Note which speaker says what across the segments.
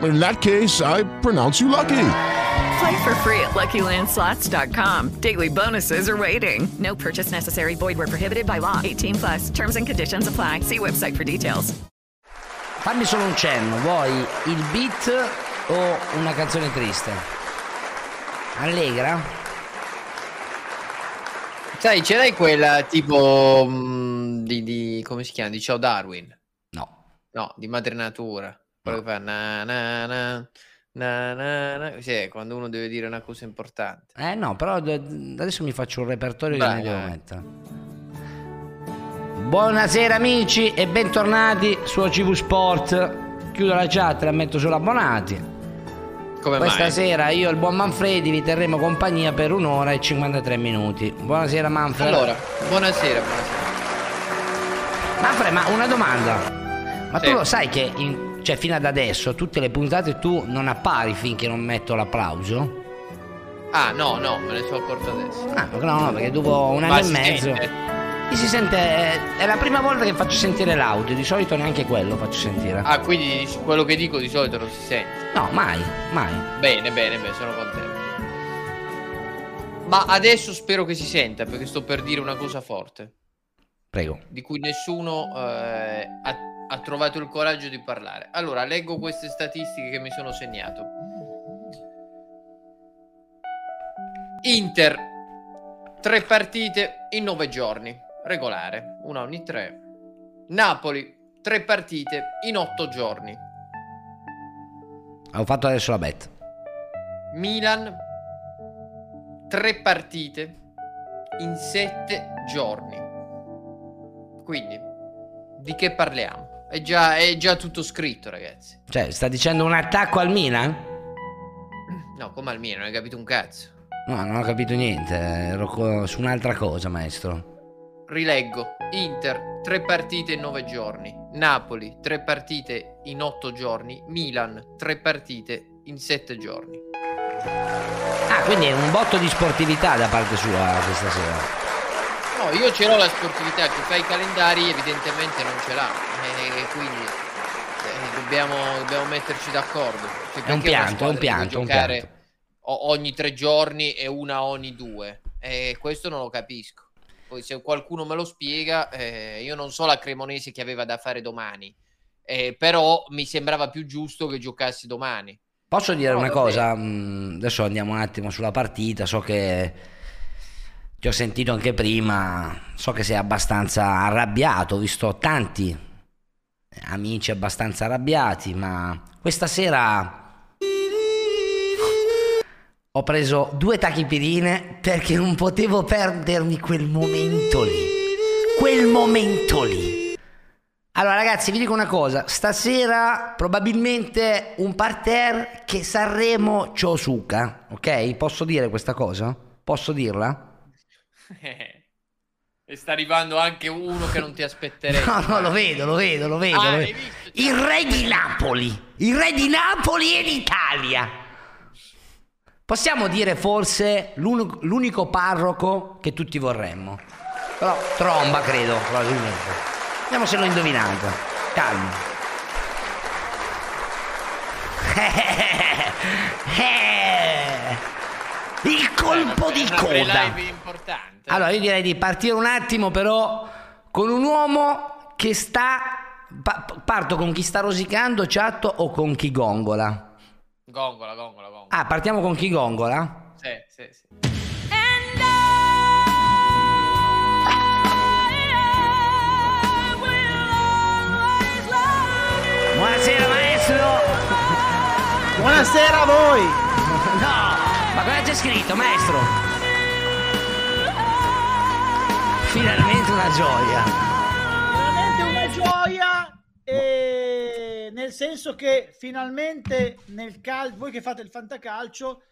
Speaker 1: In that case, I pronounce you lucky.
Speaker 2: Play for free at LuckyLandSlots.com. Daily bonuses are waiting. No purchase necessary. Void were prohibited by law. 18 plus. Terms and conditions apply. See website for details.
Speaker 3: Fammi solo un cenno, vuoi il beat o una canzone triste? Allegra?
Speaker 4: Sai, ce l'hai quella tipo mm, di, di- come si chiama? Di Ciao Darwin.
Speaker 3: No.
Speaker 4: No, di Madre Natura. Quello che fa na na na na na na. Sì, è quando uno deve dire una cosa importante.
Speaker 3: Eh no, però d- adesso mi faccio un repertorio
Speaker 4: Vai,
Speaker 3: che mi devo
Speaker 4: vai.
Speaker 3: mettere. Buonasera amici e bentornati su OCV Sport. Chiudo la chat, la metto solo abbonati.
Speaker 4: Come
Speaker 3: Questa
Speaker 4: mai?
Speaker 3: sera io e il buon Manfredi vi terremo compagnia per un'ora e 53 minuti. Buonasera Manfredi.
Speaker 4: Allora, buonasera, buonasera.
Speaker 3: Manfred, ma una domanda. Ma
Speaker 4: Sì.
Speaker 3: tu lo sai che in- cioè, fino ad adesso tutte le puntate tu non appari finché non metto l'applauso?
Speaker 4: Ah, no, no, me ne sono accorto adesso.
Speaker 3: Ah, no, no, perché dopo un anno
Speaker 4: Ma
Speaker 3: e
Speaker 4: si
Speaker 3: mezzo.
Speaker 4: sente?
Speaker 3: Sì, si sente. eh, È la prima volta che faccio sentire l'audio, di solito neanche quello faccio sentire.
Speaker 4: Ah, quindi dici- quello che dico di solito non si sente.
Speaker 3: No, mai, mai.
Speaker 4: Bene, bene, bene, sono contento. Ma adesso spero che si senta perché sto per dire una cosa forte.
Speaker 3: Prego.
Speaker 4: di cui nessuno eh, ha, ha trovato il coraggio di parlare. Allora, leggo queste statistiche che mi sono segnato. Inter, tre partite in nove giorni, regolare, una ogni tre. Napoli, tre partite in otto giorni.
Speaker 3: Ho fatto adesso la bet.
Speaker 4: Milan, tre partite in sette giorni. Quindi, di che parliamo? È già, è già tutto scritto, ragazzi.
Speaker 3: Cioè, sta dicendo un attacco al Milan?
Speaker 4: No, come al mio, non hai capito un cazzo.
Speaker 3: No, non ho capito niente. eh, Ero co- su un'altra cosa, maestro.
Speaker 4: Rileggo, Inter, tre partite in nove giorni. Napoli, tre partite in otto giorni. Milan, tre partite in sette giorni.
Speaker 3: Ah, quindi è un botto di sportività da parte sua questa sera.
Speaker 4: No, io ce l'ho la sportività, chi fa i calendari evidentemente non ce l'ha, e, quindi eh, dobbiamo, dobbiamo metterci d'accordo. Cioè,
Speaker 3: È un
Speaker 4: perché una
Speaker 3: pianto, è un
Speaker 4: squadra deve
Speaker 3: pianto, è un
Speaker 4: giocare
Speaker 3: pianto.
Speaker 4: o- ogni tre giorni e una ogni due, e questo non lo capisco. Poi se qualcuno me lo spiega, eh, io non so la Cremonese che aveva da fare domani, eh, però mi sembrava più giusto che giocasse domani.
Speaker 3: Posso dire
Speaker 4: No,
Speaker 3: una
Speaker 4: vabbè.
Speaker 3: cosa? Mm, Adesso andiamo un attimo sulla partita. So che ti ho sentito anche prima. So che sei abbastanza arrabbiato. Ho visto tanti amici abbastanza arrabbiati. Ma questa sera ho preso due tachipirine perché non potevo perdermi quel momento lì. Quel momento lì. Allora ragazzi vi dico una cosa, stasera probabilmente un parterre che Sanremo Chosuka, ok? Posso dire questa cosa? Posso dirla?
Speaker 4: e sta arrivando anche uno che non ti aspetterei.
Speaker 3: No, no, lo vedo, lo vedo, lo vedo.
Speaker 4: Eh. Ah,
Speaker 3: lo
Speaker 4: hai
Speaker 3: vedo.
Speaker 4: visto?
Speaker 3: Il re di Napoli, il re di Napoli e d'Italia. Possiamo dire forse l'unico, l'unico parroco che tutti vorremmo. Però tromba credo, probabilmente. Vediamo se l'ho indovinato. Calma. Eh. Il colpo di
Speaker 4: Una
Speaker 3: coda.
Speaker 4: pre-live importante.
Speaker 3: Allora, io direi di partire un attimo, però, con un uomo che sta. pa- parto con chi sta rosicando, chatto o con chi gongola?
Speaker 4: Gongola, gongola, gongola.
Speaker 3: Ah, partiamo con chi gongola?
Speaker 4: Sì, sì, sì.
Speaker 5: I will
Speaker 3: Buonasera maestro.
Speaker 6: Buonasera a voi!
Speaker 3: No, ma cosa c'è scritto, maestro? Finalmente una gioia.
Speaker 6: Veramente una gioia! E nel senso che finalmente nel calcio, voi che fate il fantacalcio,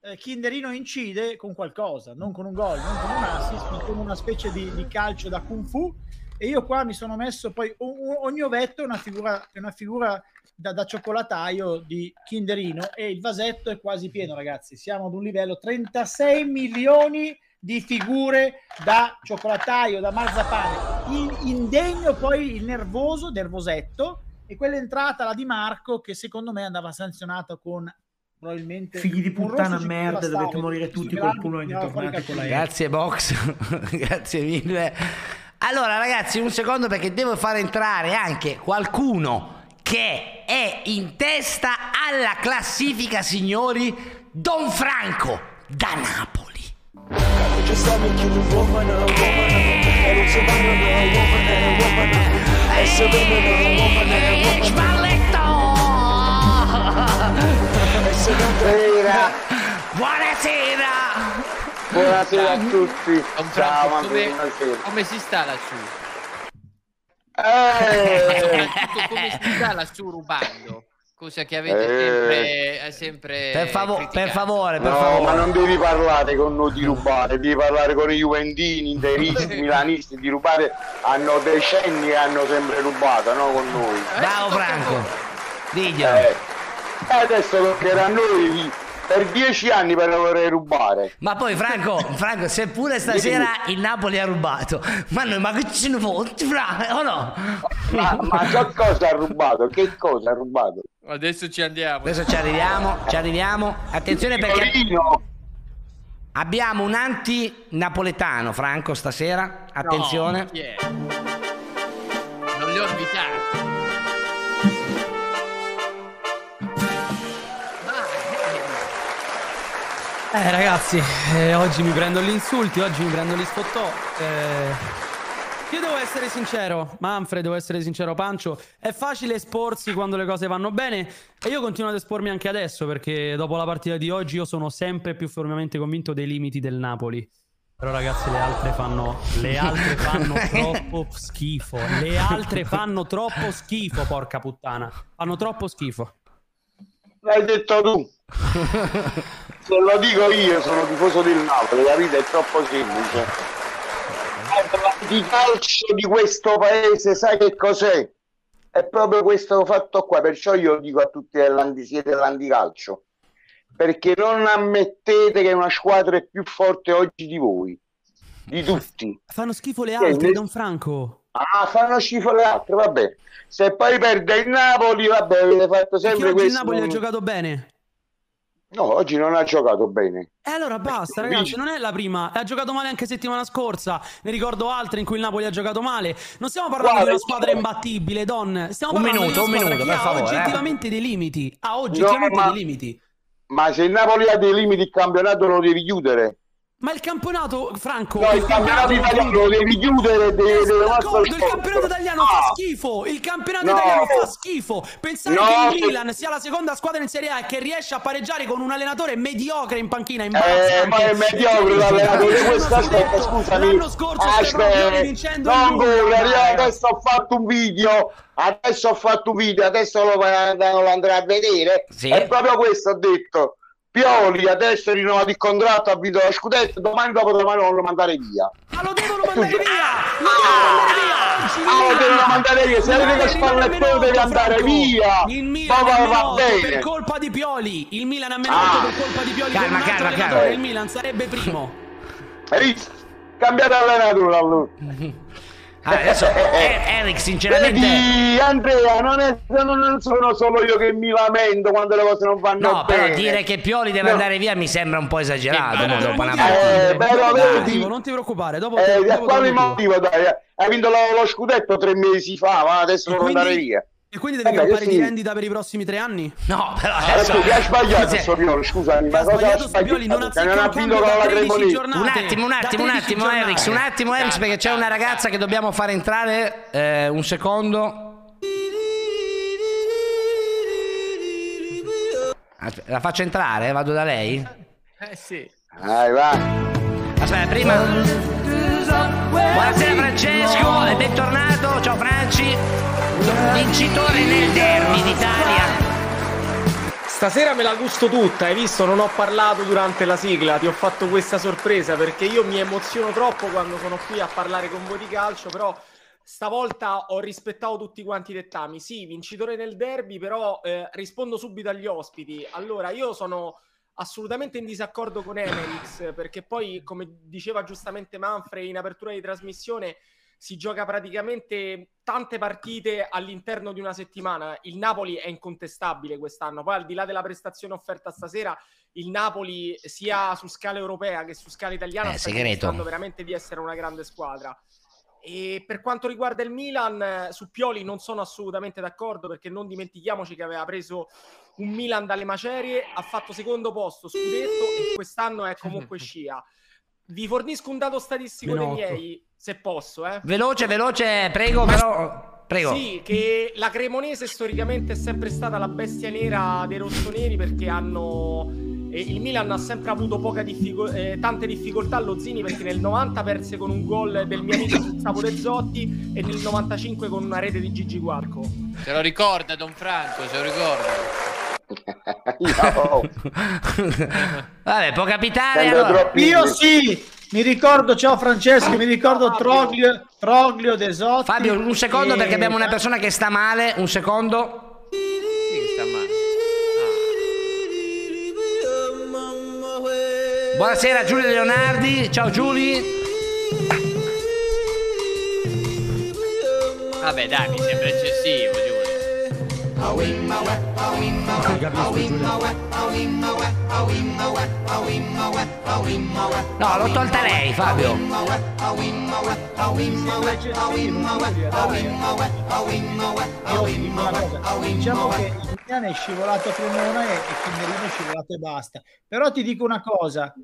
Speaker 6: eh, Kinderino incide con qualcosa, non con un gol, non con un assist, ma con una specie di, di calcio da kung fu. E io qua mi sono messo poi o- o- ogni ovetto è una figura, è una figura da, da cioccolataio di Kinderino e il vasetto è quasi pieno, ragazzi. Siamo ad un livello 36 milioni di figure da cioccolataio, da marzapane. In- indegno poi il nervoso, nervosetto, e quell'entrata la di Marco che secondo me andava sanzionata con probabilmente Figli di un puttana rosso merda, circolastavo. dovete morire tutti, Sperando qualcuno è che andava fuori ritornato con la cattivo.
Speaker 3: Grazie box, grazie mille. Allora ragazzi, un secondo perché devo far entrare anche qualcuno che è in testa alla classifica, signori, Don Franco da Napoli. Eh, Spalletto! Buonasera!
Speaker 7: Buonasera a tutti.
Speaker 4: Don
Speaker 7: Ciao,
Speaker 4: Franco,
Speaker 7: ma
Speaker 4: come,
Speaker 7: buonasera.
Speaker 4: come si sta lassù? Ma
Speaker 7: Eh,
Speaker 4: soprattutto come si sta lassù rubando? Cosa che avete sempre,
Speaker 7: Eh.
Speaker 4: sempre
Speaker 3: Per, favo- per
Speaker 4: criticato.
Speaker 3: favore, per
Speaker 7: No,
Speaker 3: favore.
Speaker 7: ma non devi parlare con noi di rubare, devi parlare con i Juventini, interisti, milanisti, di rubare hanno decenni e hanno sempre rubato, no con noi.
Speaker 3: Bravo
Speaker 4: tocca a voi.
Speaker 3: Franco. Diglielo.
Speaker 7: Eh. E adesso toccherà a noi di- per dieci anni per vorrei rubare.
Speaker 3: Ma poi Franco, Franco, seppure stasera il Napoli ha rubato, ma noi ma che ce ne fotti, Fra, o no?
Speaker 7: Ma, ma so cosa ha rubato? Che cosa ha rubato?
Speaker 4: Adesso ci andiamo.
Speaker 3: Adesso ci arriviamo, ci arriviamo. Attenzione perché
Speaker 7: Torino!
Speaker 3: abbiamo un anti-napoletano, Franco, stasera. Attenzione.
Speaker 4: No, chi è? Non li ho invitati.
Speaker 8: Eh ragazzi, eh, oggi mi prendono gli insulti, oggi mi prendono gli scottò. eh. Io devo essere sincero, Manfred, devo essere sincero, Pancio. È facile esporsi quando le cose vanno bene e io continuo ad espormi anche adesso perché dopo la partita di oggi io sono sempre più fermamente convinto dei limiti del Napoli. Però ragazzi, le altre fanno, le altre fanno troppo schifo. Le altre fanno troppo schifo, porca puttana. Fanno troppo schifo.
Speaker 7: L'hai detto tu. Se lo dico io, sono tifoso del Napoli, la vita è troppo semplice. Guarda, Di calcio di questo paese, sai che cos'è? È proprio questo fatto qua, perciò io dico a tutti dell'anti- siete dell'anticalcio. Perché non ammettete che una squadra è più forte oggi di voi, di tutti.
Speaker 8: Fanno schifo le
Speaker 7: Sì,
Speaker 8: altre,
Speaker 7: ne-
Speaker 8: Don Franco.
Speaker 7: Ah, fanno schifo le altre, vabbè. Se poi perde il Napoli, vabbè, avete fatto
Speaker 8: Perché
Speaker 7: sempre
Speaker 8: oggi il
Speaker 7: questo.
Speaker 8: Napoli ha giocato bene.
Speaker 7: No, oggi non ha giocato bene.
Speaker 8: E allora
Speaker 7: Perché
Speaker 8: basta, ragazzi,
Speaker 7: vince.
Speaker 8: non è la prima. Ha giocato male anche settimana scorsa. Ne ricordo altre in cui il Napoli ha giocato male. Non stiamo parlando
Speaker 7: Guarda,
Speaker 8: di una squadra imbattibile, Don. Stiamo
Speaker 3: Un
Speaker 8: parlando
Speaker 3: minuto,
Speaker 8: di una
Speaker 3: un
Speaker 8: squadra
Speaker 3: minuto,
Speaker 8: che
Speaker 3: per
Speaker 8: ha
Speaker 3: favore, eh.
Speaker 8: oggettivamente dei limiti. Ha oggettivamente
Speaker 7: oggettivamente ma-
Speaker 8: dei
Speaker 7: dei
Speaker 8: limiti.
Speaker 7: Ma se il Napoli ha dei limiti il campionato lo devi chiudere.
Speaker 8: Ma il campionato, Franco,
Speaker 7: No, il campionato italiano lo devi chiudere, devi
Speaker 8: Sono
Speaker 7: devi fare
Speaker 8: d'accordo, il
Speaker 7: qualcosa.
Speaker 8: campionato italiano fa schifo. Il campionato
Speaker 7: Ah. No.
Speaker 8: italiano fa schifo. Pensare
Speaker 7: No.
Speaker 8: che il Milan sia la seconda squadra in Serie A e che riesce a pareggiare con un allenatore mediocre in panchina in
Speaker 7: Eh, ma è mediocre l'allenatore, questo aspetta, scusami. Ah, eh,
Speaker 8: L'anno scorso Stefano Pioli vincendo il
Speaker 7: non
Speaker 8: Milan.
Speaker 7: correre, io adesso ho fatto un video, adesso ho fatto un video, adesso lo, va- lo andrà a vedere.
Speaker 3: Sì.
Speaker 7: È proprio questo ho detto. Pioli adesso rinnovato il contratto, ha vinto lo scudetto, domani dopo domani lo mandare via.
Speaker 8: Ma lo devono mandare via! Lo
Speaker 7: Ah, lo
Speaker 8: devono
Speaker 7: devono
Speaker 8: mandare
Speaker 7: mandare
Speaker 8: via!
Speaker 7: via,
Speaker 8: Oggi
Speaker 7: se avete
Speaker 8: Milan
Speaker 7: che
Speaker 8: rimane a
Speaker 7: Spallettone
Speaker 8: meno
Speaker 7: deve
Speaker 8: otto,
Speaker 7: andare
Speaker 8: Franco.
Speaker 7: via.
Speaker 8: Il Milan
Speaker 7: Ma
Speaker 8: è a
Speaker 7: va-
Speaker 8: meno
Speaker 7: va
Speaker 8: otto per
Speaker 7: bene.
Speaker 8: colpa di Pioli! Il Milan è a meno
Speaker 7: Ah.
Speaker 8: otto per colpa di Pioli!
Speaker 3: Calma,
Speaker 8: Con un altro
Speaker 3: calma, calma.
Speaker 8: allenatore Il Milan sarebbe primo!
Speaker 7: Ehi, Cambiate allenatore allora.
Speaker 3: Allora, adesso, eh, Eric, sinceramente...
Speaker 7: Vedi, Andrea, non, è- non- non sono solo io che mi lamento quando le cose non vanno
Speaker 3: No,
Speaker 7: Eh, bene.
Speaker 3: però dire che Pioli deve
Speaker 7: No.
Speaker 3: andare via mi sembra un po' esagerato.
Speaker 4: Che
Speaker 3: no,
Speaker 4: male,
Speaker 3: dopo una
Speaker 8: Non ti
Speaker 3: partita.
Speaker 7: Eh, però
Speaker 8: preoccupare,
Speaker 7: vedi-
Speaker 8: Diego, Non ti preoccupare, dopo
Speaker 7: Eh,
Speaker 8: dopo
Speaker 7: a
Speaker 8: te
Speaker 7: quale
Speaker 8: lo dico.
Speaker 7: motivo dai? Hai vinto lo, lo scudetto tre mesi fa, ma adesso
Speaker 8: E
Speaker 7: devo andare
Speaker 8: quindi,
Speaker 7: via.
Speaker 8: e quindi devi
Speaker 7: Vabbè,
Speaker 8: campare
Speaker 7: io
Speaker 8: di
Speaker 7: sì. Ah,
Speaker 8: rendita per i prossimi tre anni?
Speaker 3: No, però adesso... eh, cioè,
Speaker 7: Adesso che ha sbagliato
Speaker 3: Sì.
Speaker 7: sto Pioli, scusami,
Speaker 8: Ha
Speaker 7: ma cosa ha
Speaker 8: sbagliato
Speaker 7: sbagliato?
Speaker 8: Sapioli, non ha
Speaker 7: Che non ha
Speaker 8: seccato il
Speaker 7: vinto
Speaker 8: cambio
Speaker 7: con
Speaker 8: da
Speaker 7: la
Speaker 8: 13
Speaker 7: Cremonese.
Speaker 8: giornate.
Speaker 3: Un attimo, un
Speaker 8: Da
Speaker 3: attimo, un
Speaker 8: 13
Speaker 3: attimo,
Speaker 8: giornate.
Speaker 3: Erix, un attimo, Erix,
Speaker 4: Calma,
Speaker 3: perché c'è una
Speaker 4: calma,
Speaker 3: ragazza che dobbiamo far entrare. eh, un secondo. Aspe- La faccio entrare? Vado da lei?
Speaker 4: Eh sì.
Speaker 7: Vai, vai.
Speaker 3: Aspetta, prima. Buonasera Francesco e bentornato. Ciao Franci. Vincitore nel derby d'Italia.
Speaker 9: Stasera me la gusto tutta, hai visto? Non ho parlato durante la sigla, ti ho fatto questa sorpresa perché io mi emoziono troppo quando sono qui a parlare con voi di calcio, però stavolta ho rispettato tutti quanti i dettami. Sì, vincitore nel derby, però eh, rispondo subito agli ospiti. Allora, io sono assolutamente in disaccordo con Emerix perché poi, come diceva giustamente Manfred in apertura di trasmissione, si gioca praticamente tante partite all'interno di una settimana. Il Napoli è incontestabile quest'anno. Poi, al di là della prestazione offerta stasera, il Napoli, sia su scala europea che su scala italiana,
Speaker 3: Eh,
Speaker 9: sta
Speaker 3: segreto.
Speaker 9: dimostrando veramente di essere una grande squadra. E per quanto riguarda il Milan, eh, su Pioli non sono assolutamente d'accordo perché non dimentichiamoci che aveva preso un Milan dalle macerie, ha fatto secondo posto, scudetto e quest'anno è comunque scia. Vi fornisco un dato statistico
Speaker 3: Meno
Speaker 9: dei
Speaker 3: otto.
Speaker 9: miei, se posso. Eh.
Speaker 3: Veloce, veloce, prego, però. Prego.
Speaker 9: Sì, che la Cremonese storicamente è sempre stata la bestia nera dei rossoneri perché hanno eh, il Milan ha sempre avuto poca diffico- eh, tante difficoltà allo Zini perché nel 90 perse con un gol del mio amico Gustavo Rezzotti e nel 95 con una rete di Gigi Guarco.
Speaker 4: Se lo ricorda Don Franco, se lo ricorda.
Speaker 3: Vabbè, può capitare.
Speaker 6: Sembra
Speaker 3: allora.
Speaker 6: troppo- Io sì, mi ricordo, ciao Francesco, mi ricordo Troglio, Troglio Desotti.
Speaker 3: Fabio, un secondo
Speaker 6: e-
Speaker 3: perché abbiamo una persona che sta male. Un secondo.
Speaker 4: Chi che sta male?
Speaker 3: Buonasera Giulio De Leonardi. Ciao Giulio.
Speaker 4: Vabbè, dai, mi sembra eccessivo, Giulio.
Speaker 3: No, l'ho tolta lei, Fabio.
Speaker 6: Diciamo che il Milan è scivolato Cremona e, e Kinderino è scivolato e basta. Però ti dico una cosa.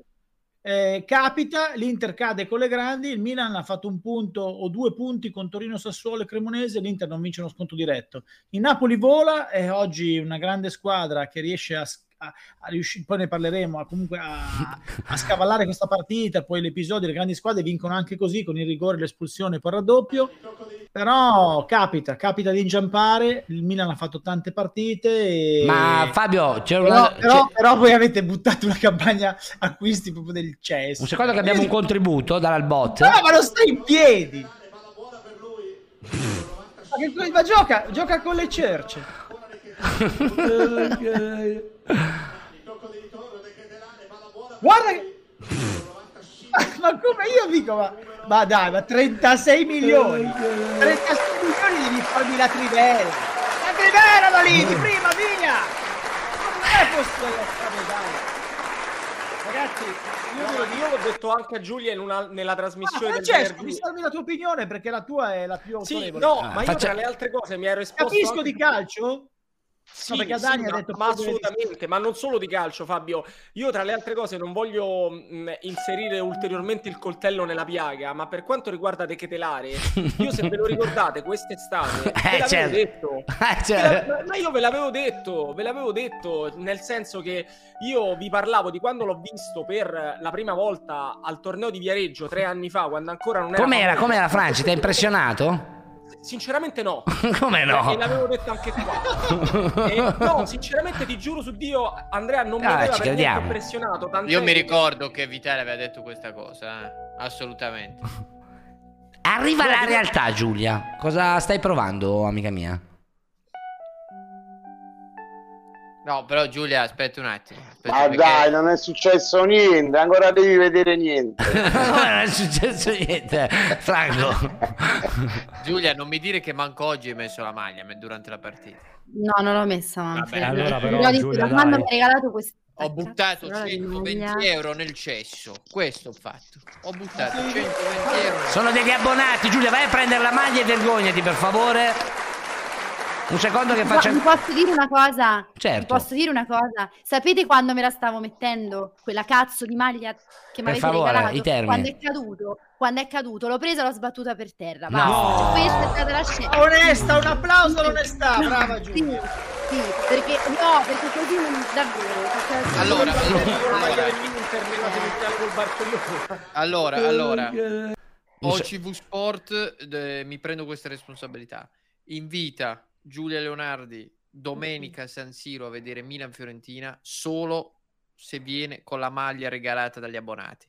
Speaker 6: eh, capita, l'Inter cade con le grandi, il Milan ha fatto un punto o due punti con Torino, Sassuolo e Cremonese, l'Inter non vince uno sconto diretto. Il Napoli vola, è oggi una grande squadra che riesce a, s- a- a riusci- poi ne parleremo, a, comunque a, a scavallare questa partita, poi l'episodio, le grandi squadre vincono anche così, con il rigore, l'espulsione, poi il raddoppio, però capita, capita di ingiampare, il Milan ha fatto tante partite. e-
Speaker 3: Ma Fabio, c'è una.
Speaker 6: Però, però,
Speaker 3: c'è-
Speaker 6: però voi avete buttato una campagna acquisti proprio del cesso.
Speaker 3: Un secondo che abbiamo un contributo dall'albot.
Speaker 6: No, ma non stai in piedi. Ma, che co- ma gioca, gioca con le cerce. Eh, Guarda che... Ma come io dico, ma, ma dai, ma 36
Speaker 3: Eh,
Speaker 6: milioni. 36 milioni devi farmi la trivella. La trivella da
Speaker 3: Eh.
Speaker 6: lì, di prima, via. Ma non è possibile lasciarmi dai. Ragazzi,
Speaker 9: Io ve lo dico, l'ho detto anche a Giulia in una- nella trasmissione
Speaker 6: Ah,
Speaker 9: del
Speaker 6: Francesco,
Speaker 9: derby.
Speaker 6: mi salvi la tua opinione perché la tua è la più
Speaker 9: Sì,
Speaker 6: autorevole.
Speaker 9: no, ma io
Speaker 3: Ah. faccia-
Speaker 9: tra le altre cose mi ero esposto
Speaker 6: Capisco
Speaker 9: anche-
Speaker 6: di calcio?
Speaker 9: Sì,
Speaker 6: No, perché
Speaker 9: sì,
Speaker 6: Adani ha
Speaker 9: ma,
Speaker 6: detto
Speaker 9: ma
Speaker 6: proprio-
Speaker 9: assolutamente, ma non solo di calcio, Fabio. Io tra le altre cose non voglio mh, inserire ulteriormente il coltello nella piaga, ma per quanto riguarda De Ketelare, io se ve lo ricordate quest'estate, ve l'avevo
Speaker 3: certo.
Speaker 9: detto. Ve
Speaker 3: Eh,
Speaker 9: la-
Speaker 3: certo.
Speaker 9: ma- ma io ve l'avevo detto, ve l'avevo detto, nel senso che io vi parlavo di quando l'ho visto per la prima volta al torneo di Viareggio tre anni fa, quando ancora non era
Speaker 3: Com'era,
Speaker 9: famoso.
Speaker 3: com'era Franci? Ti ha impressionato?
Speaker 9: Sinceramente no.
Speaker 3: Come
Speaker 9: E
Speaker 3: no?
Speaker 9: l'avevo detto anche qua. Eh, no, sinceramente ti giuro su Dio, Andrea non mi
Speaker 3: Ah,
Speaker 9: aveva
Speaker 3: ci
Speaker 9: per niente
Speaker 3: crediamo.
Speaker 9: impressionato. tant'è
Speaker 4: Io mi
Speaker 9: che-
Speaker 4: ricordo che Vitale aveva detto questa cosa, eh. assolutamente.
Speaker 3: Arriva
Speaker 9: No,
Speaker 3: la
Speaker 9: io-
Speaker 3: realtà, Giulia. Cosa stai provando, amica mia?
Speaker 4: No, però Giulia, aspetta un attimo. aspetta,
Speaker 7: Ma
Speaker 4: perché-
Speaker 7: dai, non è successo niente, ancora devi vedere niente.
Speaker 3: non è successo niente, Franco.
Speaker 4: Giulia, non mi dire che manco oggi hai messo la maglia ma è durante la partita. Eh,
Speaker 10: No, non l'ho messa,
Speaker 4: Vabbè,
Speaker 10: Manfred.
Speaker 4: Ah, allora però,
Speaker 10: Però ho detto,
Speaker 4: Giulia,
Speaker 10: da quando
Speaker 4: dai.
Speaker 10: mi hai regalato questo...
Speaker 4: Ho buttato
Speaker 10: allora di
Speaker 4: 120
Speaker 10: maglia.
Speaker 4: euro nel cesso. Questo ho fatto. Ho buttato 120 euro.
Speaker 3: Sono degli abbonati, Giulia, vai a prendere la maglia e vergognati, per favore. Un secondo che
Speaker 10: Ma
Speaker 3: faccia...
Speaker 10: vi posso dire una cosa?
Speaker 3: Certo.
Speaker 10: Vi posso dire una cosa? Sapete quando me la stavo mettendo? Quella cazzo di maglia che mi
Speaker 3: Per
Speaker 10: avete
Speaker 3: favore,
Speaker 10: regalato?
Speaker 3: i termini.
Speaker 10: Quando è caduto, quando è caduto, l'ho presa e l'ho sbattuta per terra.
Speaker 3: No.
Speaker 6: Ah,
Speaker 10: basta. Questa è stata la scelta.
Speaker 6: Onesta, un applauso all'onestà, brava Giulia.
Speaker 10: Sì. tutti, perché no, perché così non davvero. perché-
Speaker 4: Allora,
Speaker 9: maglia
Speaker 4: allora,
Speaker 9: dell'Inter nella semifinale col Bartolione.
Speaker 4: allora, allora.
Speaker 3: Non so-
Speaker 4: OCV Sport, eh, mi prendo questa responsabilità. Invita Giulia Leonardi domenica a San Siro a vedere Milan Fiorentina solo se viene con la maglia regalata dagli abbonati.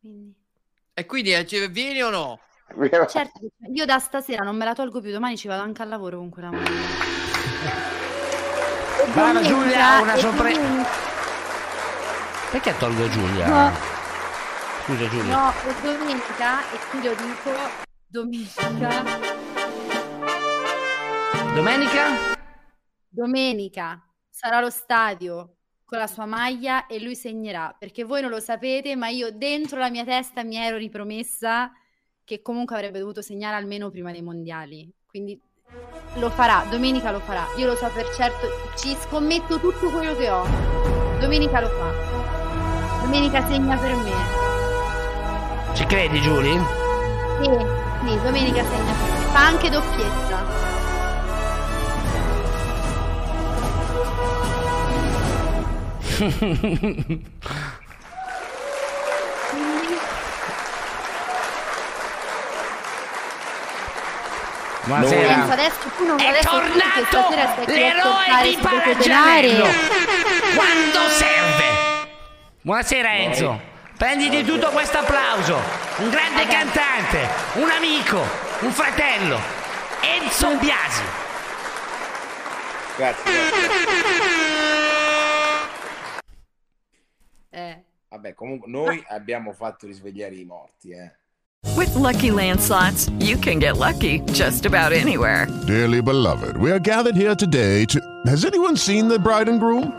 Speaker 10: Quindi-
Speaker 4: E quindi eh, cioè, vieni o no?
Speaker 10: Certo, io da stasera non me la tolgo più, domani ci vado anche al lavoro con quella maglia. E
Speaker 3: Brava
Speaker 10: domenica-
Speaker 3: Giulia, una
Speaker 10: e
Speaker 3: sorpresa.
Speaker 10: domenica-
Speaker 3: Perché tolgo Giulia?
Speaker 10: No.
Speaker 3: Scusa Giulia.
Speaker 10: No, e domenica, e qui lo dico, domenica,
Speaker 3: Domenica?
Speaker 10: domenica sarà allo stadio con la sua maglia e lui segnerà, perché voi non lo sapete, ma io dentro la mia testa mi ero ripromessa che comunque avrebbe dovuto segnare almeno prima dei mondiali, quindi lo farà, domenica lo farà, io lo so per certo, ci scommetto tutto quello che ho, domenica lo fa, domenica segna per me.
Speaker 3: Ci credi Giulia?
Speaker 10: Sì, sì, domenica segna. Fa anche doppietta.
Speaker 3: Buonasera.
Speaker 10: Lorenzo, adesso tu non adesso tu che
Speaker 3: tornato
Speaker 10: stasera stai qui a
Speaker 3: l'eroe
Speaker 10: ascoltare
Speaker 3: di
Speaker 10: su questo
Speaker 3: Paragianello.
Speaker 10: denaro.
Speaker 3: Quando serve? Buonasera Enzo. Prenditi tutto questo applauso. Un grande cantante, un amico, un fratello. Enzo Biasi.
Speaker 10: Eh.
Speaker 11: Vabbè, comunque noi abbiamo fatto risvegliare i morti, eh.
Speaker 2: With Lucky Land slots, you can get lucky just about anywhere.
Speaker 1: Dearly beloved, we are gathered here today to. Has anyone seen the bride and groom?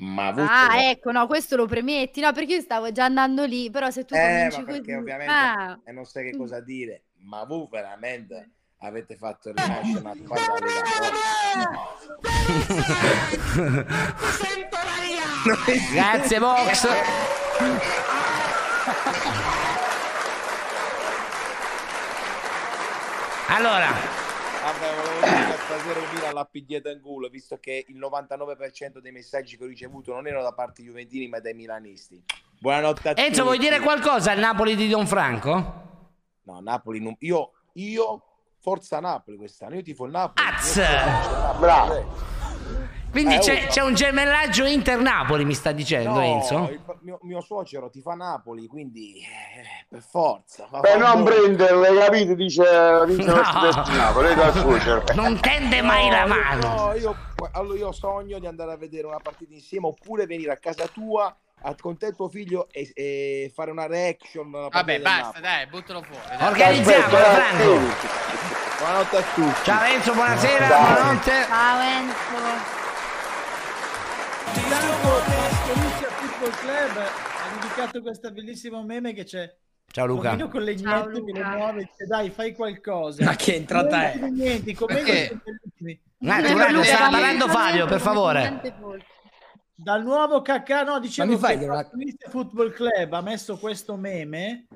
Speaker 11: Ma
Speaker 10: Ah, ecco, no, questo lo premetti, no, perché io stavo già andando lì, però se tu
Speaker 11: Eh,
Speaker 10: cominci
Speaker 11: ma perché
Speaker 10: così...
Speaker 11: ovviamente
Speaker 10: Ah, Eh.
Speaker 11: eh, non sai che cosa dire, ma voi veramente avete fatto rinascere una squadra da
Speaker 3: Grazie Vox. Allora,
Speaker 11: Vabbè, volevo dire che stasera il Milan l'ha pigliata in culo, visto che il 99% dei messaggi che ho ricevuto non erano da parte juventini, ma dai milanisti. Buonanotte a tutti.
Speaker 3: Enzo, vuoi dire qualcosa al Napoli di Don Franco?
Speaker 11: No, Napoli non... Io, io, forza Napoli quest'anno, io tifo il Napoli.
Speaker 3: Az!
Speaker 11: Io tifo il Napoli.
Speaker 3: Quindi
Speaker 11: Eh,
Speaker 3: c'è,
Speaker 11: oh.
Speaker 3: c'è un gemellaggio Inter-Napoli, mi sta dicendo
Speaker 11: No,
Speaker 3: Enzo?
Speaker 11: il- mio, mio suocero ti fa Napoli, quindi eh, per forza. Ma
Speaker 7: Per non
Speaker 11: quando-
Speaker 7: prenderle, capite? Dice vince lo stesso di Napoli, dal suocero.
Speaker 11: cioè.
Speaker 3: Non tende mai
Speaker 11: No,
Speaker 3: la
Speaker 11: io-
Speaker 3: mano.
Speaker 11: no, io, allora io sogno di andare a vedere una partita insieme oppure venire a casa tua a- con te e tuo figlio e, e fare una reaction. alla partita
Speaker 4: Vabbè,
Speaker 11: del
Speaker 4: basta,
Speaker 11: Napoli.
Speaker 4: dai, buttalo fuori. dai.
Speaker 3: Organizziamo,
Speaker 11: Aspetta,
Speaker 3: Franco.
Speaker 11: Buonanotte a tutti.
Speaker 3: Ciao Enzo, buonasera,
Speaker 11: Ciao.
Speaker 3: buonanotte.
Speaker 10: Ciao Enzo.
Speaker 6: Milano Scorizia Football Club ha dedicato questo bellissimo meme che c'è
Speaker 3: Ciao Luca.
Speaker 6: Bambino con le gnette che le muove dice, dai fai qualcosa
Speaker 3: Ma che entrata
Speaker 6: Non
Speaker 3: è?
Speaker 6: dici niente, i commenti
Speaker 3: Perché?
Speaker 6: sono bellissimi.
Speaker 3: Un attimo, un attimo,
Speaker 6: Luca,
Speaker 3: sta
Speaker 6: dai.
Speaker 3: parlando Fabio, per favore.
Speaker 6: dal nuovo cacca no dicevo
Speaker 3: Ma mi fai
Speaker 6: che
Speaker 3: dire una-
Speaker 6: il Scorizia Football Club ha messo questo meme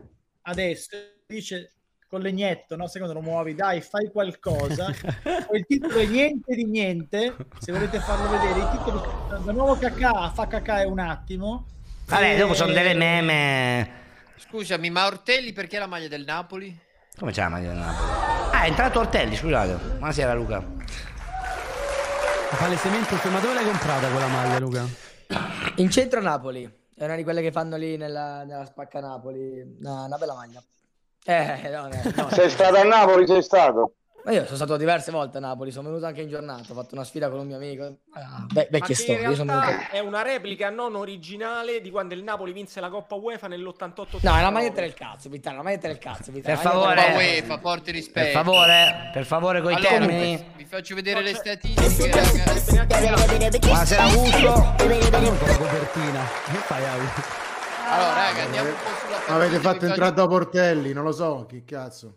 Speaker 6: adesso dice con legnetto, no? Secondo lo muovi, dai, fai qualcosa. Poi il titolo è niente di niente. Se volete farlo vedere, il titolo da nuovo cacca fa cacca è un attimo.
Speaker 3: Vabbè,
Speaker 6: E-
Speaker 3: dopo sono delle meme.
Speaker 4: Scusami, ma Ortelli perché la maglia del Napoli?
Speaker 3: Come c'è la maglia del Napoli? Ah, è entrato Ortelli, scusate. Buonasera Luca.
Speaker 8: cioè, Ma Palesemente, ma dove l'hai comprata quella maglia, Luca?
Speaker 12: In centro a Napoli, eh, È una di quelle che fanno lì nella, nella Spacca Napoli. No, una bella maglia. Eh, no, no, no.
Speaker 7: Sei stato a Napoli, sei stato.
Speaker 12: Ma io sono stato diverse volte a Napoli, sono venuto anche in giornata, ho fatto una sfida con un mio amico. Ah, be-
Speaker 9: Ma
Speaker 12: vecchie
Speaker 9: che in
Speaker 12: storie, io sono venuto...
Speaker 9: realtà è una replica non originale di quando il Napoli vinse la Coppa UEFA nell'88.
Speaker 12: No, è la maglietta del cazzo, Pitana, la maglietta del cazzo, Pitana.
Speaker 3: Per favore.
Speaker 4: Ma UEFA, porti rispetto.
Speaker 3: Per favore, per favore, coi
Speaker 4: Eh. Allora,
Speaker 3: termini.
Speaker 4: vi faccio vedere le statistiche, ragazzi.
Speaker 3: Buonasera, Augusto.
Speaker 8: la copertina. Che fai, Avi?
Speaker 4: Allora, raga, andiamo un po' sulla
Speaker 13: Avete fatto
Speaker 4: vi
Speaker 13: entrare da Portelli, non lo so, che cazzo.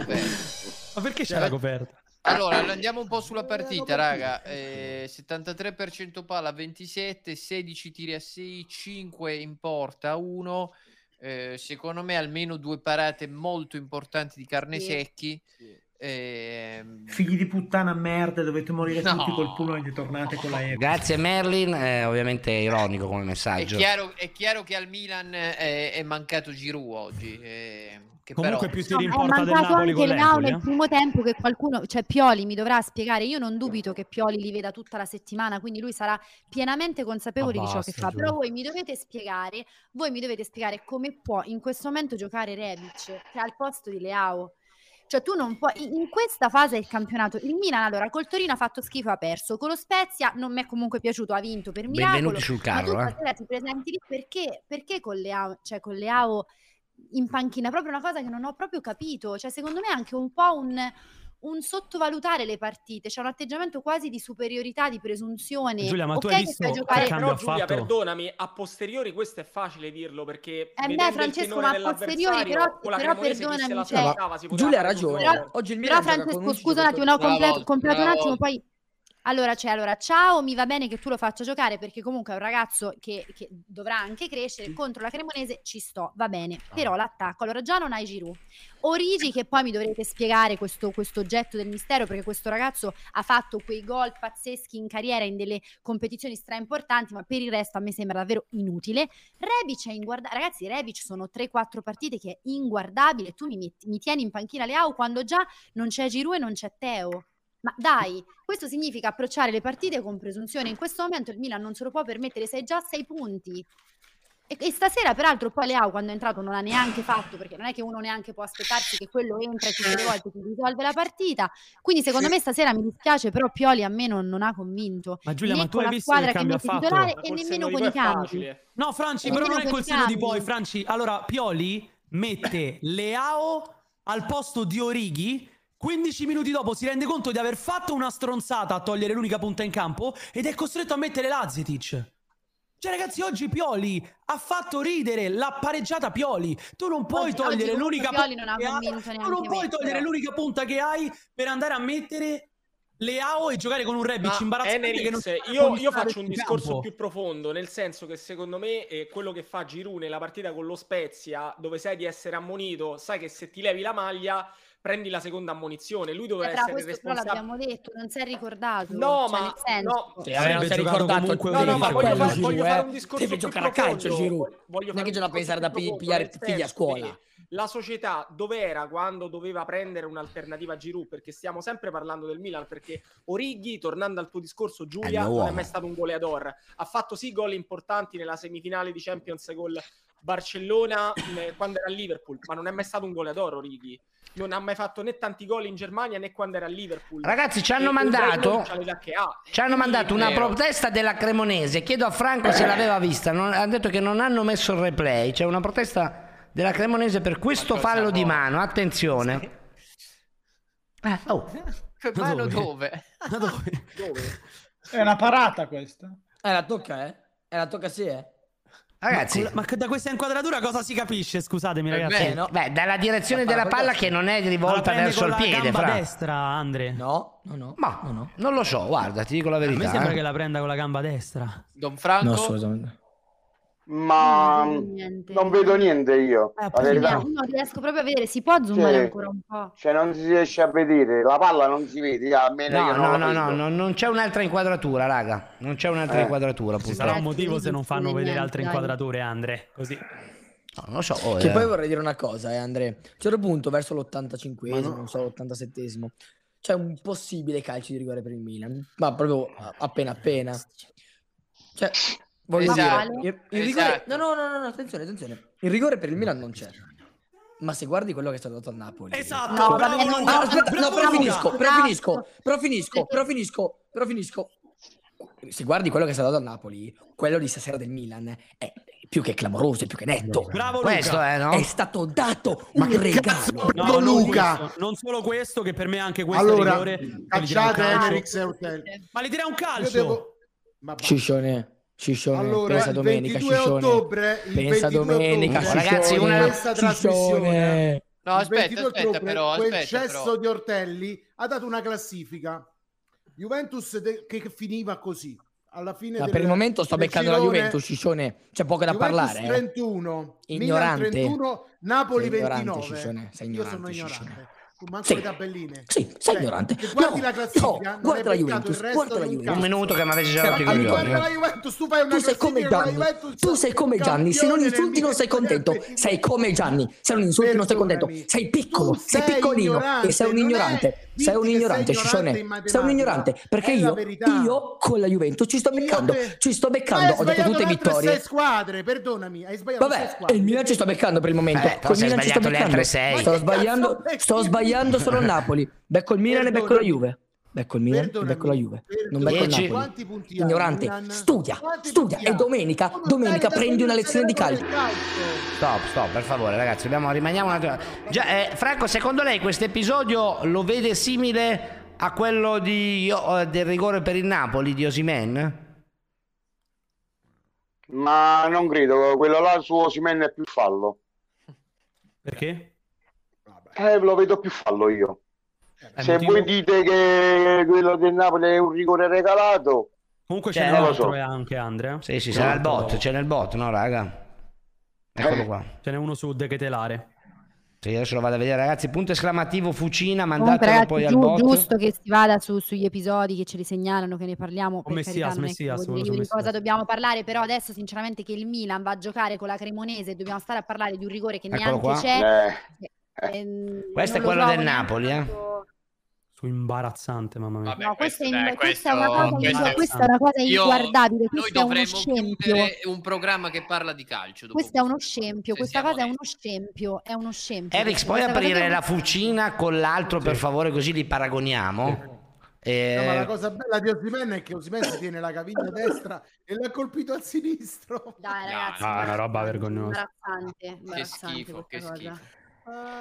Speaker 8: Ma perché c'è la coperta?
Speaker 4: Allora, andiamo un po' sulla partita, raga. Eh, 73% palla, 27, 16 tiri a 6, 5 in porta, 1. Eh, secondo me almeno due parate molto importanti di carne
Speaker 14: Sì.
Speaker 4: secchi. Ehm,
Speaker 14: Figli di puttana merda, dovete morire
Speaker 4: No.
Speaker 14: tutti col pullman che tornate con l'aereo.
Speaker 3: Grazie Merlin, eh, ovviamente è ironico come
Speaker 4: è,
Speaker 3: messaggio.
Speaker 4: chiaro, è chiaro che al Milan eh, è mancato Giroud oggi. eh, che
Speaker 8: Comunque
Speaker 4: però...
Speaker 8: più tiri in
Speaker 10: è
Speaker 8: porta del
Speaker 10: mancato
Speaker 8: Napoli
Speaker 10: anche
Speaker 8: con
Speaker 10: Leao
Speaker 8: l'Empoli,
Speaker 10: nel
Speaker 8: eh?
Speaker 10: primo tempo che qualcuno, cioè Pioli mi dovrà spiegare, io non dubito che Pioli li veda tutta la settimana, quindi lui sarà pienamente consapevole
Speaker 15: Ma
Speaker 10: di ciò
Speaker 15: basta,
Speaker 10: che fa,
Speaker 15: Giù.
Speaker 10: però voi mi dovete spiegare, voi mi dovete spiegare come può in questo momento giocare Rebic che è al posto di Leao. Cioè tu non puoi in in questa fase del campionato il Milan allora col Torino ha fatto schifo ha perso, con lo Spezia non mi è comunque piaciuto, ha vinto per miracolo.
Speaker 3: Benvenuti sul carro,
Speaker 10: Ma tu
Speaker 3: eh.
Speaker 10: stasera ti presenti lì perché perché con Leao, cioè con Leao in panchina, proprio una cosa che non ho proprio capito. Cioè, secondo me è anche un po' un, un sottovalutare le partite, c'è un atteggiamento quasi di superiorità, di presunzione.
Speaker 8: Giulia, ma tu
Speaker 10: Ok
Speaker 8: hai
Speaker 10: che
Speaker 8: visto
Speaker 10: fai
Speaker 8: che
Speaker 10: giocare-
Speaker 8: cambio
Speaker 9: Però
Speaker 8: ha
Speaker 9: Giulia,
Speaker 8: fatto?
Speaker 9: perdonami, a posteriori questo è facile dirlo perché
Speaker 10: Eh
Speaker 9: vedendo
Speaker 10: beh,
Speaker 9: il
Speaker 10: Francesco,
Speaker 9: tenore
Speaker 10: ma a posteriori,
Speaker 9: dell'avversario,
Speaker 10: però,
Speaker 9: con la
Speaker 10: però
Speaker 9: Cremonese chi se la
Speaker 10: perdonami, cioè-
Speaker 9: aspettava si poteva
Speaker 12: Giulia ha
Speaker 9: fare
Speaker 12: ragione.
Speaker 9: controllo.
Speaker 10: Però,
Speaker 12: Oggi il
Speaker 10: però,
Speaker 12: Milan gioca con
Speaker 10: Francesco,
Speaker 12: 11
Speaker 10: scusa un attimo, no,
Speaker 12: giocatori.
Speaker 10: completo,
Speaker 12: Bravo,
Speaker 10: completo un
Speaker 12: bravo.
Speaker 10: attimo, poi. Allora, cioè, allora, ciao, mi va bene che tu lo faccia giocare perché comunque è un ragazzo che, che dovrà anche crescere contro la Cremonese, ci sto, va bene, però l'attacco, allora già non hai Giroud. Origi che poi mi dovrete spiegare questo, questo oggetto del mistero perché questo ragazzo ha fatto quei gol pazzeschi in carriera in delle competizioni stra importanti, ma per il resto a me sembra davvero inutile. Rebic è inguardabile, ragazzi, Rebic sono 3-4 partite che è inguardabile, tu mi, metti- mi tieni in panchina Leao quando già non c'è Giroud e non c'è Teo. Ma dai, questo significa approcciare le partite con presunzione. In questo momento il Milan non se lo può permettere, sei già a 6 punti. E, e stasera, peraltro, poi Leao quando è entrato non ha neanche fatto, perché non è che uno neanche può aspettarsi che quello entra e tutte le volte ti risolve la partita. Quindi, secondo me, stasera mi dispiace, però Pioli a me non, non ha convinto.
Speaker 8: Ma Giulia,
Speaker 10: né
Speaker 8: ma tu hai
Speaker 10: con la
Speaker 8: visto
Speaker 10: squadra
Speaker 8: che
Speaker 10: che
Speaker 8: cambio ha
Speaker 10: mette
Speaker 8: fatto?
Speaker 10: titolare
Speaker 8: Ma
Speaker 10: e
Speaker 8: col
Speaker 10: nemmeno
Speaker 8: senno di
Speaker 10: con i
Speaker 8: poi è
Speaker 10: cambi.
Speaker 8: facile. No, Franci,
Speaker 10: E
Speaker 8: però
Speaker 10: nemmeno
Speaker 8: non è col
Speaker 10: con i
Speaker 8: seno di
Speaker 10: cambi.
Speaker 8: poi, Franci. Allora, Pioli mette Leao al posto di Orighi. 15 minuti dopo si rende conto di aver fatto una stronzata a togliere l'unica punta in campo ed è costretto a mettere Lazetic. Cioè, ragazzi, oggi Pioli ha fatto ridere la pareggiata Pioli. Tu non puoi
Speaker 10: Oggi- oggi
Speaker 8: togliere
Speaker 10: comunque
Speaker 8: l'unica
Speaker 10: Pioli
Speaker 8: punta
Speaker 10: non ha
Speaker 8: che hai-
Speaker 10: convinto
Speaker 8: tu
Speaker 10: neanche
Speaker 8: non puoi
Speaker 10: me,
Speaker 8: togliere
Speaker 10: però.
Speaker 8: l'unica punta che hai per andare a mettere Leao e giocare con un
Speaker 9: Ma
Speaker 8: Rebic imbarazzante che
Speaker 9: Enerix,
Speaker 8: non sa
Speaker 9: io, io
Speaker 8: conquistare
Speaker 9: faccio un
Speaker 8: sul
Speaker 9: discorso
Speaker 8: campo.
Speaker 9: più profondo, nel senso che secondo me eh, quello che fa Giroud nella partita con lo Spezia, dove sai di essere ammonito, sai che se ti levi la maglia prendi la seconda ammonizione, lui doveva
Speaker 10: Eh, però
Speaker 9: essere
Speaker 10: questo però
Speaker 9: responsabile.
Speaker 10: l'abbiamo detto, non si è ricordato.
Speaker 9: No,
Speaker 10: cioè,
Speaker 9: ma-
Speaker 10: nel senso-
Speaker 9: no.
Speaker 12: Sì, vabbè, non
Speaker 9: Sarebbe
Speaker 12: si è
Speaker 9: giocato
Speaker 12: ricordato
Speaker 9: comunque
Speaker 12: il
Speaker 9: bene. No, no, ma voglio
Speaker 12: quello
Speaker 9: fare- voglio fare un
Speaker 12: eh.
Speaker 9: discorso
Speaker 12: Deve
Speaker 9: più
Speaker 12: giocare a calcio
Speaker 9: profondo.
Speaker 12: Giroud.
Speaker 9: Voglio
Speaker 12: Non
Speaker 9: fare
Speaker 12: è che
Speaker 9: un
Speaker 12: ce la
Speaker 9: discorso
Speaker 12: pensare da
Speaker 9: più
Speaker 12: pi-
Speaker 9: profondo,
Speaker 12: pigliare
Speaker 9: nel
Speaker 12: figli a
Speaker 9: senso che
Speaker 12: scuola.
Speaker 9: La società dov'era quando doveva prendere un'alternativa a Giroud? Perché stiamo sempre parlando del Milan, perché Orighi, tornando al tuo discorso
Speaker 3: È il
Speaker 9: Giulia,
Speaker 3: mio
Speaker 9: non è
Speaker 3: uomo.
Speaker 9: mai stato un goleador. Ha fatto sì gol importanti nella semifinale di Champions col Barcellona eh, quando era a Liverpool, ma non è mai stato un goleador Orighi. Non ha mai fatto né tanti gol in Germania né quando era a Liverpool.
Speaker 3: Ragazzi, ci
Speaker 9: E-
Speaker 3: hanno
Speaker 9: e
Speaker 3: mandato-
Speaker 9: Ibrahimovic ha l'età che ha.
Speaker 3: Ci hanno mandato una
Speaker 9: Vero.
Speaker 3: protesta della Cremonese. Chiedo a Franco se l'aveva vista. Non, ha detto che non hanno messo il replay. C'è una protesta della Cremonese per questo
Speaker 4: cosa
Speaker 3: fallo di
Speaker 4: vuoi?
Speaker 3: mano. Attenzione. Eh, oh.
Speaker 4: Che
Speaker 3: Ma
Speaker 4: bello
Speaker 3: dove?
Speaker 4: dove?
Speaker 6: È una parata questa.
Speaker 12: Eh, la tocca, eh? Eh, la tocca sì, eh?
Speaker 3: Ragazzi.
Speaker 8: Ma, ma da questa inquadratura cosa si capisce? Scusatemi,
Speaker 3: Eh,
Speaker 8: ragazzi.
Speaker 3: beh, no. Beh, dalla direzione della palla che non è rivolta
Speaker 8: Ma la prende
Speaker 3: verso
Speaker 8: con
Speaker 3: il
Speaker 8: la
Speaker 3: piede,
Speaker 8: gamba
Speaker 3: Fra.
Speaker 8: destra, Andre.
Speaker 12: No, no, no.
Speaker 3: Ma non lo so, guarda, ti dico la
Speaker 8: A
Speaker 3: verità.
Speaker 8: me sembra
Speaker 3: eh.
Speaker 8: che la prenda con la gamba destra.
Speaker 4: Don Franco?
Speaker 12: No, assolutamente.
Speaker 7: Ma non vedo niente io.
Speaker 3: Eh,
Speaker 7: la
Speaker 10: Io
Speaker 7: verità.
Speaker 10: non riesco proprio a vedere, si può zoomare
Speaker 7: Sì.
Speaker 10: ancora un po'.
Speaker 7: Cioè, non si riesce a vedere, la palla non si vede, almeno
Speaker 3: No,
Speaker 7: io
Speaker 3: no,
Speaker 7: non la
Speaker 3: no, no,
Speaker 7: vedo.
Speaker 3: no, non c'è un'altra inquadratura, raga. Non c'è un'altra
Speaker 7: Eh.
Speaker 3: inquadratura.
Speaker 8: Ci sarà un
Speaker 3: purtroppo.
Speaker 8: motivo se non fanno vedere altre
Speaker 12: dai.
Speaker 8: inquadrature, Andre. Così.
Speaker 3: No, non lo so. oh,
Speaker 12: Che
Speaker 3: eh.
Speaker 12: poi vorrei dire una cosa, eh, Andrea. A un certo punto, verso l'85esimo, non so, l'87esimo, c'è un possibile calcio di rigore per il Milan, ma proprio a- appena appena. Cioè, voglio
Speaker 4: Esatto.
Speaker 12: dire, il, il rigore,
Speaker 4: Esatto.
Speaker 12: no, no, no, no, no, attenzione, attenzione. Il rigore per il Milan non c'è. Ma se guardi quello che è stato dato al Napoli.
Speaker 8: Esatto,
Speaker 12: No,
Speaker 8: bravo
Speaker 12: eh, no,
Speaker 8: Luca,
Speaker 12: aspetta, no,
Speaker 8: bravo
Speaker 12: però
Speaker 8: Luca.
Speaker 12: finisco, però finisco,
Speaker 8: eh.
Speaker 12: però finisco, però finisco, però finisco. Se guardi quello che è stato dato al Napoli, quello di stasera del Milan è più che clamoroso, è più che netto.
Speaker 8: Bravo Luca.
Speaker 12: Questo è, no? È stato dato un regalo.
Speaker 8: No, non questo, non solo questo, che per me è anche questo
Speaker 13: Allora,
Speaker 8: rigore.
Speaker 13: cacciate
Speaker 8: Henrix
Speaker 13: Henrix e Hotel.
Speaker 8: Ma li dirà un calcio.
Speaker 13: Io devo-
Speaker 12: Sciscione. Sciscione,
Speaker 13: Allora,
Speaker 12: pensa
Speaker 13: il
Speaker 12: domenica,
Speaker 13: 22
Speaker 12: Sciscione.
Speaker 13: ottobre, il
Speaker 12: pensa
Speaker 13: 22
Speaker 12: domenica,
Speaker 13: ottobre.
Speaker 12: Sciscione.
Speaker 13: Ragazzi, una- questa trasmissione,
Speaker 12: Sciscione.
Speaker 4: No,
Speaker 13: Il
Speaker 4: aspetta,
Speaker 13: 22
Speaker 4: aspetta,
Speaker 13: ottobre,
Speaker 4: però,
Speaker 13: quel
Speaker 4: aspetta,
Speaker 13: cesso
Speaker 4: però.
Speaker 13: di Ortelli ha dato una classifica. Juventus de- che che finiva così. Alla fine
Speaker 12: Ma
Speaker 13: del-
Speaker 12: per il momento sto
Speaker 13: del
Speaker 12: beccando la
Speaker 13: girone,
Speaker 12: Juventus, Sciscione. C'è poco da
Speaker 13: Juventus
Speaker 12: parlare. eh.
Speaker 13: 31,
Speaker 12: Ignorante.
Speaker 13: Milan 31, Napoli
Speaker 12: Sei ignorante,
Speaker 13: 29.
Speaker 12: Sciscione, sei
Speaker 13: Io sono
Speaker 12: ignorante,
Speaker 13: ignorante.
Speaker 12: Sciscione.
Speaker 13: Tu Manco
Speaker 12: Sì.
Speaker 13: le tabelline.
Speaker 12: Sì, sei
Speaker 13: Cioè,
Speaker 12: ignorante.
Speaker 13: se guardi
Speaker 12: No,
Speaker 13: la classifica,
Speaker 12: no,
Speaker 13: non hai
Speaker 12: guarda la
Speaker 13: beccato il
Speaker 12: Juventus,
Speaker 13: resto
Speaker 12: guarda la
Speaker 13: di un
Speaker 12: Juventus.
Speaker 13: cazzo.
Speaker 3: Un minuto che mi avete già rotto i
Speaker 12: Ah,
Speaker 3: coglioni.
Speaker 13: Guarda la
Speaker 3: eh.
Speaker 13: Juventus, tu fai una
Speaker 12: Tu sei come
Speaker 13: classifica con
Speaker 12: Gianni,
Speaker 13: la Juventus.
Speaker 12: tu sei come Gianni, se non
Speaker 13: campione
Speaker 12: insulti non sei contento, sei come Gianni, se non insulti non sei contento, sei piccolo, sei
Speaker 13: sei
Speaker 12: piccolino e sei un
Speaker 13: ignorante,
Speaker 12: ignorante,
Speaker 13: non è-
Speaker 12: sei un ignorante,
Speaker 13: dici che sei ignorante in
Speaker 12: Sciscione, sei un
Speaker 13: matematica.
Speaker 12: ignorante, perché
Speaker 13: È la
Speaker 12: io,
Speaker 13: verità.
Speaker 12: io con la Juventus ci sto beccando,
Speaker 13: te-
Speaker 12: ci sto
Speaker 13: Ma
Speaker 12: beccando,
Speaker 13: hai
Speaker 12: ho detto
Speaker 13: sbagliato
Speaker 12: tutte
Speaker 13: le altre sei
Speaker 12: vittorie.
Speaker 13: squadre, perdonami, hai sbagliato sei
Speaker 12: Vabbè, e
Speaker 13: squadre.
Speaker 12: il Milan ci sto beccando per il momento.
Speaker 3: Vabbè, però
Speaker 12: Col
Speaker 3: se hai
Speaker 12: Milan ci sto
Speaker 3: Eh, sbagliato le
Speaker 12: beccando.
Speaker 3: altre sei.
Speaker 12: Sto
Speaker 3: Ma che
Speaker 12: sbagliando,
Speaker 13: cazzo
Speaker 12: sto sbagliando solo il Napoli. Becco il Milan e becco la Juve. Becco il Milan e becco la Juve. Non becco il
Speaker 3: Dieci.
Speaker 12: Napoli.
Speaker 13: Quanti punti ha
Speaker 12: Ignorante,
Speaker 13: Milan?
Speaker 12: studia,
Speaker 13: Quanti
Speaker 12: studia
Speaker 13: punti
Speaker 12: e
Speaker 13: ha?
Speaker 12: domenica,
Speaker 13: Sono
Speaker 12: domenica
Speaker 13: dai,
Speaker 12: prendi
Speaker 13: dai,
Speaker 12: una
Speaker 13: dai,
Speaker 12: lezione di
Speaker 13: dai, dai,
Speaker 12: calcio.
Speaker 13: calcio.
Speaker 3: Stop, stop, per favore, ragazzi, dobbiamo rimaniamo un attimo. Già, eh, Franco, secondo lei questo episodio lo vede simile a quello di- eh, del rigore per il Napoli di Osimen?
Speaker 7: Ma non credo, quello là su Osimen è più fallo.
Speaker 8: Perché?
Speaker 7: Eh, lo vedo più fallo io.
Speaker 3: Eh,
Speaker 7: Se
Speaker 3: motivo-
Speaker 7: voi dite che quello del Napoli è un rigore regalato,
Speaker 8: Comunque
Speaker 10: Cioè,
Speaker 7: Eh,
Speaker 8: c'è
Speaker 7: non lo
Speaker 8: l'altro
Speaker 7: so.
Speaker 8: e anche Andrea.
Speaker 3: Sì, sì, c'è nel bot, c'è nel bot, no, raga? Eccolo qua.
Speaker 8: Ce n'è uno su De Ketelare.
Speaker 3: Sì, adesso lo vado a vedere, ragazzi. Punto esclamativo Fucina,
Speaker 10: Comunque,
Speaker 3: mandatelo
Speaker 10: ragazzi,
Speaker 3: poi al
Speaker 10: giu-
Speaker 3: bot.
Speaker 10: giusto che si vada su- sugli episodi che ce li segnalano, che ne parliamo. Per
Speaker 8: Messias,
Speaker 10: carità, non è che
Speaker 8: Messias,
Speaker 10: voglio
Speaker 8: quello su
Speaker 10: dire di
Speaker 8: Messias.
Speaker 10: cosa dobbiamo parlare, però adesso sinceramente che il Milan va a giocare con la Cremonese e dobbiamo stare a parlare di un rigore che
Speaker 3: Eccolo
Speaker 10: neanche
Speaker 3: qua.
Speaker 10: c'è.
Speaker 7: Eh.
Speaker 10: eh, ehm,
Speaker 3: Questo è
Speaker 10: non lo
Speaker 3: quello del
Speaker 10: trovo
Speaker 3: Napoli, eh.
Speaker 8: Su imbarazzante, mamma mia.
Speaker 10: No, questa, è in-
Speaker 4: dai,
Speaker 10: questa è una
Speaker 4: questo-
Speaker 10: cosa,
Speaker 4: questo è-
Speaker 10: questa è una cosa
Speaker 4: Io-
Speaker 10: inguardabile,
Speaker 4: Noi
Speaker 10: questo è uno
Speaker 4: dovremmo
Speaker 10: scempio.
Speaker 4: chiudere un programma che parla di calcio. dopo
Speaker 10: Questo è uno scempio, questa
Speaker 4: siamo
Speaker 10: cosa è uno scempio, è uno scempio.
Speaker 3: Erix,
Speaker 10: perché
Speaker 3: puoi
Speaker 10: questa cosa
Speaker 3: aprire
Speaker 10: è
Speaker 3: la
Speaker 10: un-
Speaker 3: fucina con l'altro, per favore, così li paragoniamo? Eh,
Speaker 13: No, ma la cosa bella di Osimen è che Osimen si tiene la caviglia destra e l'ha colpito al sinistro.
Speaker 10: Dai, ragazzi,
Speaker 8: Ah, è una roba vergognosa.
Speaker 10: imbarazzante, imbarazzante
Speaker 4: schifo, che
Speaker 10: questa cosa.
Speaker 4: schifo.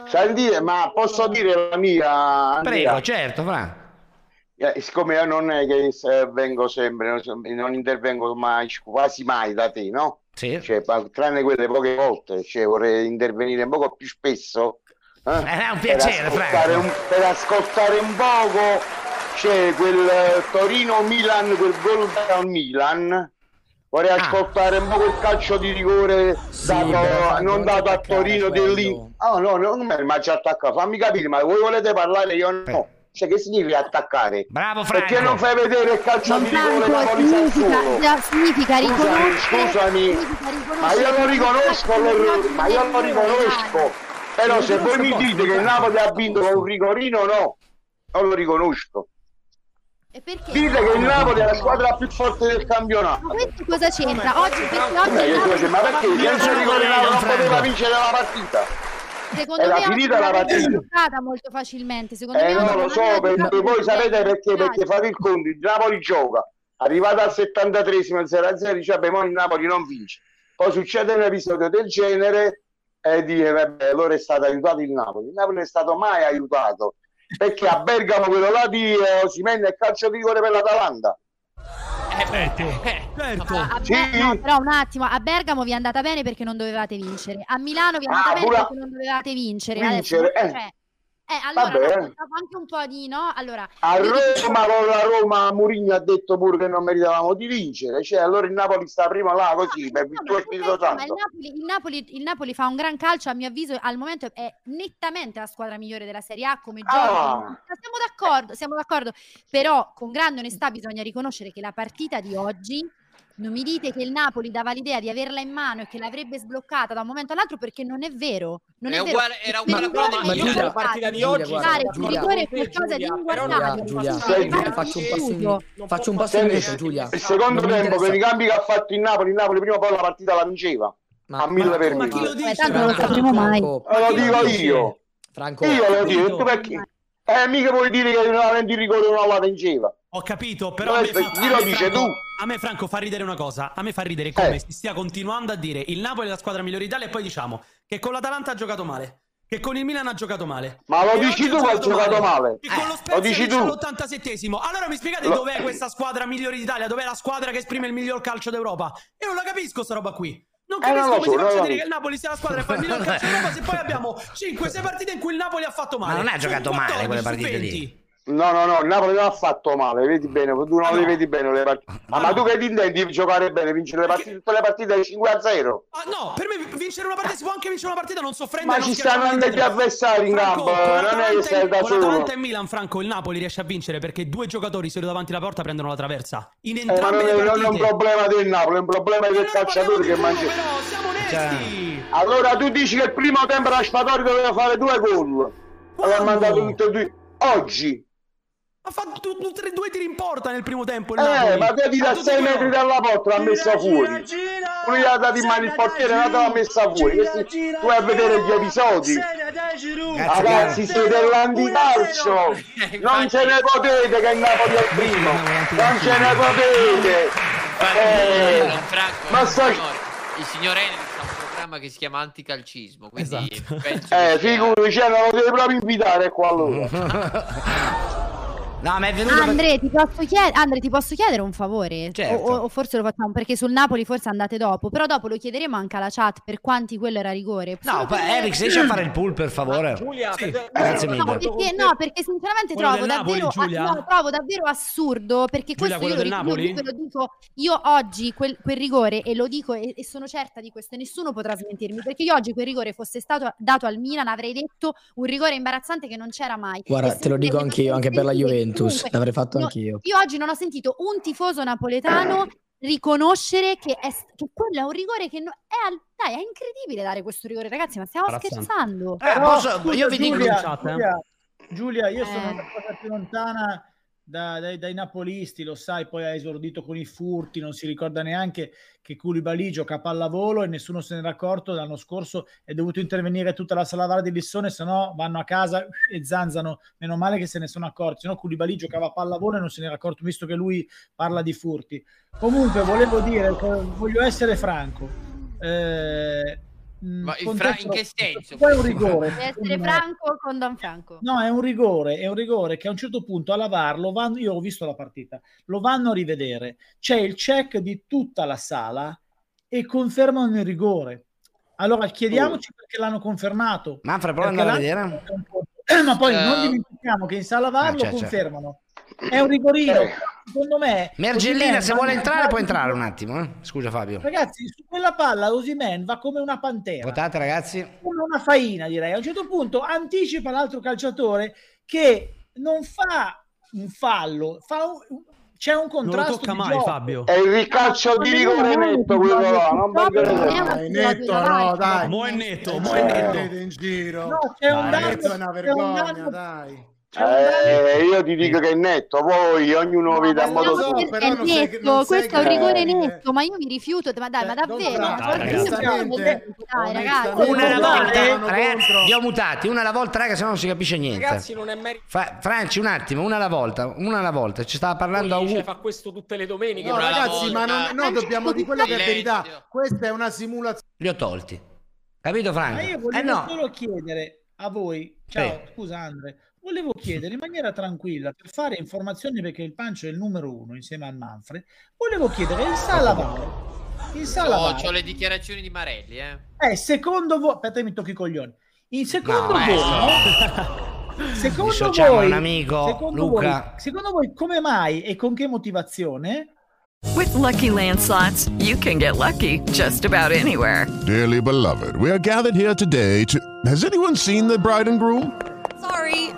Speaker 7: Sentite, ma posso dire la mia? Andrea?
Speaker 3: Prego, certo, Fra.
Speaker 7: Eh, siccome io non è che eh, vengo sempre, non, so- non intervengo mai, quasi mai da te, no?
Speaker 3: Sì.
Speaker 7: Cioè, pa- tranne quelle poche volte, cioè, vorrei intervenire un poco più spesso. eh?
Speaker 3: è un piacere,
Speaker 7: per ascoltare,
Speaker 3: Franco.
Speaker 7: un, per ascoltare un poco, c'è quel eh, Torino-Milan, quel gol dal Milan. Vorrei
Speaker 3: Ah.
Speaker 7: ascoltare un po' il calcio di rigore dato- non dato a Torino dell'Inter. Ah no, no, non mi ci attacca, fammi capire, ma voi volete parlare, io no. Cioè, che significa attaccare?
Speaker 3: Bravo Franco.
Speaker 7: Perché non fai vedere il calcio
Speaker 10: Non
Speaker 7: di rigore
Speaker 10: tanto,
Speaker 7: Napoli Sassuolo?
Speaker 10: significa, significa riconoscere,
Speaker 7: Scusami,
Speaker 10: significa riconoscere
Speaker 7: ma io lo
Speaker 10: che-
Speaker 7: riconosco, lo- ma io lo riconosco. Però se voi mi dite che il Napoli ha vinto con un rigorino, no, non lo riconosco.
Speaker 10: E perché?
Speaker 7: Dite che il Napoli è la squadra più forte del campionato.
Speaker 10: Ma questo cosa c'entra? Oggi, perché
Speaker 7: Ma
Speaker 10: oggi
Speaker 7: perché
Speaker 10: il Napoli-
Speaker 7: ma perché senza rigore il Napoli non poteva vincere la partita?
Speaker 10: secondo
Speaker 7: era
Speaker 10: me oggi
Speaker 7: finita la
Speaker 10: l'avrebbe
Speaker 7: partita.
Speaker 10: giocata molto facilmente, secondo me
Speaker 7: Eh no,
Speaker 10: oggi
Speaker 7: lo
Speaker 10: l'avrebbe
Speaker 7: so, perché
Speaker 10: giocata
Speaker 7: voi
Speaker 10: molto
Speaker 7: sapete perché?
Speaker 10: facilmente.
Speaker 7: Perché fate il conto, il Napoli gioca, arrivato al 73esimo, il 0-0, dice vabbè, mo il Napoli non vince. Poi succede un episodio del genere e dice vabbè, allora è stato aiutato il Napoli. Il Napoli non è stato mai aiutato, perché a Bergamo quello là di Osimen è calcio di rigore per l'Atalanta.
Speaker 8: Eh,
Speaker 13: Eh,
Speaker 8: Certo.
Speaker 10: A
Speaker 7: Sì.
Speaker 10: Be- no, però un attimo, a Bergamo vi è andata bene perché non dovevate vincere, a Milano vi è andata
Speaker 7: Ah,
Speaker 10: bene
Speaker 7: pure a-
Speaker 10: perché non dovevate vincere.
Speaker 7: Vincere,
Speaker 10: Adesso,
Speaker 7: eh.
Speaker 10: cioè, eh, allora,
Speaker 7: Vabbè. Ah,
Speaker 10: raccontavo anche un po' di no. Allora,
Speaker 7: A
Speaker 10: io dico-
Speaker 7: Roma, con la Roma, Mourinho ha detto pure che non meritavamo di vincere, cioè allora il Napoli sta prima là così, per
Speaker 10: No,
Speaker 7: virtù del Spirito
Speaker 10: ma il
Speaker 7: Santo.
Speaker 10: Napoli, il Napoli- il Napoli fa un gran calcio, a mio avviso, al momento è nettamente la squadra migliore della Serie A come gioco.
Speaker 7: Ah.
Speaker 10: come- Siamo d'accordo, siamo d'accordo, però con grande onestà bisogna riconoscere che la partita di oggi Non mi dite che il Napoli dava l'idea di averla in mano e che l'avrebbe sbloccata da un momento all'altro perché non è vero. Non è,
Speaker 4: È
Speaker 10: vero.
Speaker 4: uguale- era uguale a
Speaker 10: Il
Speaker 4: quella
Speaker 10: rigore
Speaker 4: partita.
Speaker 10: è
Speaker 4: La partita di
Speaker 10: ingiustificato.
Speaker 4: oggi, guarda,
Speaker 10: Giudicare il
Speaker 4: Giulia,
Speaker 10: rigore è
Speaker 4: con te,
Speaker 10: qualcosa di
Speaker 4: Giulia, però non-
Speaker 10: inguardabile.
Speaker 12: Giulia,
Speaker 7: Senti,
Speaker 12: Giulia, faccio un passo indietro. Faccio un passo
Speaker 7: Senti,
Speaker 12: indietro, Giulia.
Speaker 7: Il secondo
Speaker 12: Non mi
Speaker 7: tempo, per i
Speaker 12: interessa.
Speaker 7: cambi che ha fatto il Napoli, il Napoli prima o poi la partita la vinceva. a mille per mille.
Speaker 10: Eh, tanto non lo sapremo mai.
Speaker 7: Eh, lo dico io.
Speaker 12: Franco,
Speaker 7: io lo dico, tu perché? Eh, mica puoi dire che non avendo il rigore non la vinceva.
Speaker 8: Ho capito, però
Speaker 7: Eh,
Speaker 8: a me, fa-
Speaker 7: chi lo
Speaker 8: a me
Speaker 7: dice,
Speaker 8: Franco,
Speaker 7: tu? Eh.
Speaker 8: a me Franco fa ridere una cosa, a me fa ridere come si stia continuando a dire il Napoli è la squadra migliore d'Italia e poi diciamo che con l'Atalanta ha giocato male, che con il Milan ha giocato male.
Speaker 7: Ma lo
Speaker 8: che
Speaker 7: dici
Speaker 8: oggi
Speaker 7: tu che ha giocato male. Eh,
Speaker 8: Che con lo
Speaker 7: Lo
Speaker 8: Spezia
Speaker 7: dici
Speaker 8: vince
Speaker 7: tu.
Speaker 8: all'87esimo. Allora mi spiegate
Speaker 7: Lo- eh.
Speaker 8: dov'è questa squadra migliore d'Italia, dov'è la squadra che esprime il miglior calcio d'Europa? Io non la capisco sta roba qui. Non
Speaker 7: Eh, non
Speaker 8: capisco
Speaker 7: lo
Speaker 8: come
Speaker 7: so,
Speaker 8: si
Speaker 7: non
Speaker 8: faccia
Speaker 7: lo
Speaker 8: dire
Speaker 7: so.
Speaker 8: che il Napoli sia la squadra che fa il miglior calcio d'Europa se poi abbiamo 5-6 partite in cui il Napoli ha fatto male. Cioè,
Speaker 3: Ma non ha
Speaker 8: Su
Speaker 3: giocato male quelle
Speaker 8: 14 su
Speaker 3: partite
Speaker 8: 20.
Speaker 3: lì.
Speaker 7: No, no, no, il Napoli non ha fatto male, vedi bene, tu non le vedi bene le partite. Ah, ma tu che ti intendi giocare bene, vincere le partite, tutte le partite da 5 a 0?
Speaker 8: Ah, no, per me vincere una partita si può anche vincere una partita non soffrendo.
Speaker 7: Ma
Speaker 8: e non
Speaker 7: ci
Speaker 8: schierare
Speaker 7: stanno anche
Speaker 8: davanti
Speaker 7: gli
Speaker 8: a te.
Speaker 7: avversari in
Speaker 8: Franco,
Speaker 7: gamba, eh,
Speaker 8: con
Speaker 7: non è
Speaker 8: l'Atalanta
Speaker 7: che sei
Speaker 8: e-
Speaker 7: da
Speaker 8: con l'Atalanta
Speaker 7: solo.
Speaker 8: e Milan, Franco, il Napoli riesce a vincere perché due giocatori seduti davanti alla porta prendono la traversa. In
Speaker 7: Eh, ma non
Speaker 8: entrambe
Speaker 7: è,
Speaker 8: le
Speaker 7: non è un
Speaker 8: partite.
Speaker 7: problema del Napoli, è un problema del calciatore che mangia. Cioè, Allora tu dici che il primo tempo Raspadori doveva fare due gol. Aveva mandato tutti e due. Oggi.
Speaker 8: Ha fatto tu- tu- tre- due tiri in porta nel primo tempo. Il
Speaker 7: Eh,
Speaker 8: Napoli.
Speaker 7: ma tu ti
Speaker 8: Ha
Speaker 7: da
Speaker 8: tutti
Speaker 7: 6
Speaker 8: e due.
Speaker 7: metri dalla porta l'ha messa fuori. Uno gli ha dato in mano il portiere, l'altro l'ha messa fuori. Questi- Tu vai a vedere gli episodi. Ragazzi, siete l'anticalcio. Non ce ne potete che il Napoli è il primo. Non ce ne potete. Eh,
Speaker 4: Franco,
Speaker 7: ma
Speaker 4: il
Speaker 7: sta-
Speaker 4: signor- il signor Henrix ha un programma che si chiama Anticalcismo, quindi penso
Speaker 7: Eh, figuri, cioè, non lo devi proprio invitare qua allora.
Speaker 3: No, ma è venuto.
Speaker 10: Andre ti, posso chied- Andre, ti posso chiedere un favore?
Speaker 3: Certo.
Speaker 10: O, o- o forse lo facciamo perché sul Napoli forse andate dopo, però dopo lo chiederemo anche alla chat per quanti quello era rigore.
Speaker 3: No,
Speaker 10: Solo
Speaker 3: pa-
Speaker 10: perché-
Speaker 3: Eric, se riesci a fare il pull, per
Speaker 9: Ah,
Speaker 3: favore.
Speaker 6: Eh,
Speaker 3: Grazie
Speaker 10: No,
Speaker 3: mille.
Speaker 10: perché, no, perché sinceramente
Speaker 3: Quello
Speaker 10: trovo
Speaker 3: del Napoli,
Speaker 10: davvero,
Speaker 3: Giulia?
Speaker 10: no, trovo davvero assurdo perché
Speaker 3: Giulia,
Speaker 10: questo
Speaker 3: quello
Speaker 10: io,
Speaker 3: del
Speaker 10: lo, io
Speaker 3: Napoli?
Speaker 10: ve lo dico io oggi quel, quel rigore e lo dico e, e sono certa di questo e nessuno potrà smentirmi perché io oggi quel rigore fosse stato dato al Milan avrei detto un rigore imbarazzante che non c'era mai
Speaker 12: Guarda,
Speaker 10: E
Speaker 12: te lo dico
Speaker 10: sentire-
Speaker 12: anch'io, anche per la
Speaker 10: sentire
Speaker 12: Juventus.
Speaker 10: chiunque-
Speaker 12: L'avrei fatto
Speaker 10: no,
Speaker 12: anch'io.
Speaker 10: io oggi non ho sentito un tifoso napoletano riconoscere che, è, s- che quello è un rigore che no- è, al- dai, è incredibile dare questo rigore ragazzi ma stiamo
Speaker 12: Imbarazzante.
Speaker 10: scherzando
Speaker 3: Eh,
Speaker 6: Però,
Speaker 3: posso- io vi dico-
Speaker 6: Giulia,
Speaker 3: in chat, eh.
Speaker 6: Giulia, Giulia, io sono
Speaker 10: Eh.
Speaker 6: una cosa più lontana da- dai, dai napolisti, lo sai, poi ha esordito con i furti, non si ricorda neanche che Koulibaly gioca a pallavolo e nessuno se n'era accorto l'anno scorso, è dovuto intervenire tutta la sala VAR di Lissone, se no vanno a casa e zanzano, meno male che se ne sono accorti, se no Koulibaly giocava a pallavolo e non se n'era accorto, visto che lui parla di furti. Comunque volevo dire, voglio essere franco. eh,
Speaker 4: Ma il
Speaker 6: con
Speaker 4: fra-
Speaker 6: te-
Speaker 4: in che senso?
Speaker 6: Poi è un rigore.
Speaker 10: Deve essere
Speaker 6: Mm.
Speaker 10: franco con Don Franco
Speaker 6: No, è un rigore, è un rigore che a un certo punto a lavarlo vanno, io ho visto la partita, lo vanno a rivedere. C'è il check di tutta la sala e confermano il rigore. Allora chiediamanci perché l'hanno confermato.
Speaker 3: Oh. Manfred, prova ad
Speaker 6: Perché
Speaker 3: andare a
Speaker 6: l'hanno-
Speaker 3: vedere.
Speaker 6: Ma poi
Speaker 3: Eh.
Speaker 6: non dimentichiamo che in sala VAR
Speaker 3: Ah,
Speaker 6: lo
Speaker 3: c'è, c'è.
Speaker 6: confermano. È un rigorino.
Speaker 3: Eh.
Speaker 6: Secondo me
Speaker 3: Mergellina, se
Speaker 6: Osimhen-
Speaker 3: vuole entrare, può entrare un attimo. eh. Scusa, Fabio.
Speaker 6: Ragazzi, su quella palla Osimen va come una pantera.
Speaker 3: Votate, ragazzi.
Speaker 6: come una faina, direi. A un certo punto anticipa l'altro calciatore che non fa un fallo, fa un- c'è un contrasto.
Speaker 8: tocca
Speaker 6: di
Speaker 8: mai,
Speaker 6: gioco.
Speaker 8: Fabio.
Speaker 7: È il ricaccio di rigore netto quello là, non va
Speaker 13: Dai, netto, no, dai.
Speaker 8: Mo' è netto, mo' è netto.
Speaker 13: Prendete in giro.
Speaker 6: No, c'è un
Speaker 13: Dai,
Speaker 6: danno,
Speaker 13: Netto è una
Speaker 6: c'è un
Speaker 13: vergogna,
Speaker 6: danno.
Speaker 13: dai.
Speaker 7: Eh, io ti dico che è netto, poi ognuno vede a
Speaker 13: ma
Speaker 7: modo
Speaker 13: lo so,
Speaker 7: suo.
Speaker 13: però
Speaker 10: è
Speaker 13: non sei-
Speaker 10: netto,
Speaker 13: non sei
Speaker 10: questo è un rigore
Speaker 6: eh.
Speaker 7: credibile.
Speaker 10: netto, ma io mi rifiuto, ma dai, ma
Speaker 6: Cioè,
Speaker 10: davvero?
Speaker 13: Don
Speaker 10: ma
Speaker 13: Franco,
Speaker 10: io sono
Speaker 13: onestamente,
Speaker 10: contenta, dai, ragazzi.
Speaker 3: Una alla volta,
Speaker 13: vanno
Speaker 3: ragazzi,
Speaker 13: contro.
Speaker 3: vi ho mutati, una alla volta, raga, se no non si capisce
Speaker 9: Ragazzi,
Speaker 3: niente.
Speaker 9: non è merito.
Speaker 3: Fra- Franci, un attimo, una alla volta, una alla volta. Ci stava parlando a
Speaker 9: Cioè, fa questo tutte le domeniche.
Speaker 13: No,
Speaker 9: Una alla
Speaker 13: ragazzi, ma
Speaker 9: volta.
Speaker 13: non, no, dobbiamo di quello che è verità. Questa è una simulazione.
Speaker 3: Li ho tolti. Capito,
Speaker 6: Ma io
Speaker 3: Franco?
Speaker 6: volevo
Speaker 3: Eh no.
Speaker 6: solo chiedere a voi, ciao,
Speaker 3: Sì.
Speaker 6: scusa Andre, volevo chiedere in maniera tranquilla, per fare informazioni perché il Pancio è il numero uno insieme al Manfred, volevo chiedere in sala VAR, in sala
Speaker 4: Oh,
Speaker 6: VAR,
Speaker 4: c'ho le dichiarazioni di Marelli, eh.
Speaker 6: Eh, secondo voi, aspetta, che mi tocchi i coglioni. In secondo
Speaker 3: No, eh,
Speaker 6: voi, secondo
Speaker 3: Dissociamo
Speaker 6: voi,
Speaker 3: un amico,
Speaker 6: secondo
Speaker 3: Luca.
Speaker 6: voi- secondo voi come mai e con che motivazione?
Speaker 2: With Lucky Land slots, you can get lucky just about anywhere.
Speaker 1: Dearly beloved, we are gathered here today to. Has anyone seen the bride and groom?
Speaker 5: Sorry,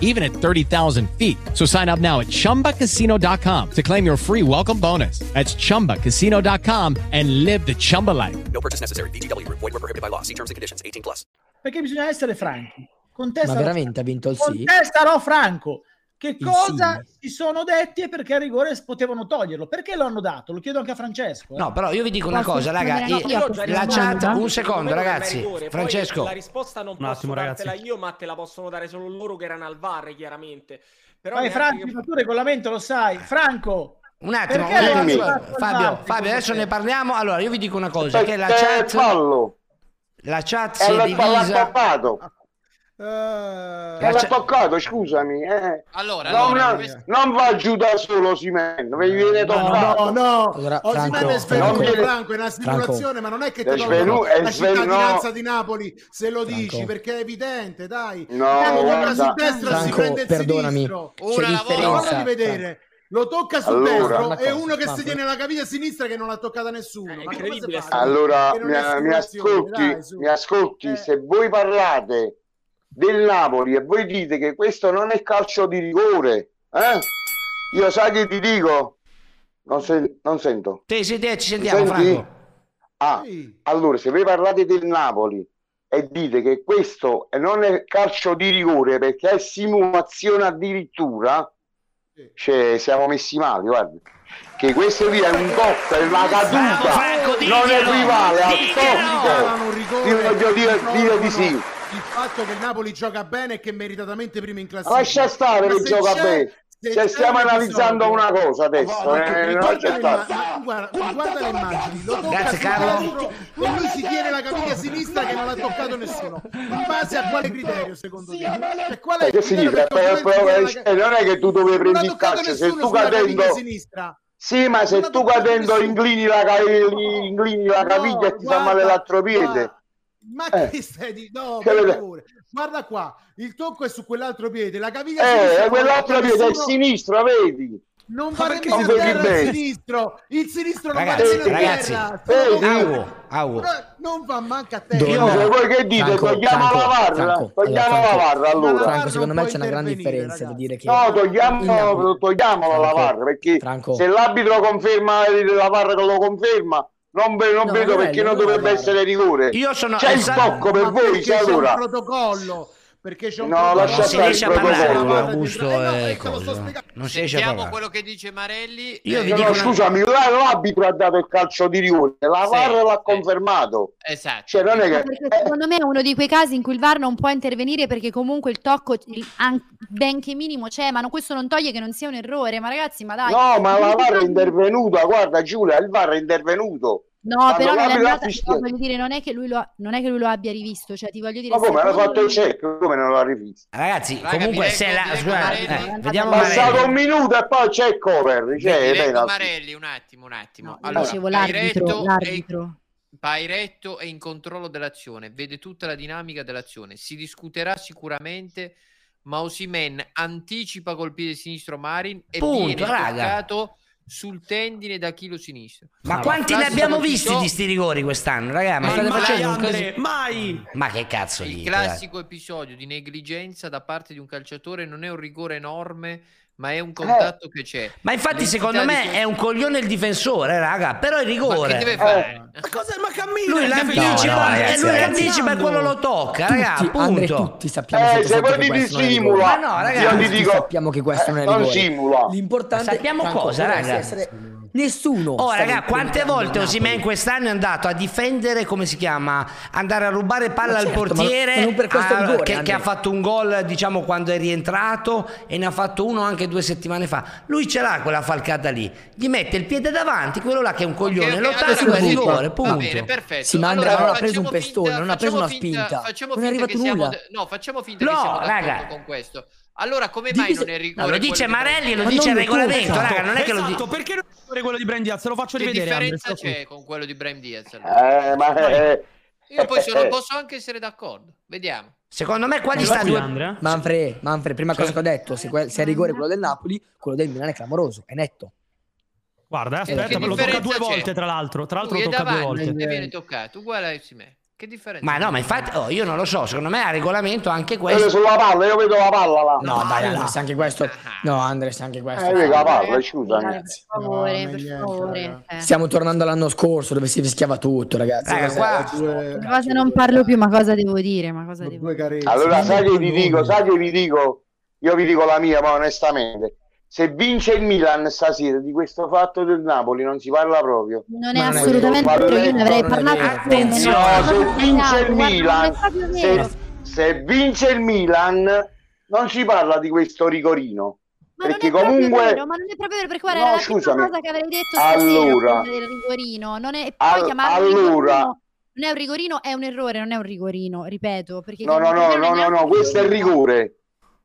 Speaker 16: even at 30,000 feet. So sign up now at chumbacasino.com to claim your free welcome bonus. That's chumbacasino.com and live the Chumba life.
Speaker 17: No purchase necessary. VGW Group. Void were prohibited by law. See terms and conditions. 18 plus.
Speaker 6: Perché bisogna essere franchi. Contesta
Speaker 12: Ma veramente ha vinto il sì?
Speaker 6: Contestalo Franco. Che
Speaker 12: sì.
Speaker 6: cosa si sono detti e perché a rigore s- potevano toglierlo? Perché lo hanno dato? Lo chiedo anche a Francesco. eh.
Speaker 3: No, però io vi dico una cosa, raga.
Speaker 6: No,
Speaker 3: io-
Speaker 6: io ho già
Speaker 3: la chat,
Speaker 6: risposto.
Speaker 3: un secondo,
Speaker 9: Secondo me non è
Speaker 3: ragazzi.
Speaker 9: rigore, poi
Speaker 3: Francesco,
Speaker 9: la risposta non
Speaker 3: Un
Speaker 9: posso
Speaker 3: attimo,
Speaker 9: dartela
Speaker 3: ragazzi.
Speaker 9: io, ma te la possono dare solo loro che erano al VAR, chiaramente. Però
Speaker 6: Vai
Speaker 9: neanche
Speaker 6: Franco,
Speaker 9: io-
Speaker 6: ma tu il regolamento lo sai. Franco.
Speaker 3: un attimo,
Speaker 6: perché
Speaker 3: un
Speaker 6: lo hanno
Speaker 3: attimo.
Speaker 6: fatto al
Speaker 3: Fabio,
Speaker 6: VAR,
Speaker 3: Fabio, adesso
Speaker 6: secondo
Speaker 3: ne
Speaker 6: te?
Speaker 3: parliamo. Allora, io vi dico una cosa, che la
Speaker 7: Perché
Speaker 3: chat
Speaker 7: Eh, fallo.
Speaker 3: la chat si
Speaker 7: E
Speaker 3: è
Speaker 7: l'ha l'ha
Speaker 3: divisa.
Speaker 7: toccato.
Speaker 13: Eh.
Speaker 7: E l'ha
Speaker 3: c'è-
Speaker 7: toccato, scusami. eh.
Speaker 4: Allora,
Speaker 7: non,
Speaker 4: allora,
Speaker 7: non-
Speaker 4: questo-
Speaker 7: non va giù da solo Simen, vi viene toccato.
Speaker 13: No, no, no.
Speaker 7: Allora,
Speaker 13: Osimhen
Speaker 7: Franco,
Speaker 13: è svenuto,
Speaker 7: Franco.
Speaker 13: Franco, è una
Speaker 7: Franco.
Speaker 13: speculazione, ma non è che
Speaker 7: È
Speaker 13: ti
Speaker 7: svenu-
Speaker 13: do
Speaker 7: è
Speaker 13: la
Speaker 7: svenu-
Speaker 13: cittadinanza
Speaker 7: no.
Speaker 13: di Napoli se lo dici, perché è evidente, dai.
Speaker 7: No,
Speaker 13: Andiamo, tocca
Speaker 7: guarda.
Speaker 13: sul destro e si
Speaker 7: Franco,
Speaker 13: prende il
Speaker 7: perdonami,
Speaker 13: sinistro.
Speaker 7: c'è Ora la differenza. voglio.
Speaker 13: Guarda di vedere. Lo tocca sul
Speaker 7: Allora.
Speaker 13: destro e
Speaker 7: Una cosa,
Speaker 13: uno che
Speaker 7: Franco.
Speaker 13: si tiene la caviglia sinistra che non l'ha toccata nessuno. Ma come si fa?
Speaker 7: Allora,
Speaker 13: Che non
Speaker 7: mi,
Speaker 13: è
Speaker 7: mi
Speaker 13: speculazione,
Speaker 7: ascolti,
Speaker 13: dai, su. Eh.
Speaker 7: mi ascolti, se voi parlate del Napoli e voi dite che questo non è calcio di rigore, eh? Io sai che ti dico? Non, sen- non sento.
Speaker 3: Sì, sì, sì, ci
Speaker 7: Mi
Speaker 3: sentiamo,
Speaker 7: senti?
Speaker 3: Franco.
Speaker 7: Ah, allora, se voi parlate del Napoli e dite che questo non è calcio di rigore perché è simulazione addirittura, cioè, siamo messi male, guarda. Che questo lì è un top, è una caduta, non
Speaker 13: diglielo,
Speaker 7: equivale al
Speaker 13: diglielo.
Speaker 7: top. Io voglio dire, dire di sì.
Speaker 13: il fatto che il Napoli gioca bene e che è meritatamente prima in classifica.
Speaker 7: Lascia stare
Speaker 13: Ma
Speaker 7: che
Speaker 13: se
Speaker 7: gioca
Speaker 13: c'è-
Speaker 7: bene.
Speaker 13: se
Speaker 7: Cioè,
Speaker 13: c'è
Speaker 7: stiamo
Speaker 13: un
Speaker 7: analizzando
Speaker 13: episodio-
Speaker 7: una cosa adesso.
Speaker 13: Ma
Speaker 7: eh, non c'è
Speaker 13: guarda,
Speaker 7: stato.
Speaker 13: ma guarda, guarda le immagini, lo tocca
Speaker 3: Grazie,
Speaker 13: sul
Speaker 3: Carlo.
Speaker 13: destro E lui si tiene la caviglia sinistra che non l'ha toccato nessuno. In base a quale criterio, secondo te? Cioè, qual è
Speaker 7: Eh,
Speaker 13: il
Speaker 7: che
Speaker 13: criterio
Speaker 7: significa?
Speaker 13: per cui
Speaker 7: Però-
Speaker 13: lui si tiene la
Speaker 7: però-
Speaker 13: ca-
Speaker 7: eh, non è che tu dovevi
Speaker 13: Non l'ha
Speaker 7: prendere il
Speaker 13: toccato
Speaker 7: calcio, se
Speaker 13: nessuno
Speaker 7: tu
Speaker 13: sulla
Speaker 7: cadendo-
Speaker 13: caviglia sinistra.
Speaker 7: Sì, ma se tu cadendo inclini la, ca- inclini la caviglia e ti fa male l'altro piede.
Speaker 13: Ma
Speaker 7: Eh.
Speaker 13: che stai di no,
Speaker 7: Che
Speaker 13: per
Speaker 7: vede-
Speaker 13: favore. Guarda qua, il tocco è su quell'altro piede, la caviglia
Speaker 7: Eh,
Speaker 13: sinistra
Speaker 7: e quell'altro piede è
Speaker 13: nessuno-
Speaker 7: sinistro, vedi?
Speaker 13: Non
Speaker 7: Ma
Speaker 13: va
Speaker 7: perché
Speaker 13: nemmeno
Speaker 7: non
Speaker 13: a
Speaker 7: vedi
Speaker 13: terra il
Speaker 7: bene?
Speaker 13: sinistro, il sinistro non va
Speaker 3: Ragazzi,
Speaker 13: nemmeno a
Speaker 3: ragazzi, eh,
Speaker 13: terra.
Speaker 3: au, au.
Speaker 13: Però Non va manca a terra.
Speaker 7: Io, voi che dite?
Speaker 3: Franco,
Speaker 7: togliamo
Speaker 3: Franco,
Speaker 7: la
Speaker 3: Franco,
Speaker 7: varra? Togliamo
Speaker 3: allora,
Speaker 7: la
Speaker 3: Franco,
Speaker 7: varra allora.
Speaker 3: Franco, secondo me c'è una grande differenza da dire che
Speaker 7: No, togliamo, togliamolo la VAR perché se l'arbitro conferma la VAR che lo conferma, non, ve- non
Speaker 13: No,
Speaker 7: vedo
Speaker 13: non è,
Speaker 7: perché
Speaker 13: non
Speaker 7: non
Speaker 13: è la
Speaker 7: dovrebbe
Speaker 13: VAR.
Speaker 7: essere rigore.
Speaker 13: Io sono-
Speaker 7: c'è il
Speaker 13: esatto.
Speaker 7: tocco per
Speaker 13: Ma
Speaker 7: voi,
Speaker 13: perché
Speaker 7: se
Speaker 13: c'è un
Speaker 7: allora.
Speaker 13: protocollo, perché c'è un
Speaker 7: No,
Speaker 13: protocollo.
Speaker 7: lascia stare il protocollo.
Speaker 4: Eh, ecco,
Speaker 3: Non si
Speaker 7: riesce a
Speaker 4: Sentiamo
Speaker 7: parlare.
Speaker 4: quello che dice Marelli.
Speaker 3: Io
Speaker 4: Eh,
Speaker 3: vi dico
Speaker 7: No,
Speaker 3: una-
Speaker 7: scusami, là l'arbitro ha dato il calcio di rigore, la
Speaker 4: Sì,
Speaker 7: VAR l'ha confermato.
Speaker 4: Esatto.
Speaker 7: Cioè, non è che
Speaker 10: Perché secondo me è uno di quei casi in cui il VAR non può intervenire perché comunque il tocco, il- an- benché minimo, c'è, ma no, questo non toglie che non sia un errore. Ma ragazzi, ma dai.
Speaker 7: No, ma la
Speaker 10: Non
Speaker 7: VAR è
Speaker 10: si fa-
Speaker 7: intervenuta, guarda Giulia, il VAR è intervenuto.
Speaker 10: No,
Speaker 7: Quando
Speaker 10: però non è
Speaker 7: l'arbitro ha
Speaker 10: andata,
Speaker 7: fischiato-
Speaker 10: no, voglio dire, non è, che lui lo, ha- non è che lui lo abbia rivisto, cioè ti voglio dire...
Speaker 7: Ma come? Hanno
Speaker 10: secondo
Speaker 7: fatto
Speaker 10: me-
Speaker 7: il cerchio, come non l'ha rivisto?
Speaker 3: Ragazzi,
Speaker 10: Raga,
Speaker 3: comunque
Speaker 10: vi
Speaker 3: se
Speaker 10: leggo-
Speaker 3: la
Speaker 10: vi leggo
Speaker 3: scusa,
Speaker 10: Marelli.
Speaker 3: eh, vediamo
Speaker 7: Passato
Speaker 3: Marelli.
Speaker 7: un minuto e poi c'è il cover.
Speaker 4: Vi
Speaker 7: Cioè,
Speaker 4: leggo
Speaker 7: penalty.
Speaker 4: Marelli, un attimo, un attimo.
Speaker 10: No,
Speaker 4: allora,
Speaker 10: dicevo l'arbitro,
Speaker 4: Pairetto
Speaker 10: l'arbitro.
Speaker 4: È, Pairetto è in controllo dell'azione, vede tutta la dinamica dell'azione, si discuterà sicuramente, ma Osimen anticipa col piede sinistro Marin e
Speaker 3: Punto,
Speaker 4: viene
Speaker 3: raga.
Speaker 4: toccato sul tendine d'Achilo sinistro.
Speaker 3: Ma quanti ne abbiamo visti di sti rigori quest'anno, ragazzi? Ma
Speaker 4: Ma
Speaker 3: state
Speaker 4: mai,
Speaker 3: facendo un
Speaker 4: Andre,
Speaker 3: casino- Ma che cazzo
Speaker 4: Il
Speaker 3: dite? ragazzi?
Speaker 4: classico episodio di negligenza da parte di un calciatore non è un rigore enorme, ma è un contatto che c'è.
Speaker 3: Ma infatti
Speaker 4: L'entità
Speaker 3: secondo
Speaker 4: di
Speaker 3: me
Speaker 4: que-
Speaker 3: è un coglione il difensore, raga, però il rigore.
Speaker 4: Ma che deve fare?
Speaker 3: Lui l'anticipa,
Speaker 12: No, no,
Speaker 3: eh,
Speaker 12: ragazzi,
Speaker 3: lui
Speaker 12: ragazzi.
Speaker 3: l'anticipa e quello lo tocca, raga,
Speaker 12: Tutti,
Speaker 3: punto.
Speaker 12: Andre, tutti sappiamo
Speaker 3: Eh,
Speaker 12: sotto
Speaker 3: se
Speaker 12: sotto
Speaker 3: voi
Speaker 12: che
Speaker 3: mi
Speaker 12: questo non è
Speaker 3: dissimula,
Speaker 12: rigore.
Speaker 3: Ma no, ragazzi, io vi
Speaker 12: tutti
Speaker 3: dico,
Speaker 12: sappiamo che questo Eh, non è
Speaker 3: non
Speaker 7: Eh,
Speaker 12: rigore.
Speaker 3: simula.
Speaker 12: L'importante
Speaker 3: Ma sappiamo
Speaker 12: Franco,
Speaker 3: cosa,
Speaker 12: dovresti
Speaker 3: raga?
Speaker 12: essere- Nessuno.
Speaker 3: Oh,
Speaker 12: sta
Speaker 3: raga,
Speaker 12: dentro
Speaker 3: quante
Speaker 12: il Napoli.
Speaker 3: volte Osimhen quest'anno è andato a difendere, come si chiama? Andare a rubare palla
Speaker 12: Ma
Speaker 3: al
Speaker 12: certo, ma-
Speaker 3: portiere
Speaker 12: ma non per questo
Speaker 3: a-
Speaker 12: rigore,
Speaker 3: che, che
Speaker 12: Andrea.
Speaker 3: ha fatto un gol, diciamo, quando è rientrato e ne ha fatto uno anche due settimane fa. Lui ce l'ha quella falcata lì. Gli mette il piede davanti, quello là che è un coglione,
Speaker 4: ok,
Speaker 3: lo
Speaker 4: allora
Speaker 3: taglia
Speaker 4: ragazzi,
Speaker 3: e rigore,
Speaker 4: va
Speaker 3: punto.
Speaker 4: bene, perfetto.
Speaker 12: Sì, ma Andrea
Speaker 4: Allora,
Speaker 12: non ha preso
Speaker 4: facciamo
Speaker 12: un pestone,
Speaker 4: finta-
Speaker 12: non ha preso una
Speaker 4: facciamo finta-
Speaker 12: spinta.
Speaker 4: Facciamo
Speaker 12: non è
Speaker 4: finta
Speaker 12: arrivato
Speaker 4: che siamo
Speaker 12: nulla.
Speaker 4: d- no, facciamo finta che
Speaker 3: No,
Speaker 4: siamo d'accordo
Speaker 3: raga.
Speaker 4: con questo. Allora, come
Speaker 12: Dimmi
Speaker 4: mai
Speaker 12: se-
Speaker 4: non è rigore?
Speaker 3: No, lo dice
Speaker 4: quello di
Speaker 3: Marelli e lo
Speaker 4: Brand-
Speaker 8: Ma
Speaker 3: dice il
Speaker 8: non tu,
Speaker 3: regolamento,
Speaker 8: esatto.
Speaker 3: raga, non è che lo dice.
Speaker 8: Esatto, perché non è quello di Brian Diaz? Lo faccio
Speaker 4: Che
Speaker 8: rivedere.
Speaker 4: differenza
Speaker 8: Andre, sto qui.
Speaker 4: c'è con quello di Brahim Diaz?
Speaker 7: Eh, ma eh,
Speaker 4: Io poi sono, posso anche essere d'accordo. Vediamo.
Speaker 3: Secondo me qua gli sta due...
Speaker 12: Manfred, Manfred, prima cosa che ho detto, se, que- se è rigore quello del Napoli, quello del Milan è clamoroso, è netto.
Speaker 8: Guarda, eh, aspetta,
Speaker 4: che
Speaker 8: lo tocca due
Speaker 4: differenza c'è?
Speaker 8: volte, tra l'altro. Tra l'altro
Speaker 4: Lui
Speaker 8: lo
Speaker 4: è
Speaker 8: tocca due
Speaker 4: davanti
Speaker 8: volte.
Speaker 4: e viene toccato, uguale a Osimhen. Che differenza?
Speaker 3: Ma no, ma infatti, oh, io non lo so, secondo me a regolamento anche
Speaker 7: io
Speaker 3: questo.
Speaker 7: sulla palla, io vedo la palla là.
Speaker 12: No, dai, Andres, anche
Speaker 4: Ah,
Speaker 12: questo. No, Andres, anche questo.
Speaker 7: Eh, io vedo la palla, scusa.
Speaker 10: Per favore, per favore. eh.
Speaker 12: Stiamo tornando all'anno scorso dove si fischiava tutto, ragazzi. Cioè,
Speaker 3: Raga,
Speaker 12: Cosa-
Speaker 3: qua-
Speaker 10: Di Cosa non parlo più, ma cosa devo dire? Ma cosa devo
Speaker 13: Due carezze.
Speaker 7: Allora, sai che vi dico, sai che vi dico, io vi dico la mia, ma onestamente, se vince il Milan stasera di questo fatto del Napoli non si parla proprio.
Speaker 10: Non è
Speaker 12: Ma non è
Speaker 10: assolutamente
Speaker 7: vero,
Speaker 10: vero, io ne avrei
Speaker 12: non è
Speaker 10: parlato
Speaker 12: vero.
Speaker 10: come-
Speaker 7: No,
Speaker 10: no,
Speaker 7: se
Speaker 10: no,
Speaker 7: vince il
Speaker 10: guarda, non è
Speaker 7: Milan,
Speaker 10: proprio vero.
Speaker 7: se, se vince il Milan non si parla di questo rigorino,
Speaker 10: Ma non
Speaker 7: perché
Speaker 10: è proprio
Speaker 7: comunque...
Speaker 10: vero, ma non è proprio vero, perché guarda,
Speaker 7: No,
Speaker 10: era la prima
Speaker 7: scusami.
Speaker 10: cosa che avrei detto
Speaker 7: Allora.
Speaker 10: stasera prima del rigorino, non è, poi
Speaker 7: Al-
Speaker 10: chiamarlo
Speaker 7: allora.
Speaker 10: rigorino non è un rigorino, è un errore, non è un rigorino, ripeto, perché
Speaker 7: No, no,
Speaker 10: chiamarlo
Speaker 7: no, no,
Speaker 10: rigorino non
Speaker 7: no, no,
Speaker 10: neanche
Speaker 7: questo è il rigore.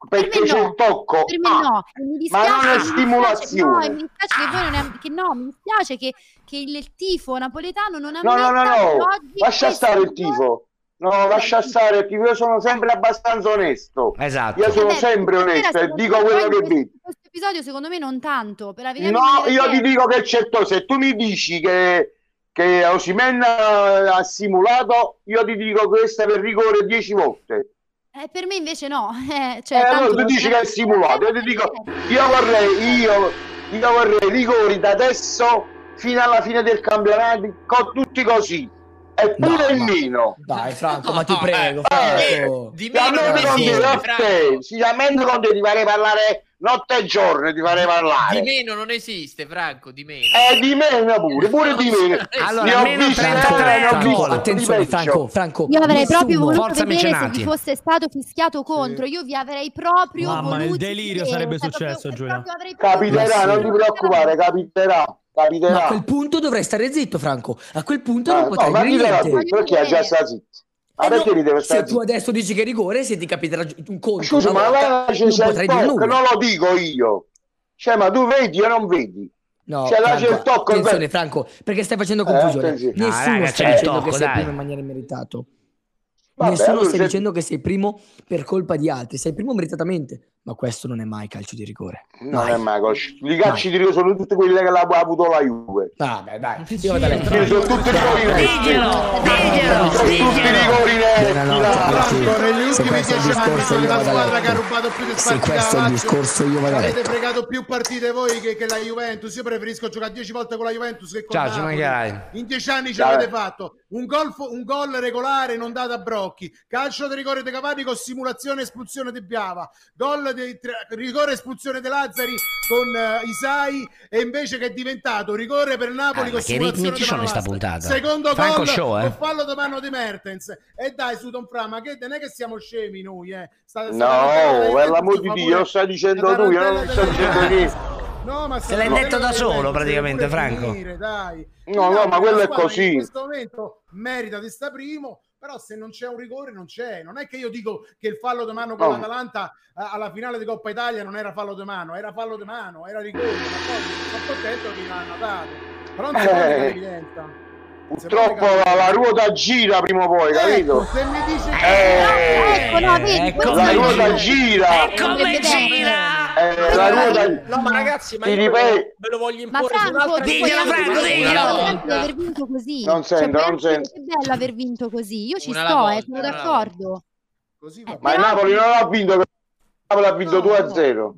Speaker 7: Perché
Speaker 10: me
Speaker 7: c'è
Speaker 10: no.
Speaker 7: il tocco.
Speaker 10: Per me
Speaker 7: Ah,
Speaker 10: no, e mi
Speaker 7: ma
Speaker 10: dispiace,
Speaker 7: non è
Speaker 10: mi dispiace-
Speaker 7: stimolazione.
Speaker 10: no, e mi dispiace che voi non è- che no, mi dispiace che, che il, il tifo napoletano non ammetta
Speaker 7: No, no, no,
Speaker 10: che
Speaker 7: no,
Speaker 10: oggi
Speaker 7: lascia
Speaker 10: questo
Speaker 7: stare il
Speaker 10: rigore-
Speaker 7: tifo. No, lascia stare il tifo. Io sono sempre abbastanza onesto.
Speaker 3: Esatto.
Speaker 7: Io sono
Speaker 10: Vabbè,
Speaker 7: sempre
Speaker 10: stasera,
Speaker 7: onesto e
Speaker 10: secondo
Speaker 7: dico
Speaker 10: me,
Speaker 7: quello
Speaker 10: poi
Speaker 7: che
Speaker 10: in
Speaker 7: dico.
Speaker 10: questo- Questo episodio secondo me non tanto, per la vediamo in
Speaker 7: No,
Speaker 10: maniera
Speaker 7: io ti
Speaker 10: diversa.
Speaker 7: dico che c'è to- Se tu mi dici che, che Osimhen ha simulato, io ti dico che questo è per rigore 10 volte.
Speaker 10: Eh, per me invece no. Eh,
Speaker 7: E
Speaker 10: cioè, tanto
Speaker 7: allora tu dici che è simulato. Io ti dico, io vorrei, io, io vorrei rigori da adesso fino alla fine del campionato, con tutti così. E
Speaker 12: No,
Speaker 7: pure il
Speaker 12: ma-
Speaker 7: Mino.
Speaker 12: Dai, Franco, ma ti prego,
Speaker 7: eh,
Speaker 12: Franco.
Speaker 4: Di me non
Speaker 7: Sinceramente con te,
Speaker 4: esiste,
Speaker 7: a te,
Speaker 4: Franco.
Speaker 7: sinceramente con te ti farei parlare notte e giorno, ti farei
Speaker 4: Di
Speaker 7: parlare. Eh,
Speaker 4: meno non esiste, Franco, di meno.
Speaker 7: E di meno pure, pure di meno.
Speaker 3: Allora,
Speaker 7: Ne ho
Speaker 3: almeno
Speaker 7: visto,
Speaker 3: 33
Speaker 7: eh, ne ho
Speaker 3: Franco,
Speaker 7: visto di
Speaker 12: Attenzione,
Speaker 7: peggio.
Speaker 12: Franco, Franco.
Speaker 10: Io avrei proprio
Speaker 12: nessuno-
Speaker 10: voluto
Speaker 3: Forza
Speaker 10: vedere
Speaker 3: Mecenati.
Speaker 10: se vi fosse stato fischiato contro. Io vi avrei proprio
Speaker 8: Mamma, il
Speaker 10: voluto
Speaker 8: delirio
Speaker 10: vedere,
Speaker 8: sarebbe
Speaker 10: cioè, proprio-
Speaker 8: successo, Giulia.
Speaker 10: proprio avrei proprio
Speaker 7: Capiterà,
Speaker 10: voluto
Speaker 7: non ti
Speaker 10: vedere.
Speaker 7: preoccupare, capiterà,
Speaker 12: Ma a
Speaker 7: capiterà.
Speaker 12: quel punto dovrei stare zitto, Franco. A quel punto
Speaker 7: Ah,
Speaker 12: non
Speaker 7: no,
Speaker 12: potrai dire
Speaker 7: capiterà
Speaker 12: niente.
Speaker 7: tu, perché ha già sta zitto. Ma
Speaker 12: Eh no,
Speaker 7: perché mi deve
Speaker 12: se
Speaker 7: stare
Speaker 12: tu
Speaker 7: zitto?
Speaker 12: adesso dici che è rigore, se ti capiterà gi- un conto,
Speaker 7: Scusa,
Speaker 12: una
Speaker 7: ma
Speaker 12: volta,
Speaker 7: là c'è
Speaker 12: non
Speaker 7: c'è il
Speaker 12: potrai dire
Speaker 7: tocco,
Speaker 12: nulla.
Speaker 7: non lo dico io. Cioè, ma tu vedi, io non vedi.
Speaker 12: No,
Speaker 7: Cioè, là c'è
Speaker 12: Franco,
Speaker 7: il tocco, il
Speaker 12: attenzione
Speaker 7: bello.
Speaker 12: Franco, perché stai facendo
Speaker 7: Eh,
Speaker 12: confusione.
Speaker 7: attenzione.
Speaker 12: Nessuno
Speaker 3: No, Ah, raga,
Speaker 12: sta
Speaker 3: c'è il
Speaker 12: dicendo
Speaker 3: tocco,
Speaker 12: che sei
Speaker 3: dai.
Speaker 12: primo in maniera meritata.
Speaker 7: Vabbè,
Speaker 12: Nessuno
Speaker 7: allora
Speaker 12: sta
Speaker 7: se-
Speaker 12: dicendo che sei primo per colpa di altri, sei primo meritatamente, ma questo non è mai calcio di rigore.
Speaker 7: Non
Speaker 12: Mai.
Speaker 7: è mago. Gli calci di Rio sono tutti quelli che l'ha avuto la Juve.
Speaker 12: Vabbè, dai, io vado a letto.
Speaker 7: Io sono tutti rigori
Speaker 3: Diglielo, diglielo,
Speaker 7: Sono tutti
Speaker 3: diglielo.
Speaker 7: rigori netti.
Speaker 13: Franco, negli
Speaker 12: Se
Speaker 13: ultimi
Speaker 12: questo è il
Speaker 13: 10 anni
Speaker 12: discorso,
Speaker 13: sono
Speaker 12: io
Speaker 13: la
Speaker 12: vado a
Speaker 13: squadra che ha
Speaker 12: letto.
Speaker 13: rubato più di
Speaker 12: Se
Speaker 13: spazi
Speaker 12: questo è il discorso, io vado a
Speaker 13: Avete
Speaker 12: letto.
Speaker 13: fregato più partite voi che, che la Juventus. Io preferisco giocare 10 volte con la Juventus che con
Speaker 3: Ciao,
Speaker 13: Napoli.
Speaker 3: ci mancherai.
Speaker 13: In 10 anni ce
Speaker 7: Ciao.
Speaker 13: l'avete fatto. Un gol, fo- un gol regolare non dato a Brocchi. Calcio di rigore di Cavani con simulazione e espulsione di Biava. Gol di tra- rigore e espulsione di Lazzari con eh, Isai. E invece che è diventato rigore per Napoli
Speaker 3: Ah, ma
Speaker 13: con
Speaker 3: che ritmi
Speaker 13: simulazione
Speaker 3: ci
Speaker 13: di
Speaker 3: sono in sta
Speaker 13: Malavasta.
Speaker 3: puntata?
Speaker 13: Secondo
Speaker 3: Franco
Speaker 13: gol
Speaker 3: Show, eh.
Speaker 13: con fallo da mano di Mertens. E dai, su Don Fra, ma che non è che siamo scemi noi, eh. Sta- sta tarantella
Speaker 7: No,
Speaker 13: della
Speaker 7: per
Speaker 13: Juventus
Speaker 7: l'amor di
Speaker 13: fa
Speaker 7: Dio,
Speaker 13: pure-
Speaker 7: lo stai dicendo
Speaker 13: la
Speaker 7: tu, io
Speaker 13: tarantella
Speaker 7: non sto
Speaker 13: della
Speaker 7: dicendo
Speaker 13: Juventus.
Speaker 7: niente.
Speaker 13: No, ma sta
Speaker 3: Se l'hai
Speaker 13: tarantella
Speaker 3: detto da
Speaker 13: della
Speaker 3: solo,
Speaker 13: Juventus,
Speaker 3: praticamente,
Speaker 13: deve pure
Speaker 3: Franco.
Speaker 13: finire, dai.
Speaker 7: No, no, ma
Speaker 13: la
Speaker 7: quello è
Speaker 13: squadra
Speaker 7: così.
Speaker 13: In questo momento merita di sta primo, però se non c'è un rigore non c'è. Non è che io dico che il fallo di mano con
Speaker 7: No.
Speaker 13: l'Atalanta eh, alla finale di Coppa Italia non era fallo di mano, era fallo di mano, era rigore. Ma poi sono contento che l'hanno dato. Però non si
Speaker 7: Eh.
Speaker 13: può negare l'evidenza.
Speaker 7: Purtroppo Eh, la, la ruota gira prima o poi,
Speaker 13: Ecco,
Speaker 7: capito?
Speaker 13: se mi dice
Speaker 7: Eh,
Speaker 10: Ecco, no, vedi,
Speaker 3: Ecco,
Speaker 10: questo
Speaker 7: la
Speaker 10: è il
Speaker 7: ruota
Speaker 10: giro.
Speaker 9: Ecco
Speaker 7: gira,
Speaker 10: Eh,
Speaker 7: eh,
Speaker 3: Come gira?
Speaker 7: la ruota
Speaker 9: No, ma ragazzi, ma
Speaker 7: Ti
Speaker 9: io ve
Speaker 7: ripeto-
Speaker 9: lo, ve lo voglio
Speaker 10: Ma
Speaker 9: imporre su
Speaker 10: Franco,
Speaker 9: un'altra
Speaker 10: tu
Speaker 3: Diglielo,
Speaker 10: puoi
Speaker 3: Franco,
Speaker 10: anche-
Speaker 3: diglielo!
Speaker 10: puoi anche aver vinto così.
Speaker 7: Non
Speaker 10: Cioè,
Speaker 7: sento,
Speaker 10: puoi
Speaker 7: non
Speaker 10: anche-
Speaker 7: sento.
Speaker 10: Che bello aver vinto così. Io ci
Speaker 4: Una alla
Speaker 10: sto,
Speaker 4: volta,
Speaker 10: eh, sono
Speaker 4: una alla
Speaker 10: d'accordo.
Speaker 13: così
Speaker 10: Eh,
Speaker 13: va.
Speaker 7: Ma il
Speaker 10: però-
Speaker 7: Napoli non l'ha vinto, il Napoli ha vinto 2-0.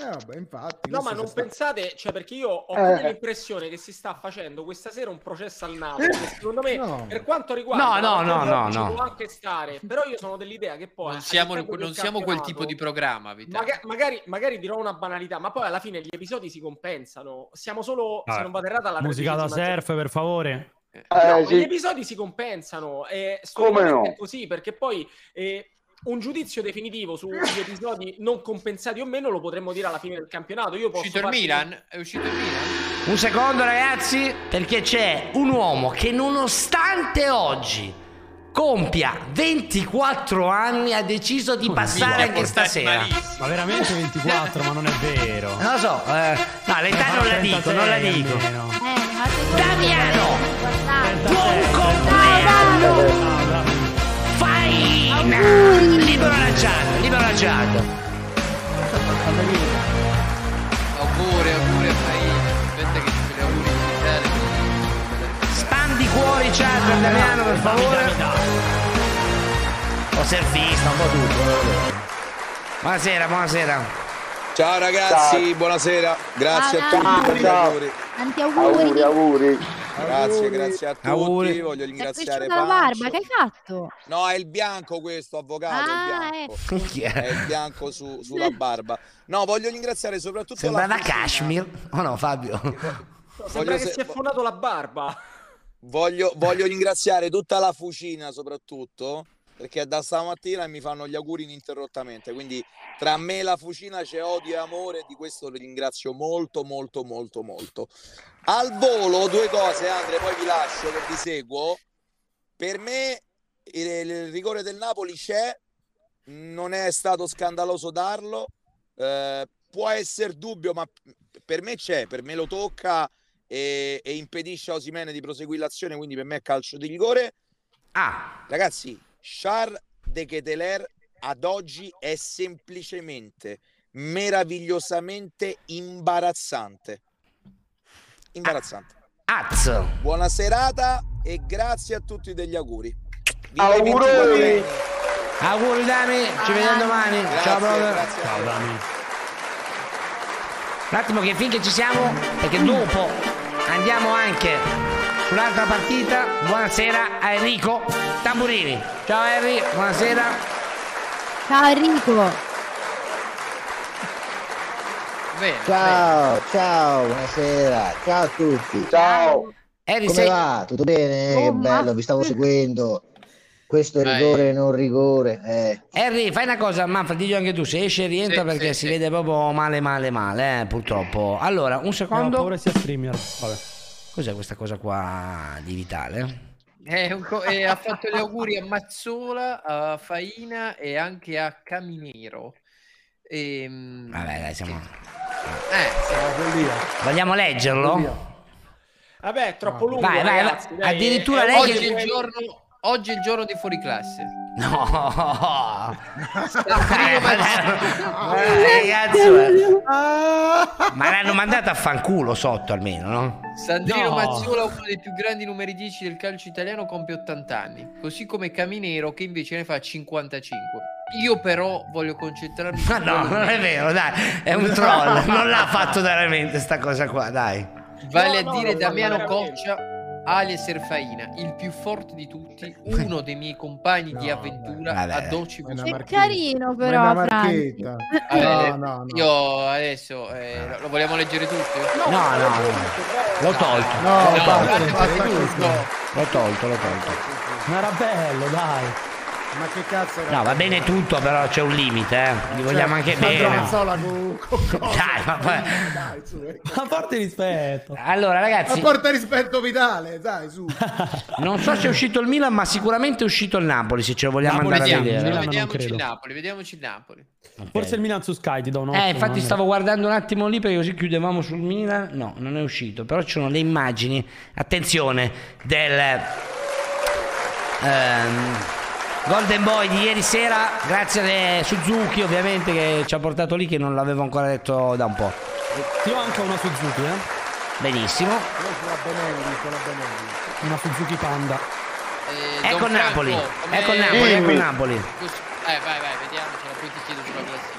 Speaker 13: Eh, vabbè, infatti.
Speaker 9: No, ma non pensate, cioè, perché io ho
Speaker 13: Eh.
Speaker 9: come l'impressione che si sta facendo questa sera un processo al Napoli. che Secondo me,
Speaker 13: No.
Speaker 9: per quanto riguarda,
Speaker 3: No, no, no,
Speaker 9: Napoli,
Speaker 3: no,
Speaker 9: ci
Speaker 3: no.
Speaker 9: può anche stare, però io sono dell'idea che poi
Speaker 4: Non siamo,
Speaker 9: all'interno del
Speaker 4: non siamo quel tipo di
Speaker 9: campionato,
Speaker 4: programma, Vitale.
Speaker 9: maga- magari, magari dirò una banalità, ma poi alla fine gli episodi si compensano. Siamo solo, se non vado errato, alla
Speaker 8: Musica da
Speaker 9: tredicesima
Speaker 8: surf, per favore.
Speaker 9: No,
Speaker 8: Eh, sì.
Speaker 9: Gli episodi si compensano, eh,
Speaker 8: Come
Speaker 9: storicamente
Speaker 8: no?
Speaker 9: è così, perché poi eh, un giudizio definitivo sugli episodi non compensati o meno lo potremmo dire alla fine del campionato. Io posso
Speaker 4: È uscito il
Speaker 9: partire-
Speaker 4: Milan? È uscito il Milan?
Speaker 3: Un secondo, ragazzi, perché c'è un uomo che nonostante oggi compia 24 anni ha deciso di passare anche stasera.
Speaker 8: Ma veramente 24, ma non è vero.
Speaker 3: Non lo so, eh, no, l'età non la dico, non la dico. Damiano, buon
Speaker 8: Ah,
Speaker 3: compleanno! Fai libero lanciato, libero lanciato.
Speaker 4: Auguri, auguri a Faina. Aspetta che ci auguri in Italia.
Speaker 3: Spandi cuori, chat, per Damiano, per favore. Ho servista, un po' tutto. Buonasera, buonasera.
Speaker 11: Ciao ragazzi, buonasera. Grazie a tutti.
Speaker 3: Ciao,
Speaker 11: tanti
Speaker 3: ciao.
Speaker 11: auguri.
Speaker 10: Tanti auguri.
Speaker 11: auguri. Grazie, grazie a tutti.
Speaker 3: Auguri.
Speaker 11: Voglio
Speaker 10: Ti è
Speaker 11: ringraziare
Speaker 10: cresciuta la
Speaker 11: Pan.
Speaker 10: barba, che hai fatto?
Speaker 11: No, è il bianco questo, avvocato. il
Speaker 10: Ah,
Speaker 11: bianco.
Speaker 10: ecco. Chi è?
Speaker 11: È il bianco su- sulla barba. No, voglio ringraziare soprattutto la
Speaker 3: Sembrava
Speaker 11: cucina.
Speaker 3: Kashmir. Oh no, Fabio.
Speaker 9: Sembra
Speaker 11: Voglio
Speaker 9: che
Speaker 11: se-
Speaker 9: si è fondato la barba.
Speaker 11: Voglio, voglio ringraziare tutta la fucina soprattutto perché da stamattina mi fanno gli auguri ininterrottamente. Quindi tra me e la fucina c'è odio e amore, di questo li ringrazio molto, molto, molto, molto. Al volo due cose, Andre, poi vi lascio che vi seguo. Per me il, il rigore del Napoli c'è, non è stato scandaloso darlo. eh, può essere dubbio, ma per me c'è, per me lo tocca e, e impedisce a Osimene di proseguire l'azione, quindi per me è calcio di rigore.
Speaker 3: Ah,
Speaker 11: ragazzi, Charles De Keteler ad oggi è semplicemente meravigliosamente imbarazzante. Imbarazzante.
Speaker 3: Azzo.
Speaker 11: Buona serata e grazie a tutti degli auguri. Viva i
Speaker 3: Auguri.
Speaker 11: 24.
Speaker 3: Auguri Dami, ci vediamo domani.
Speaker 11: Grazie,
Speaker 3: Ciao brother.
Speaker 11: grazie. Ciao, Dami.
Speaker 3: Un attimo che finché ci siamo, perché dopo andiamo anche sull'altra partita. Buonasera a Enrico Tamburini. Ciao Henry, buonasera.
Speaker 10: Ciao Enrico.
Speaker 4: Bene.
Speaker 15: Ciao, ciao, buonasera, ciao a tutti.
Speaker 7: Ciao.
Speaker 3: Eri,
Speaker 15: Come
Speaker 3: sei-
Speaker 15: va? Tutto bene?
Speaker 3: Oh,
Speaker 15: che
Speaker 3: ma-
Speaker 15: bello, vi stavo seguendo. Questo è rigore, non rigore. Eh.
Speaker 3: Henry, fai una cosa, Manfred, diglio anche tu, se esce e rientra perché si vede proprio male male male, eh, purtroppo. Allora, un secondo.
Speaker 8: No, ho paura sia streamer.
Speaker 3: Cos'è questa cosa qua di Vitale?
Speaker 4: È un co- e ha fatto gli auguri a Mazzola, a Faina e anche a Caminero. Ehm,
Speaker 3: Vabbè, dai, siamo...
Speaker 4: eh,
Speaker 3: Vogliamo leggerlo?
Speaker 9: Vabbè, è troppo lungo.
Speaker 3: Vai, vai,
Speaker 9: ragazzi,
Speaker 3: vai.
Speaker 9: dai,
Speaker 3: Addirittura
Speaker 9: è- è
Speaker 3: lei
Speaker 9: oggi
Speaker 3: che-
Speaker 9: il giorno-
Speaker 4: giorno- oggi è il giorno di fuori classe.
Speaker 3: No! Eh, Ma l'hanno mandata a fanculo sotto almeno, no?
Speaker 4: Sandrino
Speaker 3: No.
Speaker 4: Mazzola, uno dei più grandi numeri 10 del calcio italiano, compie 80 anni, così come Caminero che invece ne fa 55. Io però voglio concentrarmi
Speaker 3: Ma
Speaker 4: su
Speaker 3: no,
Speaker 4: quello
Speaker 3: non
Speaker 4: che-
Speaker 3: è vero, dai, è un troll, non l'ha fatto veramente sta cosa qua, dai.
Speaker 4: Vale
Speaker 9: No,
Speaker 4: a
Speaker 9: no,
Speaker 4: dire
Speaker 9: lo fanno
Speaker 4: Damiano
Speaker 9: veramente.
Speaker 4: Coccia, alias Erfaina, il più forte di tutti, uno dei miei compagni di avventura
Speaker 3: Vabbè,
Speaker 4: a Eh,
Speaker 3: dai.
Speaker 4: 12
Speaker 10: È carino però, Eh,
Speaker 4: una
Speaker 10: Frank.
Speaker 4: Vabbè,
Speaker 10: No, no, no.
Speaker 4: eh, Io adesso eh, lo- lo vogliamo leggere tutti?
Speaker 3: No, no, no. L'ho tolto.
Speaker 4: No,
Speaker 3: l'ho
Speaker 4: basta,
Speaker 3: tolto.
Speaker 4: basta,
Speaker 3: L'ho tolto, l'ho tolto.
Speaker 8: Ma era bello, dai.
Speaker 13: Ma che cazzo
Speaker 3: No, va bene tutto, però c'è un limite, eh. Li vogliamo anche bene. Dai, ma poi-
Speaker 13: Dai, su, eh.
Speaker 8: A parte rispetto.
Speaker 3: Allora,
Speaker 13: Ma
Speaker 3: ragazzi,
Speaker 13: porta rispetto Vitale, dai, su.
Speaker 3: non so se è uscito il Milan, ma sicuramente è uscito il Napoli, se ce lo vogliamo
Speaker 8: Napoli
Speaker 3: andare a
Speaker 8: sì,
Speaker 3: vedere.
Speaker 8: Milan non
Speaker 4: Vediamoci il
Speaker 8: credo.
Speaker 4: Napoli, vediamoci il Napoli.
Speaker 8: Forse il Milan su Sky ti do un
Speaker 3: Eh, infatti stavo guardando un attimo lì perché così chiudevamo sul Milan. No, non è uscito, però ci sono le immagini, attenzione, del ehm, Golden Boy di ieri sera, grazie a Suzuki ovviamente che ci ha portato lì che non l'avevo ancora detto da un po'.
Speaker 8: Io ho anche una Suzuki, eh.
Speaker 3: Benissimo.
Speaker 8: Una Suzuki Panda.
Speaker 4: Eh, Don
Speaker 3: Ecco
Speaker 4: Franco,
Speaker 3: Napoli,
Speaker 4: come-
Speaker 3: ecco Napoli, ecco Napoli.
Speaker 4: Eh, vai, vai, vediamocela, poi ti chiedo sulla classifica.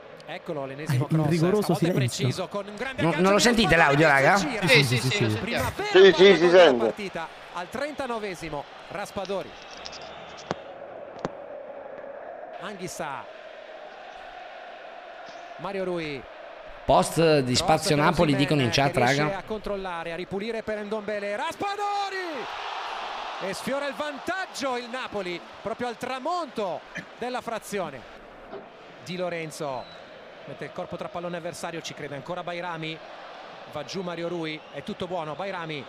Speaker 18: Eccolo l'ennesimo
Speaker 8: Un
Speaker 18: cross.
Speaker 8: Eh, rigoroso
Speaker 18: stavolta è
Speaker 8: silenzio.
Speaker 18: preciso con un grande
Speaker 3: Non, non lo sentite l'audio, raga?
Speaker 18: Sì, sì, sì, lo sentiamo.
Speaker 7: Sì, sì, si sente.
Speaker 18: partita al 39esimo Raspadori. Anghissa. Mario Rui
Speaker 3: Post di Spazio Napoli dicono in chat,
Speaker 18: che riesce
Speaker 3: raga.
Speaker 18: a controllare, a ripulire per Endombele. Raspadori! E sfiora il vantaggio il Napoli proprio al tramonto della frazione. Di Lorenzo mette il corpo tra pallone avversario, ci crede ancora Bairami. Va giù Mario Rui, è tutto buono. Bairami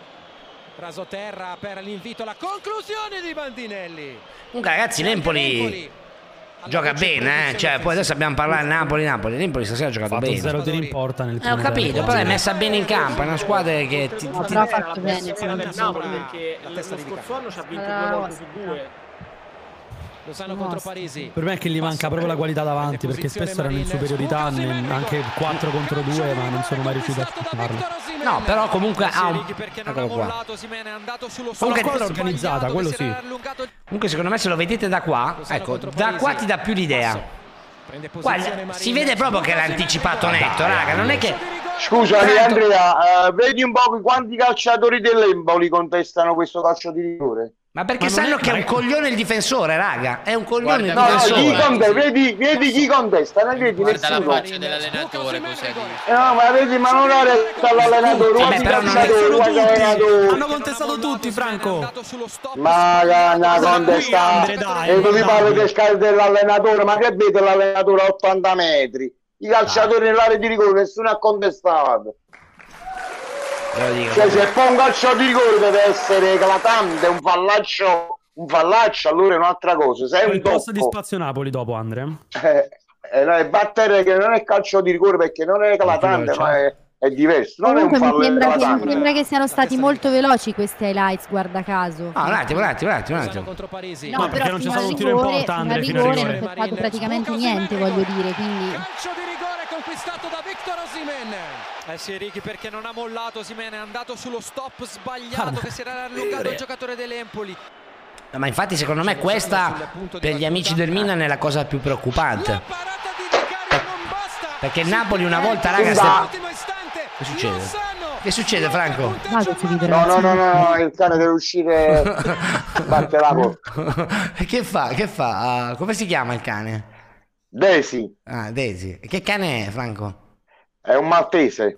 Speaker 18: rasoterra per l'invito, la conclusione di Bandinelli.
Speaker 3: Comunque, ragazzi, l'Empoli gioca bene, eh. Cioè, poi adesso abbiamo parlato di Napoli-Napoli. L'Empoli stasera ha giocato
Speaker 8: Fatto
Speaker 3: bene.
Speaker 8: 0 tiri in porta nel
Speaker 3: Eh, ho
Speaker 8: primo tempo.
Speaker 3: capito, però è messa bene in campo. È una squadra che ti, ti-
Speaker 8: Però ha
Speaker 9: Era
Speaker 8: fatto
Speaker 9: la
Speaker 8: bene,
Speaker 9: pressione del
Speaker 8: secondo
Speaker 9: Napoli
Speaker 8: me.
Speaker 9: perché
Speaker 18: La
Speaker 9: lo
Speaker 18: testa di
Speaker 9: scorso anno ci ha vinto
Speaker 18: Bravo,
Speaker 9: due volte su
Speaker 18: sì.
Speaker 9: due.
Speaker 18: Lozano contro Parisi.
Speaker 8: Per me è che gli manca proprio la qualità davanti perché spesso erano in superiorità, ne- anche 4 contro 2, ma non sono mai riuscito a farlo.
Speaker 3: No, però comunque ha un... Eccolo qua.
Speaker 8: Comunque la squadra è organizzata, quello sì.
Speaker 3: Comunque, secondo me, se lo vedete da qua, ecco, da qua ti dà più l'idea.
Speaker 18: Prende
Speaker 3: Qua
Speaker 18: posizione Marin.
Speaker 3: si vede proprio che l'ha anticipato netto, raga. Non è che.
Speaker 7: Scusami Andrea, eh, vedi un po' quanti calciatori dell'Emboli contestano questo calcio di rigore.
Speaker 3: Ma perché sanno che è un coglione il difensore, raga. È un coglione
Speaker 7: No, no,
Speaker 3: il
Speaker 7: chi
Speaker 3: difensore.
Speaker 7: conte- vedi, vedi chi contesta, non vedi
Speaker 4: Guarda la
Speaker 7: nessuno.
Speaker 4: faccia dell'allenatore così a dire.
Speaker 7: Eh, no, ma vedi, ma non ha retta l'allenatore, guarda il calciatore, guarda l'allenatore.
Speaker 8: Hanno contestato tutti, Franco.
Speaker 7: Ma che una contesta.
Speaker 8: Andre, dai,
Speaker 7: E non mi
Speaker 8: dai.
Speaker 7: parlo che scade dell'allenatore, ma che vede l'allenatore a 80 metri? I calciatori nell'area di rigore, nessuno ha contestato.
Speaker 3: Ve lo dico.
Speaker 7: Cioè, se poi un calcio di rigore deve essere eclatante, un fallaccio, un fallaccio, allora è un'altra cosa. Se è
Speaker 8: Poi
Speaker 7: un
Speaker 8: Il posto di
Speaker 7: tocco,
Speaker 8: Spazio Napoli dopo, Andre.
Speaker 7: eh, eh, no, è battere che non è calcio di rigore perché non è eclatante, ma è, è diverso. Non
Speaker 10: Comunque
Speaker 7: è un fallo
Speaker 10: mi sembra, che,
Speaker 7: eclatante.
Speaker 10: mi sembra che siano stati molto veloci questi highlights, guarda caso.
Speaker 3: Ah, un attimo, un attimo, un attimo. Un attimo.
Speaker 18: contro Parisi.
Speaker 10: No, però
Speaker 8: non c'è
Speaker 10: fino al
Speaker 8: stato un tiro in
Speaker 10: rigore-
Speaker 8: porta,
Speaker 10: fino
Speaker 8: Andre,
Speaker 10: al
Speaker 8: fino al
Speaker 10: rigore non
Speaker 8: rigore.
Speaker 10: si è fatto praticamente niente, voglio dire, quindi...
Speaker 18: Conquistato da Victor Osimen. Eh sì, Ricky, perché non ha mollato Osimen, è andato sullo stop sbagliato che si era allungato il giocatore dell'Empoli.
Speaker 3: No, Ma infatti, secondo me, questa per gli amici del Milan è la cosa più preoccupante. Perché il Napoli una volta, raga, sta... Che succede? Che succede, Franco?
Speaker 7: No, no, no, no, no, il cane deve uscire, batte la porta.
Speaker 3: che fa? Che fa? Ah, come si chiama il cane?
Speaker 7: Desi.
Speaker 3: Ah, Daisy. Che cane è, Franco?
Speaker 7: È un maltese.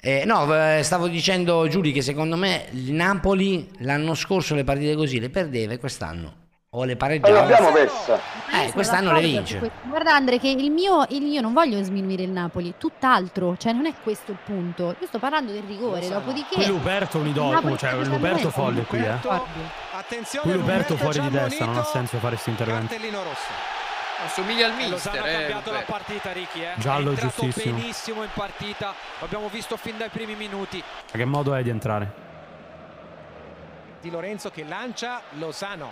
Speaker 3: Eh, no, eh, stavo dicendo, Giuli, che secondo me il Napoli l'anno scorso le partite così le perdeva e quest'anno o le
Speaker 7: E
Speaker 3: pareggiava.
Speaker 7: l'abbiamo persa.
Speaker 3: Eh, quest'anno le vince.
Speaker 10: Guarda Andre, che il mio, il- io non voglio sminuire il Napoli, tutt'altro, cioè non è questo il punto. Io sto parlando del rigore,
Speaker 8: Qui
Speaker 10: dopodiché...
Speaker 8: Luperto è un
Speaker 10: Napoli
Speaker 8: idolo,
Speaker 10: sta
Speaker 8: cioè
Speaker 10: giocando
Speaker 8: Luperto
Speaker 10: meglio.
Speaker 8: folle qui, eh. Qui Luperto fuori di testa, non ha senso fare questo intervento.
Speaker 18: Cartellino rosso. Assomiglia al mister. Eh, ha cambiato la partita, Ricky. Eh.
Speaker 8: Giallo
Speaker 18: è entrato
Speaker 8: giustissimo.
Speaker 18: benissimo in partita. Lo abbiamo visto fin dai primi minuti.
Speaker 8: Ma Che modo è di entrare?
Speaker 18: Di Lorenzo che lancia Lozano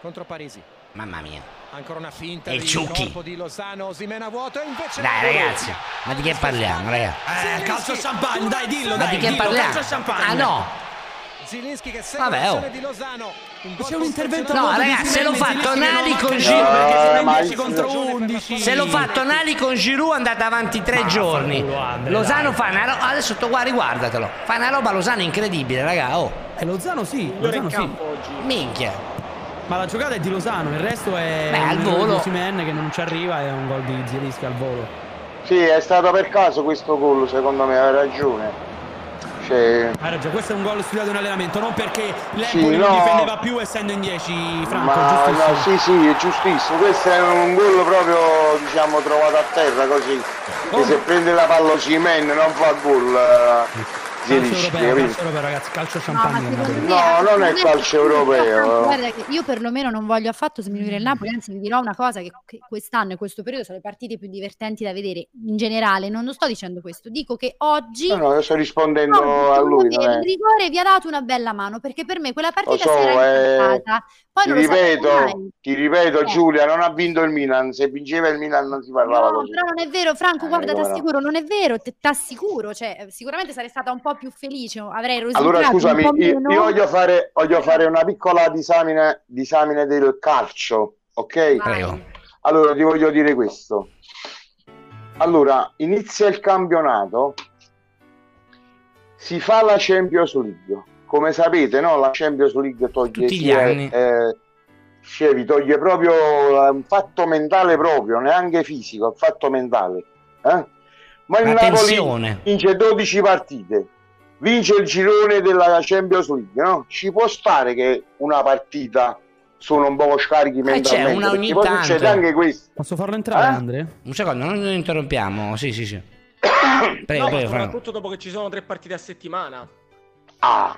Speaker 18: contro Parisi.
Speaker 3: Mamma mia.
Speaker 18: Ancora una finta
Speaker 3: E
Speaker 18: di
Speaker 3: Ciucchi.
Speaker 18: colpo di Lozano, Simena vuoto e invece
Speaker 3: Dai, ragazzi, ma di che parliamo, raga?
Speaker 18: Eh, calcio champagne, dai, dillo,
Speaker 3: Ma di che parliamo? Ah, no.
Speaker 18: Zilinski che segue
Speaker 3: Vabbè,
Speaker 18: l'azione
Speaker 3: oh.
Speaker 18: di Lozano. Un gol
Speaker 8: C'è un intervento
Speaker 3: No,
Speaker 8: a modo di
Speaker 3: ragazzi, se
Speaker 8: Simeone,
Speaker 3: lo fa
Speaker 8: Zilinski
Speaker 3: Tonali
Speaker 8: che lo
Speaker 3: con
Speaker 8: manca
Speaker 3: Giroud,
Speaker 8: perché
Speaker 3: eh,
Speaker 8: sono in
Speaker 3: ma
Speaker 8: 10
Speaker 3: il-
Speaker 8: contro 11.
Speaker 3: Se lo fa Tonali con Giroud è andato avanti tre giorni.
Speaker 8: Andre,
Speaker 3: Losano
Speaker 8: dai.
Speaker 3: fa una roba. Adesso tu guarda, guardatelo. Fa una roba Losano incredibile, raga. Oh.
Speaker 8: E Eh, Lozano sì,
Speaker 9: Migliore in
Speaker 8: Lozano sì.
Speaker 9: campo oggi.
Speaker 3: Minchia.
Speaker 8: Ma la giocata è di Lozano, il resto è
Speaker 7: Beh, al
Speaker 8: un errore
Speaker 7: volo.
Speaker 8: di Osimhen che non ci arriva e un gol di Zielinski al volo.
Speaker 7: Sì, è stato per caso questo gol, secondo me, hai ragione. Cioè,
Speaker 8: Hai ragione, questo è un gol studiato in allenamento, non perché l'Empoli
Speaker 7: Sì,
Speaker 8: non
Speaker 7: no.
Speaker 8: difendeva più essendo in 10 Franco,
Speaker 7: ma
Speaker 8: giustissimo.
Speaker 7: no, sì, sì, è giustissimo. Questo è un gol proprio, diciamo, trovato a terra così. Che se prende la palla Cimen non fa gol. eh, Zielinski,
Speaker 8: Calcio europeo,
Speaker 7: capito?
Speaker 8: calcio europeo, ragazzi, calcio
Speaker 10: No, ma
Speaker 8: champagne.
Speaker 10: secondo me-
Speaker 7: No, non è
Speaker 10: secondo me-
Speaker 7: calcio
Speaker 10: Ah,
Speaker 7: europeo.
Speaker 10: Guarda, che io perlomeno non voglio affatto sminuire il Napoli, anzi vi dirò una cosa che che quest'anno e questo periodo sono le partite più divertenti da vedere in generale, non lo sto dicendo questo, dico che oggi
Speaker 7: No, no, io sto rispondendo
Speaker 10: No,
Speaker 7: a
Speaker 10: devo
Speaker 7: lui.
Speaker 10: dire,
Speaker 7: non è-
Speaker 10: il rigore vi ha dato una bella mano perché per me quella partita
Speaker 7: so,
Speaker 10: si
Speaker 7: eh,
Speaker 10: era incontrata, poi
Speaker 7: Ti
Speaker 10: non lo sapevo
Speaker 7: ripeto,
Speaker 10: mai.
Speaker 7: ti ripeto
Speaker 10: Eh.
Speaker 7: Giulia, non ha vinto il Milan, se vinceva il Milan non si parlava
Speaker 10: No,
Speaker 7: così.
Speaker 10: però non è vero,
Speaker 7: Eh,
Speaker 10: Franco, guarda, ti
Speaker 7: allora.
Speaker 10: assicuro, non è vero, ti assicuro, cioè, sicuramente sarei stata un po' più felice, avrei rosicato
Speaker 7: Allora
Speaker 10: un po'
Speaker 7: scusami, io,
Speaker 10: meno.
Speaker 7: io voglio, fare, voglio fare una piccola disamine, disamine del calcio, ok?
Speaker 3: Prego.
Speaker 7: Allora ti voglio dire questo. Allora, inizia il campionato, si fa la Champions League. Come sapete, no? la Champions League toglie
Speaker 3: Tutti gli
Speaker 7: sia,
Speaker 3: anni.
Speaker 7: eh, sia vi toglie proprio eh, un fatto mentale proprio, neanche fisico, un fatto mentale. eh? Ma il
Speaker 3: La
Speaker 7: Napoli
Speaker 3: tensione.
Speaker 7: vince 12 partite, vince il girone della Champions League, no? Ci può stare che una partita sono un po' scarichi mentalmente,
Speaker 3: Eh, c'è una ogni
Speaker 7: perché poi
Speaker 3: tanto.
Speaker 7: succede anche questo.
Speaker 8: Posso farlo entrare,
Speaker 7: Eh?
Speaker 8: Andrea?
Speaker 3: Un secondo, non lo interrompiamo. Sì, sì, sì. Prego,
Speaker 9: No, ma
Speaker 3: prego, Franco.
Speaker 9: soprattutto dopo che ci sono tre partite a settimana.
Speaker 7: Ah,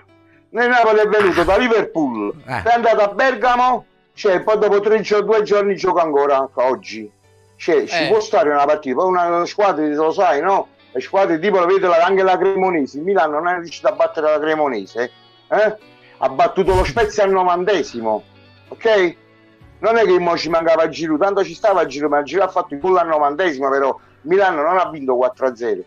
Speaker 7: nel Napoli è venuto da Liverpool,
Speaker 3: Eh.
Speaker 7: è andato a Bergamo, cioè poi dopo tre gio- due giorni gioca ancora oggi. Cioè, ci
Speaker 9: Eh.
Speaker 7: può stare una partita, poi una squadra, lo sai, no? Le squadre tipo, lo vedo la- anche la Cremonese, il Milano non è riuscito a battere la Cremonese, eh? ha battuto lo Spezia al novantesimo, ok? Non è che mo ci mancava Giro, tanto ci stava Giro, ma Giro ha fatto il gol al novantesimo, però il Milano non ha vinto 4-0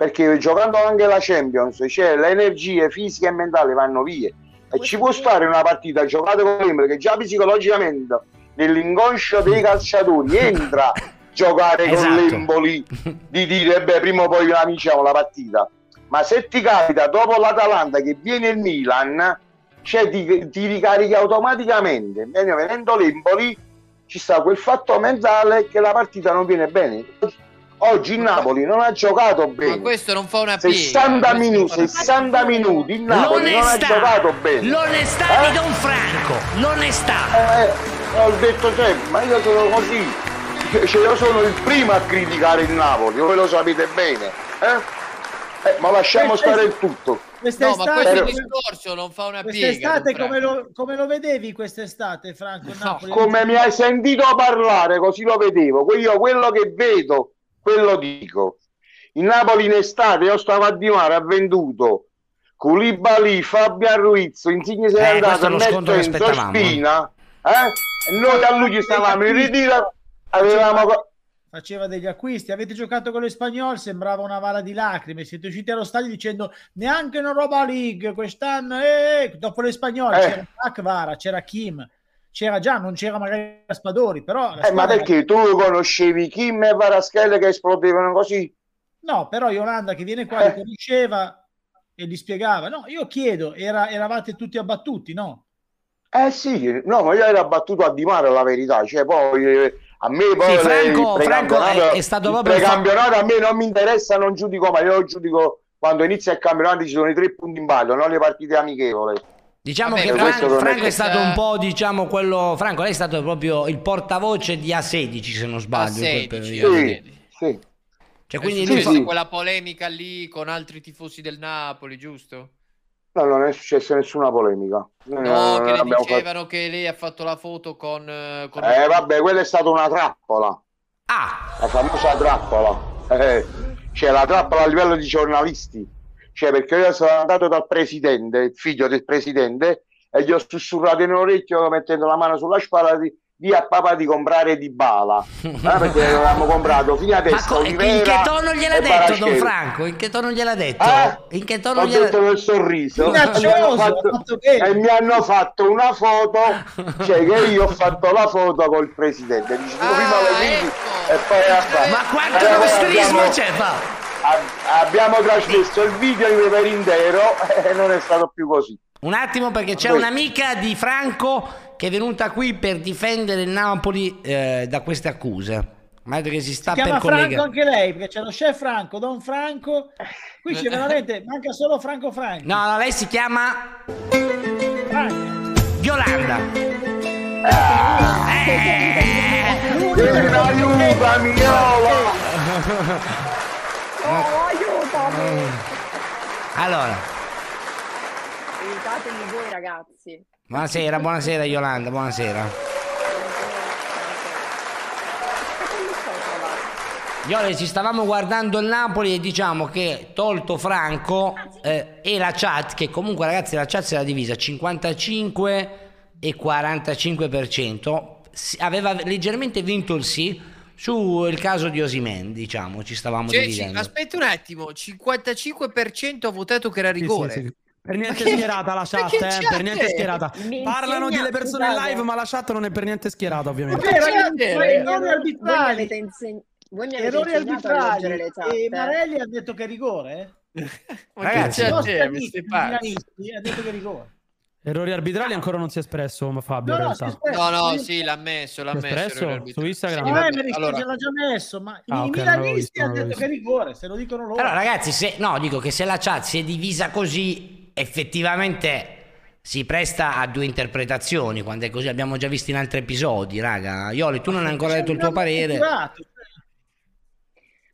Speaker 7: perché giocando anche la Champions, cioè le energie fisiche e mentali vanno via. E ci può stare una partita giocata con l'Empoli che già psicologicamente nell'inconscio dei calciatori entra giocare con
Speaker 3: Esatto.
Speaker 7: l'Empoli di dire beh prima o poi la vinciamo la partita. Ma se ti capita dopo l'Atalanta che viene il Milan, cioè ti, ti ricarichi automaticamente. Meglio Venendo l'Empoli ci sta quel fatto mentale che la partita non viene bene. Oggi il Napoli non ha giocato bene.
Speaker 4: Ma questo non fa una piega.
Speaker 7: 60
Speaker 4: questo non
Speaker 7: minuti,
Speaker 4: fa una-
Speaker 7: 60 minuti il Napoli non ha
Speaker 3: L'onestà.
Speaker 7: giocato bene.
Speaker 3: L'onestà
Speaker 7: Eh?
Speaker 3: di Don
Speaker 4: ecco,
Speaker 3: Franco. L'onestà.
Speaker 7: Eh, eh, ho detto sempre, ma io sono così. Ce io sono il primo a criticare il Napoli, voi lo sapete bene. eh? Eh, ma lasciamo
Speaker 6: Questa-
Speaker 7: stare il tutto.
Speaker 4: No, ma questo
Speaker 7: Però-
Speaker 4: discorso non fa una piega.
Speaker 6: Quest'estate
Speaker 4: Don
Speaker 6: come lo, come lo vedevi quest'estate, Franco? Napoli?
Speaker 7: Come mi hai sentito parlare, così lo vedevo. Que- Io quello che vedo, quello dico. In Napoli in estate io stavo a Dimare, ha venduto Culibali, Fabian Ruiz, Insigne se n'è
Speaker 3: Eh, questo
Speaker 7: andato,
Speaker 3: è lo scontro che
Speaker 7: Mertens,
Speaker 3: aspettavamo, eh.
Speaker 7: Spina. eh? E Noi a luglio stavamo in ritiro, avevamo... co-
Speaker 6: Faceva degli acquisti, avete giocato con lo Spagnol, sembrava una vala di lacrime, siete usciti allo stadio dicendo neanche una roba league quest'anno, eh! dopo lo Spagnol c'era Akvara, c'era Kim, c'era già, non c'era magari Spadori, però... la
Speaker 7: Eh, ma
Speaker 6: squadra-
Speaker 7: perché tu conoscevi Kim e Varaschelle che esplodevano così?
Speaker 6: No, però Yolanda che viene qua li conosceva e gli spiegava, no, io chiedo, era- eravate tutti abbattuti, no?
Speaker 7: Eh sì, no, ma io ero abbattuto a Di Mare la verità, cioè poi eh, a me poi
Speaker 3: Sì,
Speaker 7: eh,
Speaker 3: Franco-
Speaker 7: il precampionato,
Speaker 3: Franco è- è stato
Speaker 7: il
Speaker 3: proprio il fa-
Speaker 7: precampionato a me non mi interessa, non giudico, ma io giudico quando inizia il campionato ci sono i tre punti in ballo, non le partite amichevoli.
Speaker 3: Diciamo
Speaker 7: Vabbè,
Speaker 3: che
Speaker 7: questo
Speaker 3: Franco,
Speaker 7: non è-
Speaker 3: Franco è stato un po', diciamo, quello. Franco, lei è stato proprio il portavoce di A16, se non sbaglio. in quel
Speaker 4: A16,
Speaker 3: periodo.
Speaker 4: sì,
Speaker 7: sì.
Speaker 3: Cioè,
Speaker 4: È
Speaker 3: quindi lui
Speaker 4: successa
Speaker 3: fa-
Speaker 4: quella polemica lì con altri tifosi del Napoli, giusto?
Speaker 7: No, non è successa nessuna polemica. Noi
Speaker 4: No,
Speaker 7: non
Speaker 4: che le
Speaker 7: abbiamo Eh, fatto-
Speaker 4: dicevano che lei ha fatto la foto con... eh, con-
Speaker 7: Eh vabbè, quella è stata una trappola. Ah! La famosa trappola. Eh, cioè la trappola a livello di giornalisti. Cioè perché io sono andato dal presidente, il figlio del presidente, e gli ho sussurrato in orecchio mettendo la mano sulla spalla di, di a papà di comprare di bala. Eh, perché avevamo comprato fino adesso.
Speaker 3: Ma co- in che tono gliel'ha detto Don
Speaker 7: Franco?
Speaker 3: Franco? In che tono gliel'ha detto?
Speaker 7: Eh?
Speaker 3: In che
Speaker 7: ho
Speaker 3: tono gliel'ha
Speaker 7: detto nel sorriso
Speaker 3: Minaccioso,
Speaker 7: Mi hanno
Speaker 3: ha
Speaker 7: e mi hanno fatto una foto cioè che io ho fatto la foto col presidente
Speaker 3: Ah, ecco.
Speaker 7: dici tu prima lo vedi e poi a
Speaker 3: Ma quanto nostrismo c'è, fa?
Speaker 7: a- abbiamo trasmesso il video in per intero e non è stato più così.
Speaker 3: Un attimo perché c'è
Speaker 7: Vai.
Speaker 3: un'amica di Franco che è venuta qui per difendere il Napoli eh, da queste accuse. Ma ha detto che si sta
Speaker 6: Chiama
Speaker 3: per
Speaker 6: Franco
Speaker 3: collegare.
Speaker 6: anche lei, perché c'è lo chef Franco, Don Franco. Qui
Speaker 5: Eh.
Speaker 6: c'è veramente, manca solo Franco Franco.
Speaker 3: No, no, lei si chiama Violanda.
Speaker 5: Eh, eh.
Speaker 7: Aiutami, Viola!
Speaker 5: Oh, aiutami!
Speaker 3: Allora,
Speaker 5: Aiutatemi voi ragazzi.
Speaker 3: buonasera, buonasera Yolanda, buonasera. Iole, ci stavamo guardando il Napoli e diciamo che tolto Franco eh, e la chat, che comunque ragazzi la chat si era divisa 55 e 45%, si- aveva leggermente vinto il sì sul caso di Osimen, diciamo, ci stavamo
Speaker 4: Cioè, ci-
Speaker 3: dividendo.
Speaker 4: aspetta un attimo, 55% ha votato che era rigore.
Speaker 8: sì, sì. Per niente
Speaker 4: Ma che-
Speaker 8: schierata la chat,
Speaker 4: che
Speaker 8: eh,
Speaker 4: chat
Speaker 8: per niente
Speaker 4: è?
Speaker 8: schierata.
Speaker 4: Mi
Speaker 8: Parlano
Speaker 4: insegna-
Speaker 8: delle persone in
Speaker 5: scusate.
Speaker 8: live, ma la chat non è per niente schierata, ovviamente.
Speaker 6: Vabbè,
Speaker 7: Cioè,
Speaker 6: ragazzi, ma
Speaker 5: Voi
Speaker 6: errori
Speaker 5: mi avete- Voi mi
Speaker 6: arbitrali.
Speaker 5: avete, inseg- voi mi avete
Speaker 6: Errori Eh,
Speaker 5: insegnato a leggere
Speaker 6: arbitrali.
Speaker 5: le
Speaker 6: E
Speaker 5: tappe.
Speaker 6: Marelli ha detto che è rigore. eh.
Speaker 8: Ragazzi,
Speaker 6: i nostri
Speaker 8: eh,
Speaker 6: amici
Speaker 8: questi pazzi.
Speaker 6: milanisti ha detto che è rigore.
Speaker 8: Errori arbitrali ancora non si è espresso, ma Fabio, in
Speaker 6: No, no,
Speaker 8: realtà.
Speaker 6: si è espresso.
Speaker 4: No, no, sì, l'ha messo, l'ha
Speaker 8: Si è
Speaker 4: messo.
Speaker 8: espresso?
Speaker 4: errore arbitrale.
Speaker 8: Su Instagram?
Speaker 4: Sì,
Speaker 6: Ma
Speaker 4: vabbè,
Speaker 6: eh, me li-
Speaker 4: allora,
Speaker 6: ce l'ha già messo, ma i
Speaker 8: Ah, ok, non l'avevo
Speaker 6: milanisti
Speaker 8: visto,
Speaker 6: hanno
Speaker 8: non l'avevo
Speaker 6: detto che è rigore, se lo dicono loro.
Speaker 3: Però ragazzi, se, no, dico che se la chat si è divisa così, effettivamente si presta a due interpretazioni. Quando è così, abbiamo già visto in altri episodi, raga. Ioli, tu non hai ancora detto il tuo parere.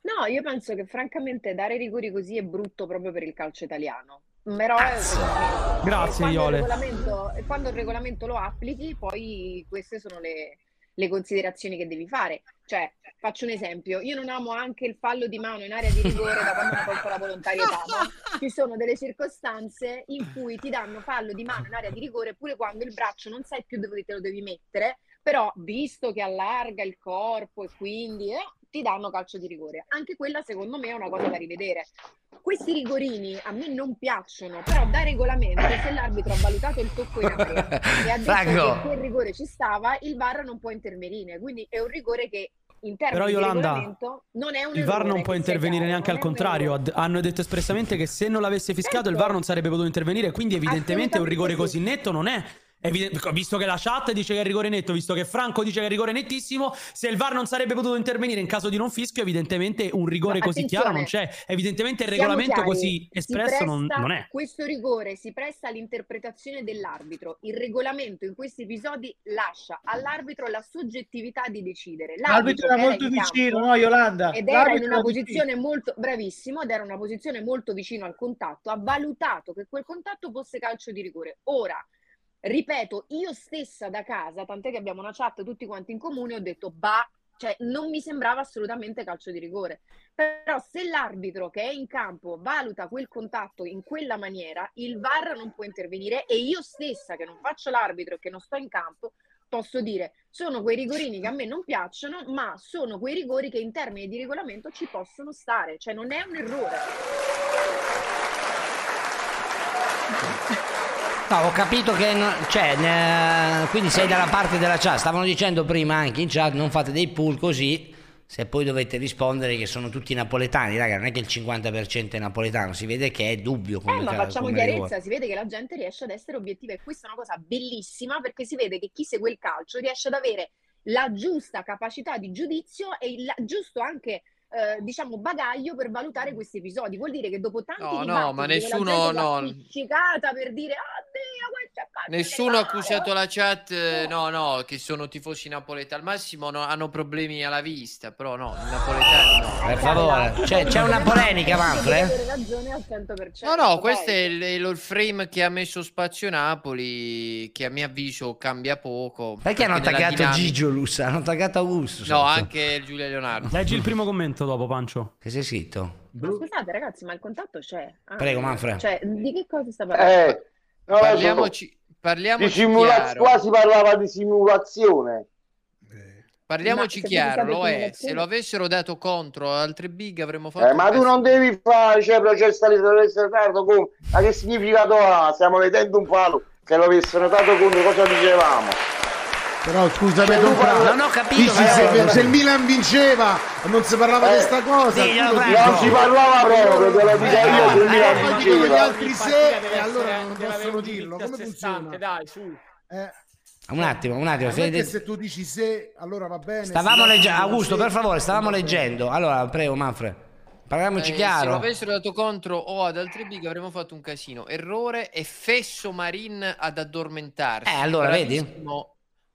Speaker 5: No, io penso che francamente dare rigori così è brutto proprio per il calcio italiano. Però è un regolamento.
Speaker 8: Grazie,
Speaker 5: E quando il
Speaker 8: Iole.
Speaker 5: regolamento- e quando il regolamento lo applichi, poi queste sono le, le considerazioni che devi fare. Cioè, faccio un esempio, io non amo anche il fallo di mano in area di rigore da quando ho tolto la volontarietà, ma ci sono delle circostanze in cui ti danno fallo di mano in area di rigore pure quando il braccio non sai più dove te lo devi mettere, però visto che allarga il corpo e quindi eh, ti danno calcio di rigore. Anche quella secondo me è una cosa da rivedere. Questi rigorini a me non piacciono, però da regolamento se l'arbitro ha valutato il tocco in area e ha detto
Speaker 8: Franco.
Speaker 5: che quel rigore ci stava, il VAR non può intervenire, quindi è un rigore che in termini
Speaker 8: Però,
Speaker 5: di
Speaker 8: Yolanda,
Speaker 5: regolamento non è un
Speaker 8: Il VAR
Speaker 5: errore,
Speaker 8: non può
Speaker 5: che sia
Speaker 8: intervenire
Speaker 5: chiaro,
Speaker 8: neanche al
Speaker 5: non è un
Speaker 8: contrario. Ad- Hanno detto espressamente che se non l'avesse fischiato il VAR non sarebbe potuto intervenire. Quindi, evidentemente, un rigore così netto non è. Eviden- visto che la chat dice che è rigore netto, visto che Franco dice che è rigore nettissimo, se il VAR non sarebbe potuto intervenire in caso di non fischio, evidentemente un rigore
Speaker 5: Ma
Speaker 8: così chiaro non c'è.
Speaker 5: attenzione,
Speaker 8: Evidentemente il
Speaker 5: Siamo
Speaker 8: regolamento
Speaker 5: chiari,
Speaker 8: così
Speaker 5: si
Speaker 8: espresso non,
Speaker 5: presta-
Speaker 8: non è.
Speaker 5: Questo rigore si presta all'interpretazione dell'arbitro. Il regolamento in questi episodi lascia all'arbitro la soggettività di decidere.
Speaker 6: L'arbitro era molto
Speaker 5: in campo
Speaker 6: vicino, no, Yolanda?
Speaker 5: Ed era in
Speaker 6: L'arbitro
Speaker 5: una
Speaker 6: era
Speaker 5: posizione molto bravissimo ed era in una posizione molto vicino al contatto, ha valutato che quel contatto fosse calcio di rigore. Ora ripeto, io stessa da casa, tant'è che abbiamo una chat tutti quanti in comune, ho detto bah, cioè non mi sembrava assolutamente calcio di rigore. Però se l'arbitro che è in campo valuta quel contatto in quella maniera, il VAR non può intervenire e io stessa che non faccio l'arbitro e che non sto in campo posso dire sono quei rigorini che a me non piacciono, ma sono quei rigori che in termini di regolamento ci possono stare, cioè non è un errore.
Speaker 3: No, ho capito che. non- cioè, ne- quindi sei dalla parte della chat. Stavano dicendo prima anche in chat: non fate dei pool così. Se poi dovete rispondere che sono tutti napoletani, raga, non è che il 50% è napoletano, si vede che è dubbio come
Speaker 5: Eh, ma
Speaker 3: ca-
Speaker 5: facciamo
Speaker 3: come
Speaker 5: chiarezza,
Speaker 3: rigore.
Speaker 5: si vede che la gente riesce ad essere obiettiva e questa è una cosa bellissima perché si vede che chi segue il calcio riesce ad avere la giusta capacità di giudizio e il giusto anche eh, diciamo bagaglio per valutare
Speaker 3: Mm.
Speaker 5: questi episodi. Vuol dire che dopo tanti
Speaker 4: No, no, ma
Speaker 5: dibattiti dove la
Speaker 4: nessuno-
Speaker 5: gente si è
Speaker 4: no.
Speaker 5: appiccicata per dire "Oddio, questo è calcio di
Speaker 4: Nessuno ha
Speaker 5: mano".
Speaker 4: accusato la chat, eh, no, no, che sono tifosi napoletani. Al massimo no- hanno problemi alla vista, però no, i napoletani no.
Speaker 3: Per favore, c'è, c'è una polemica, Manfred. eh?
Speaker 5: Deve avere ragione al 100%.
Speaker 4: No, no,
Speaker 5: dai.
Speaker 4: questo è il, il- il frame che ha messo Spazio Napoli, che a mio avviso cambia poco.
Speaker 3: Perché hanno
Speaker 4: nella
Speaker 3: attaccato
Speaker 4: dinamica-
Speaker 3: Gigio Lussa? Hanno attaccato Augusto?
Speaker 4: No,
Speaker 3: sotto.
Speaker 4: anche Giulia Leonardo.
Speaker 8: Leggi il primo commento dopo, Pancio.
Speaker 3: Che sei scritto?
Speaker 5: Ma Scusate ragazzi, ma il contatto c'è. Ah,
Speaker 3: Prego, Manfred.
Speaker 5: Cioè, di che cosa sta parlando?
Speaker 7: Eh, no,
Speaker 4: Parliamoci,
Speaker 7: di
Speaker 4: parliamoci
Speaker 7: simula-
Speaker 4: chiaro.
Speaker 7: qua si parlava di simulazione.
Speaker 4: Parliamoci
Speaker 7: Ma se
Speaker 4: chiaro,
Speaker 7: pensate
Speaker 4: lo
Speaker 7: che
Speaker 4: è.
Speaker 7: non
Speaker 4: Se lo avessero dato contro altre big avremmo fatto...
Speaker 7: Eh, ma
Speaker 4: un
Speaker 7: tu non devi fare cioè, processa di terrorista ritardo come? Ma che significato ha? Stiamo vedendo un palo che lo avessero dato contro cosa dicevamo?
Speaker 13: Però scusami, Don Franco,
Speaker 3: Cioè, Non ho capito, eh,
Speaker 13: dici,
Speaker 3: però,
Speaker 13: se,
Speaker 3: però.
Speaker 13: se il Milan vinceva non si parlava di sta cosa.
Speaker 3: sì, eh,
Speaker 13: tu lo
Speaker 3: Franco.
Speaker 13: dici.
Speaker 7: Non si parlava proprio, te lo dico io, se il Milan
Speaker 13: Eh, poi dicono gli
Speaker 7: vinceva.
Speaker 13: altri
Speaker 9: partita
Speaker 13: se
Speaker 9: deve
Speaker 13: e allora
Speaker 9: essere-
Speaker 13: non
Speaker 9: deve avere
Speaker 13: possono
Speaker 9: un
Speaker 13: dirlo. Come funziona?
Speaker 9: Dai, su.
Speaker 13: Eh,
Speaker 3: Un attimo, un attimo.
Speaker 13: ma Eh, perché
Speaker 3: se-
Speaker 13: se tu dici se, allora va bene.
Speaker 3: Stavamo
Speaker 13: se-
Speaker 3: leggendo, Augusto,
Speaker 13: se-
Speaker 3: per favore, stavamo
Speaker 13: va bene.
Speaker 3: leggendo. Allora, prego, Manfred, parliamoci
Speaker 4: Eh, Se lo
Speaker 3: chiaro.
Speaker 4: avessero dato contro o ad altri big avremmo fatto un casino. Errore e fesso Marin ad addormentarsi.
Speaker 3: Eh, allora, vedi?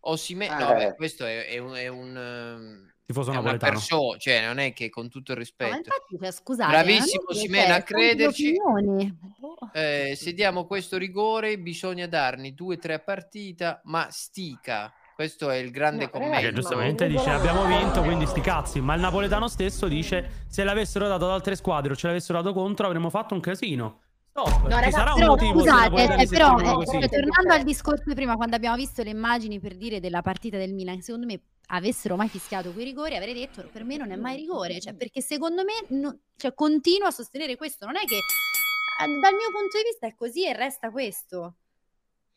Speaker 4: Osime...
Speaker 3: Eh.
Speaker 4: No, vabbè, questo è, è un... È un ehm,
Speaker 8: Tifoso
Speaker 4: è una
Speaker 8: napoletano.
Speaker 4: perso- cioè non è che con tutto il
Speaker 10: No, ma
Speaker 4: rispetto.
Speaker 10: infatti, cioè, scusate,
Speaker 4: Bravissimo
Speaker 10: ma non
Speaker 4: Osimhen
Speaker 10: c'è
Speaker 4: a crederci.
Speaker 10: tante opinioni. Boh.
Speaker 4: Eh, se diamo questo rigore bisogna darne due o tre a partita, ma stica. Questo è il grande commento.
Speaker 8: Perché giustamente dice abbiamo vinto, quindi sti cazzi. Ma il napoletano stesso dice se l'avessero dato ad altre squadre o ce l'avessero dato contro avremmo fatto un casino. Stop.
Speaker 5: No,
Speaker 8: Ci
Speaker 5: ragazzi,
Speaker 8: sarà un
Speaker 5: però,
Speaker 8: motivo se i
Speaker 5: scusate,
Speaker 8: napoletani
Speaker 5: eh,
Speaker 8: si
Speaker 5: però,
Speaker 8: sentono
Speaker 5: eh,
Speaker 8: così.
Speaker 10: Cioè, tornando al discorso di prima, quando abbiamo visto le immagini per dire della partita del Milan, che secondo me avessero mai fischiato quei rigori, avrei detto per me non è mai rigore, cioè, perché secondo me no- cioè, continuo a sostenere questo, non è che eh, dal mio punto di vista è così e resta questo.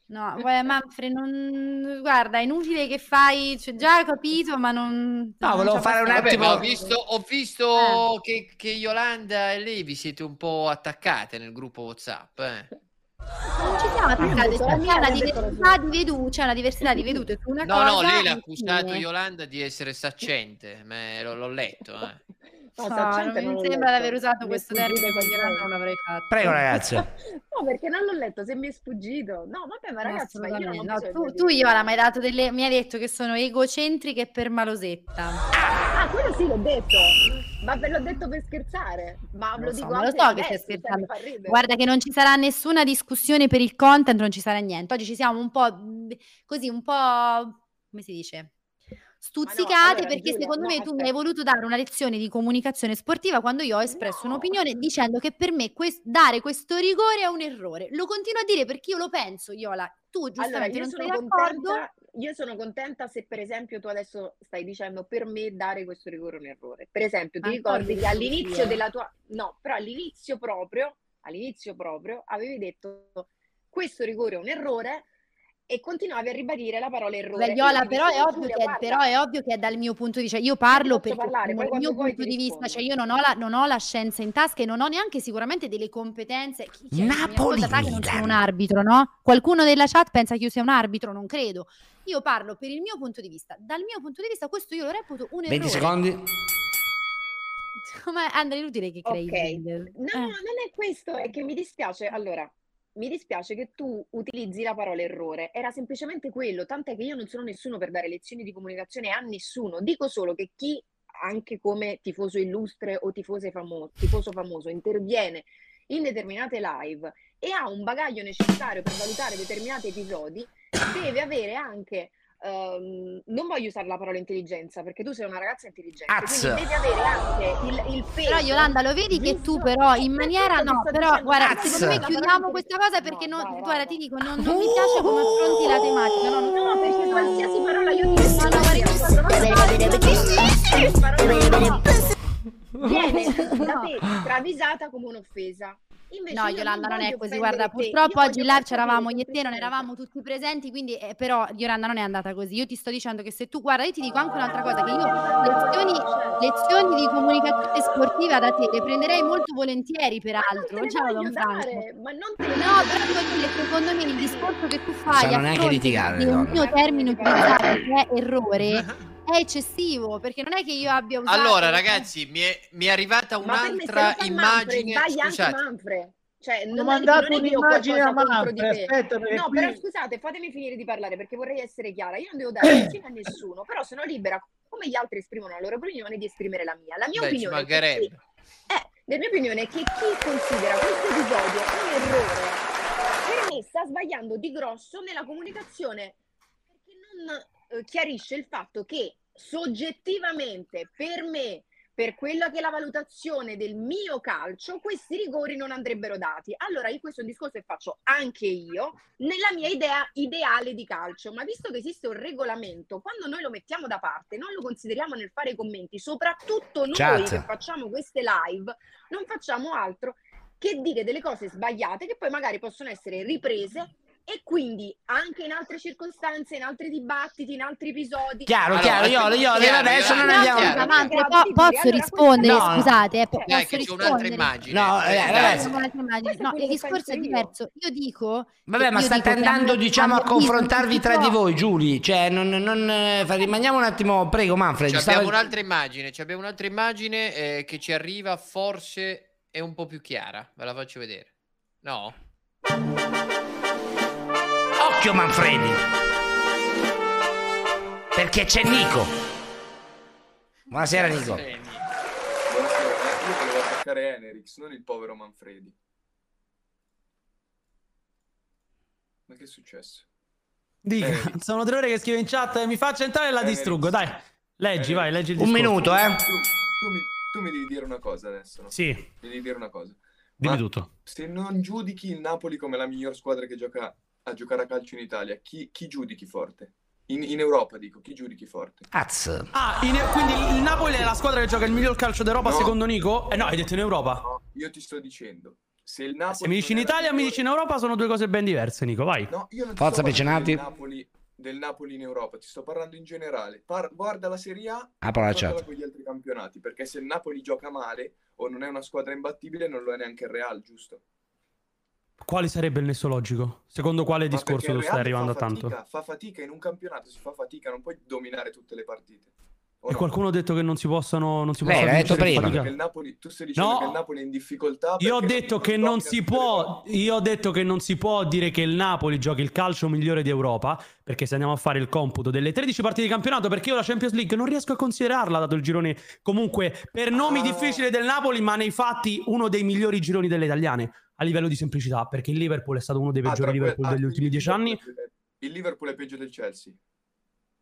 Speaker 10: No, guarda, Manfred, non... guarda, è inutile che fai, cioè, già ho capito, ma non...
Speaker 3: No,
Speaker 5: Cioè,
Speaker 3: volevo fare un
Speaker 4: Vabbè,
Speaker 3: attimo-
Speaker 4: ma ho visto, ho
Speaker 5: Eh.
Speaker 4: visto che, che Yolanda e lei vi siete un po' attaccate nel gruppo WhatsApp. eh.
Speaker 10: Non ci siamo attaccati, cioè, c'è una diversità di vedute, c'è una diversità di vedute su una
Speaker 4: No,
Speaker 10: cosa...
Speaker 4: no, lei l'ha
Speaker 10: e
Speaker 4: accusato
Speaker 10: fine.
Speaker 4: Yolanda di essere saccente, ma l'ho, l'ho letto. eh.
Speaker 5: No,
Speaker 10: No,
Speaker 5: saccente
Speaker 10: Cioè, non
Speaker 5: non
Speaker 10: mi
Speaker 5: l'ho
Speaker 10: sembra di
Speaker 5: letto.
Speaker 10: aver usato
Speaker 5: Mi è
Speaker 10: questo
Speaker 5: sfuggito
Speaker 10: termine,
Speaker 5: qualcosa.
Speaker 10: quindi non l'avrei fatto.
Speaker 3: Prego, ragazzi.
Speaker 5: No, perché non l'ho letto, se mi è sfuggito. No, vabbè, ma
Speaker 10: No,
Speaker 5: ragazzi, ma io non ho
Speaker 10: assolutamente. No,
Speaker 5: bisogno
Speaker 10: tu,
Speaker 5: di-
Speaker 10: tu Iola, mi hai, dato delle... mi hai detto che sono egocentriche e per malosetta.
Speaker 5: Ah, quello sì, l'ho detto. Ma ve l'ho detto per scherzare.
Speaker 10: Non
Speaker 5: Ma Ah, lo,
Speaker 10: lo
Speaker 5: dico
Speaker 10: so, ma lo
Speaker 5: anche
Speaker 10: so
Speaker 5: in
Speaker 10: che stai
Speaker 5: adesso, cioè, mi
Speaker 10: scherzando.
Speaker 5: fa ridere.
Speaker 10: Guarda che non ci sarà nessuna discussione per il content, non ci sarà niente. Oggi ci siamo un po' mh, così, un po' come si dice? Stuzzicate
Speaker 5: allora,
Speaker 10: perché
Speaker 5: Giulia,
Speaker 10: secondo
Speaker 5: no,
Speaker 10: me tu mi hai
Speaker 5: aspetta.
Speaker 10: voluto dare una lezione di comunicazione sportiva quando io ho espresso un'opinione dicendo che per me quest- dare questo rigore è un errore. Lo continuo a dire perché io lo penso, Iola. Tu
Speaker 5: Allora,
Speaker 10: giustamente
Speaker 5: io
Speaker 10: non sei
Speaker 5: sono,
Speaker 10: d'accordo.
Speaker 5: contenta, io sono contenta se per esempio tu adesso stai dicendo per me dare questo rigore è un errore. Per esempio, ti
Speaker 10: Ma poi
Speaker 5: ricordi che
Speaker 10: sì, sì,
Speaker 5: all'inizio
Speaker 10: eh.
Speaker 5: della tua... No, però all'inizio proprio, all'inizio proprio avevi detto questo rigore è un errore e continuavi a ribadire la parola errore.
Speaker 10: Beh,
Speaker 5: Io
Speaker 10: Iola,
Speaker 5: ti
Speaker 10: però è,
Speaker 5: dicevo,
Speaker 10: ovvio
Speaker 5: Giulia,
Speaker 10: che è,
Speaker 5: guarda,
Speaker 10: però è ovvio che è dal mio punto di vista, io
Speaker 5: Io
Speaker 10: parlo
Speaker 5: ti
Speaker 10: perché
Speaker 5: faccio parlare, poi
Speaker 10: dal
Speaker 5: quando
Speaker 10: mio
Speaker 5: vuoi ti
Speaker 10: punto di vista,
Speaker 5: rispondo.
Speaker 10: cioè io non ho, la, non ho la scienza in tasca e non ho neanche sicuramente delle competenze. Chi, chi- mi
Speaker 3: Napoli,
Speaker 10: ascolta sa che non sono
Speaker 3: Milan.
Speaker 10: un arbitro, no? Qualcuno della chat pensa che io sia un arbitro, non credo. Io parlo per il mio punto di vista. Dal mio punto di vista questo io lo reputo un
Speaker 3: 20
Speaker 10: errore.
Speaker 3: secondi.
Speaker 10: Ma Andrea, è inutile che crei.
Speaker 5: Ok.
Speaker 10: Grindel.
Speaker 5: No,
Speaker 10: Eh.
Speaker 5: no, non è questo, è che mi dispiace. Allora, mi dispiace che tu utilizzi la parola errore. Era semplicemente quello, tant'è che io non sono nessuno per dare lezioni di comunicazione a nessuno. Dico solo che chi, anche come tifoso illustre o tifose famo- tifoso famoso, interviene in determinate live e ha un bagaglio necessario per valutare determinati episodi, deve avere anche ehm, non voglio usare la parola intelligenza perché tu sei una ragazza intelligente,
Speaker 3: Az.
Speaker 5: quindi devi avere anche il, il peso.
Speaker 10: Però Yolanda lo vedi che tu però in maniera no, però guarda, secondo me chiudiamo questa cosa perché non, guarda, ti dico, non, non mi piace come affronti la tematica, no, no,
Speaker 5: No, perché qualsiasi parola io ti
Speaker 10: no, no,
Speaker 5: viene da te travisata come un'offesa. Invece
Speaker 10: No,
Speaker 5: io
Speaker 10: Yolanda, non è
Speaker 5: voglio
Speaker 10: così.
Speaker 5: offendere
Speaker 10: Guarda,
Speaker 5: te,
Speaker 10: purtroppo
Speaker 5: io
Speaker 10: oggi in live
Speaker 5: voglio far
Speaker 10: c'eravamo io
Speaker 5: capire
Speaker 10: e te, non
Speaker 5: che
Speaker 10: eravamo tutti presenti, quindi eh, però Yolanda non è andata così. Io ti sto dicendo che se tu guarda, io ti dico anche un'altra cosa, che io lezioni, lezioni di comunicazione sportiva da te le prenderei molto volentieri, peraltro. Ciao
Speaker 5: voglio
Speaker 10: Don Franco.
Speaker 5: dare, Ma non te
Speaker 10: No, però ti voglio dire, secondo me il discorso che tu fai
Speaker 3: Sanno
Speaker 10: a
Speaker 3: neanche
Speaker 10: fronte
Speaker 3: litigare, le
Speaker 10: di un
Speaker 3: donne.
Speaker 10: mio termine utilizzato che è errore è eccessivo, perché non è che io abbia usato...
Speaker 4: Allora, ragazzi, mi è, mi è arrivata
Speaker 5: Esatto, Ma per me se lo
Speaker 4: un'altra
Speaker 5: fa Manfred,
Speaker 4: immagine.
Speaker 5: vai anche
Speaker 4: Scusate,
Speaker 5: Manfred. Cioè, non,
Speaker 6: Ho
Speaker 5: è-
Speaker 6: mandato
Speaker 5: non è che io ho
Speaker 6: un'immagine
Speaker 5: qualcosa
Speaker 6: a
Speaker 5: contro di
Speaker 6: Manfred,
Speaker 5: te.
Speaker 6: aspetta, perché
Speaker 5: No,
Speaker 6: qui-
Speaker 5: però scusate, fatemi finire di parlare perché vorrei essere chiara. Io non devo dare lezioni a nessuno, però sono libera, come gli altri esprimono la loro opinione, di esprimere la mia. La mia
Speaker 4: Beh, ci
Speaker 5: opinione è che
Speaker 4: mancherebbe.
Speaker 5: chi- eh, la mia opinione è che chi considera questo episodio un errore, per me sta sbagliando di grosso nella comunicazione perché non eh, chiarisce il fatto che soggettivamente per me per quella che è la valutazione del mio calcio, questi rigori non andrebbero dati. Allora, io questo è un discorso che faccio anche io nella mia idea ideale di calcio, ma visto che esiste un regolamento, quando noi lo mettiamo da parte, non lo consideriamo nel fare i commenti, soprattutto noi
Speaker 3: Chat.
Speaker 5: che facciamo queste live, non facciamo altro che dire delle cose sbagliate che poi magari possono essere riprese E quindi anche in altre circostanze, in altri dibattiti, in altri episodi.
Speaker 3: Chiaro,
Speaker 10: eh,
Speaker 3: chiaro, Iole, Iole, vabbè, adesso non andiamo.
Speaker 10: Amante, po- posso rispondere?
Speaker 3: No, no.
Speaker 10: Scusate, eh, posso
Speaker 4: Dai, che c'è
Speaker 10: rispondere.
Speaker 4: un'altra immagine.
Speaker 3: No, eh,
Speaker 4: Dai.
Speaker 3: ragazzi.
Speaker 10: Un'altra immagine. No, il discorso è diverso. Io dico.
Speaker 3: Vabbè, ma
Speaker 10: io
Speaker 3: state
Speaker 10: dico che
Speaker 3: andando,
Speaker 10: hanno-
Speaker 3: diciamo, a
Speaker 10: hanno visto
Speaker 3: confrontarvi
Speaker 10: tutti
Speaker 3: tra di
Speaker 10: i
Speaker 3: voi, Giuli. Cioè, non, non, eh, fa- rimaniamo un attimo, prego, Manfred.
Speaker 4: Ci
Speaker 3: stava-
Speaker 4: Cioè, abbiamo un'altra immagine, ci abbiamo un'altra immagine eh, che ci arriva, forse è un po' più chiara. Ve la faccio vedere. No?
Speaker 3: Occhio, Manfredi. Perché c'è Nico. Buonasera, Nico.
Speaker 1: Buonasera, eh, io volevo attaccare Enerix, non il povero Manfredi. Ma che è successo?
Speaker 8: Dica,
Speaker 1: Eh,
Speaker 8: sono tre ore che scrivo in chat, eh, mi faccio entrare e la distruggo, dai. Leggi, vai, leggi il discorso.
Speaker 1: Eh, Tu, tu mi, tu mi devi dire una cosa adesso, no?
Speaker 8: Sì.
Speaker 1: Mi devi dire una cosa.
Speaker 8: Dimmi
Speaker 1: Ma
Speaker 8: tutto.
Speaker 1: Se non giudichi il Napoli come la miglior squadra che gioca a giocare a calcio in Italia, chi, chi giudichi forte? In, in Europa, dico, chi giudichi forte?
Speaker 3: Az.
Speaker 8: Ah, in- quindi il Napoli è la squadra che gioca il miglior calcio d'Europa
Speaker 1: No.
Speaker 8: secondo Nico? Eh no, hai detto in Europa.
Speaker 1: Io ti sto dicendo, se il Napoli
Speaker 8: Se mi dici in
Speaker 1: non è la
Speaker 8: Italia mi dici in Europa sono due cose ben diverse, Nico, vai.
Speaker 1: No, io non ti
Speaker 8: Forza,
Speaker 1: sto parlando
Speaker 8: Pecinati.
Speaker 1: del Napoli, del Napoli in Europa, ti sto parlando in generale. Par- guarda la Serie A,
Speaker 3: Ah, però la chat.
Speaker 1: guardala con gli altri campionati, perché se il Napoli gioca male o non è una squadra imbattibile, non lo è neanche il Real, giusto?
Speaker 8: Quale sarebbe il nesso logico? Secondo quale
Speaker 1: Ma perché
Speaker 8: discorso
Speaker 1: il
Speaker 8: tu stai
Speaker 1: Real
Speaker 8: arrivando a
Speaker 1: fa
Speaker 8: tanto?
Speaker 1: fatica, Fa fatica in un campionato, si fa fatica, non puoi dominare tutte le partite. O
Speaker 8: E
Speaker 1: no?
Speaker 8: qualcuno ha detto che non si possono non si
Speaker 1: Beh,
Speaker 8: possa
Speaker 1: l'hai detto
Speaker 8: vincere in
Speaker 1: prima.
Speaker 8: fatica?
Speaker 1: Che il Napoli- tu stai dicendo
Speaker 8: No.
Speaker 1: che il Napoli è in difficoltà
Speaker 8: Io ho
Speaker 1: perché
Speaker 8: detto che non si può io ho detto che non si può dire che il Napoli giochi il calcio migliore d'Europa, perché se andiamo a fare il computo delle 13 partite di campionato, perché io la Champions League non riesco a considerarla dato il girone comunque per
Speaker 1: Ah.
Speaker 8: nomi difficili del Napoli, ma nei fatti uno dei migliori gironi delle italiane a livello di semplicità, perché il Liverpool è stato uno dei
Speaker 1: Ah,
Speaker 8: peggiori
Speaker 1: tra que-
Speaker 8: Liverpool
Speaker 1: ah,
Speaker 8: degli
Speaker 1: quindi
Speaker 8: ultimi
Speaker 1: il
Speaker 8: dieci
Speaker 1: Liverpool
Speaker 8: anni.
Speaker 1: è più- Il Liverpool è peggio del Chelsea.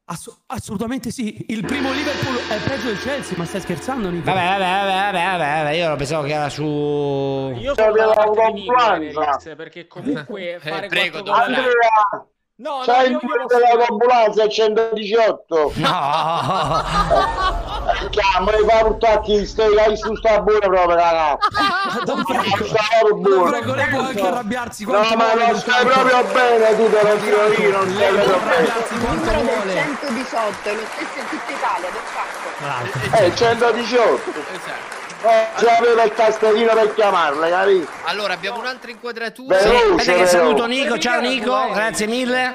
Speaker 8: Ass- assolutamente sì, il primo Liverpool è peggio del Chelsea, ma stai scherzando Nico?
Speaker 3: Vabbè, vabbè, vabbè, vabbè, vabbè, io lo pensavo che era su...
Speaker 8: Io
Speaker 7: sono
Speaker 3: Cioè, un
Speaker 7: d'accordo con Nico,
Speaker 3: po'
Speaker 7: perché comunque fare
Speaker 3: prego,
Speaker 7: quattro gol
Speaker 3: Andrea,
Speaker 7: all'anno-
Speaker 8: No, no,
Speaker 7: c'hai
Speaker 8: io-
Speaker 7: il numero dell'ambulanza 118.
Speaker 3: No.
Speaker 7: Eh, Chiamo e fa buttare chi stai là su sta buona proprio ragazzi.
Speaker 8: Don
Speaker 7: Franco, Don
Speaker 8: Franco lei può anche arrabbiarsi
Speaker 7: No,
Speaker 8: quanto
Speaker 7: ma
Speaker 8: vuole,
Speaker 7: non
Speaker 8: Don
Speaker 7: stai
Speaker 8: Franco.
Speaker 7: proprio bene tu, te lo dico io, non stai proprio
Speaker 5: Il
Speaker 7: bene.
Speaker 5: numero del 118 è lo stesso in tutta Italia, per fatto.
Speaker 7: Eh, 118. Eh, già aveva il tastierino per chiamarla, capito?
Speaker 4: Allora, abbiamo un'altra inquadratura.
Speaker 3: Aspetta che
Speaker 7: veloce.
Speaker 3: saluto Nico, ciao
Speaker 4: Emiliano,
Speaker 3: Nico,
Speaker 4: vai.
Speaker 3: grazie mille.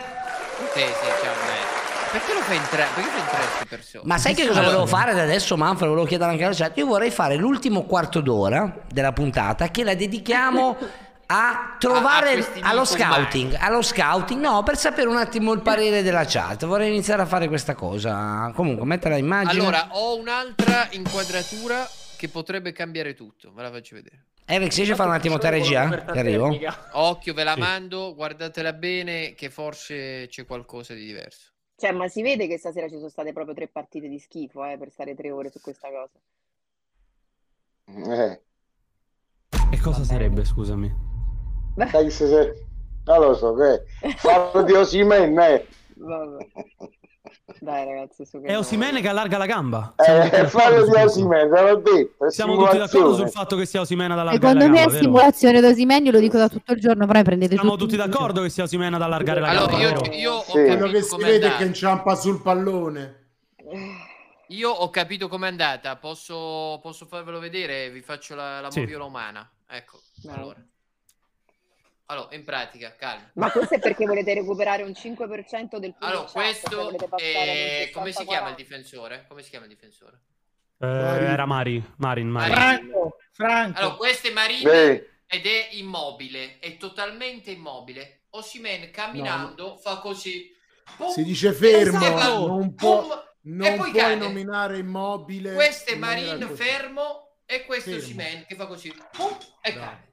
Speaker 4: Sì, sì, ciao, beh. Perché lo fai entrare? Perché fai entrare queste persone?
Speaker 3: Ma sai che cosa volevo fare da adesso, Manfred? Volevo chiedere anche alla chat. Io vorrei fare l'ultimo quarto d'ora della puntata che la dedichiamo a
Speaker 4: A- a
Speaker 3: trovare
Speaker 4: questi
Speaker 3: allo
Speaker 4: Nico umani.
Speaker 3: scouting, allo scouting, no, per sapere un attimo il parere della chat. Vorrei iniziare a fare questa cosa. Comunque, metta la immagine.
Speaker 4: Allora, ho un'altra inquadratura che potrebbe cambiare tutto. Ve la faccio vedere.
Speaker 3: Eric, riesci a fare un attimo te regia? Che arrivo.
Speaker 4: Occhio, ve la
Speaker 3: Sì.
Speaker 4: mando, guardatela bene che forse c'è qualcosa di diverso.
Speaker 5: Cioè, ma si vede che stasera ci sono state proprio tre partite di schifo, eh, per stare tre ore su questa cosa.
Speaker 7: Eh.
Speaker 8: E cosa sarebbe, scusami?
Speaker 7: Dai, se, se- non lo so, che parlo di Osimen, eh.
Speaker 5: Vabbè. Dai ragazzi, su che
Speaker 8: È
Speaker 5: no.
Speaker 8: Osimene che allarga la gamba. Siamo tutti
Speaker 7: Eh, parlo
Speaker 8: d'accordo
Speaker 7: di
Speaker 8: su questo.
Speaker 7: Osimen, te l'ho detto, è
Speaker 8: Siamo tutti d'accordo sul
Speaker 7: simulazione.
Speaker 8: fatto che sia Osimena ad allargare
Speaker 10: Secondo
Speaker 8: la
Speaker 10: me
Speaker 8: gamba,
Speaker 10: è
Speaker 8: vero?
Speaker 10: simulazione d'Osimenio, lo dico da tutto il giorno, però prendete
Speaker 8: Siamo tutti
Speaker 10: tutti.
Speaker 8: d'accordo che sia Osimena ad allargare la
Speaker 4: Allora,
Speaker 8: gamba,
Speaker 4: io-
Speaker 8: vero?
Speaker 4: io ho
Speaker 13: Quello che
Speaker 4: capito
Speaker 13: si
Speaker 4: com'è
Speaker 13: vede è
Speaker 4: andata.
Speaker 13: che inciampa sul pallone.
Speaker 4: Io ho capito com'è andata. Posso, posso farvelo vedere? Vi faccio la, la
Speaker 13: Sì.
Speaker 4: moviola umana. Ecco. Allora. Allora, in pratica, calma.
Speaker 5: Ma questo è perché volete recuperare un 5% del
Speaker 4: Allora,
Speaker 5: punto chat, cioè
Speaker 4: questo
Speaker 5: volete passare ad un
Speaker 4: è... come si chiama il
Speaker 5: 60-40.
Speaker 4: difensore? Come si chiama il difensore?
Speaker 8: Eh, era Mari, Marin, Marin.
Speaker 6: Franco, Franco.
Speaker 4: Allora, questo è Marini
Speaker 8: Beh.
Speaker 4: ed è immobile, è totalmente immobile. Osimen camminando fa così. Pum,
Speaker 13: Si dice fermo,
Speaker 4: Esatto.
Speaker 13: non,
Speaker 4: Pum,
Speaker 13: può-
Speaker 4: e
Speaker 13: non
Speaker 4: poi
Speaker 13: puoi
Speaker 4: cade.
Speaker 13: nominare immobile.
Speaker 4: Questo è
Speaker 13: in maniera
Speaker 4: Marin
Speaker 13: così.
Speaker 4: fermo e questo è
Speaker 13: Fermo.
Speaker 4: Osimen che fa così. Pum, e cade.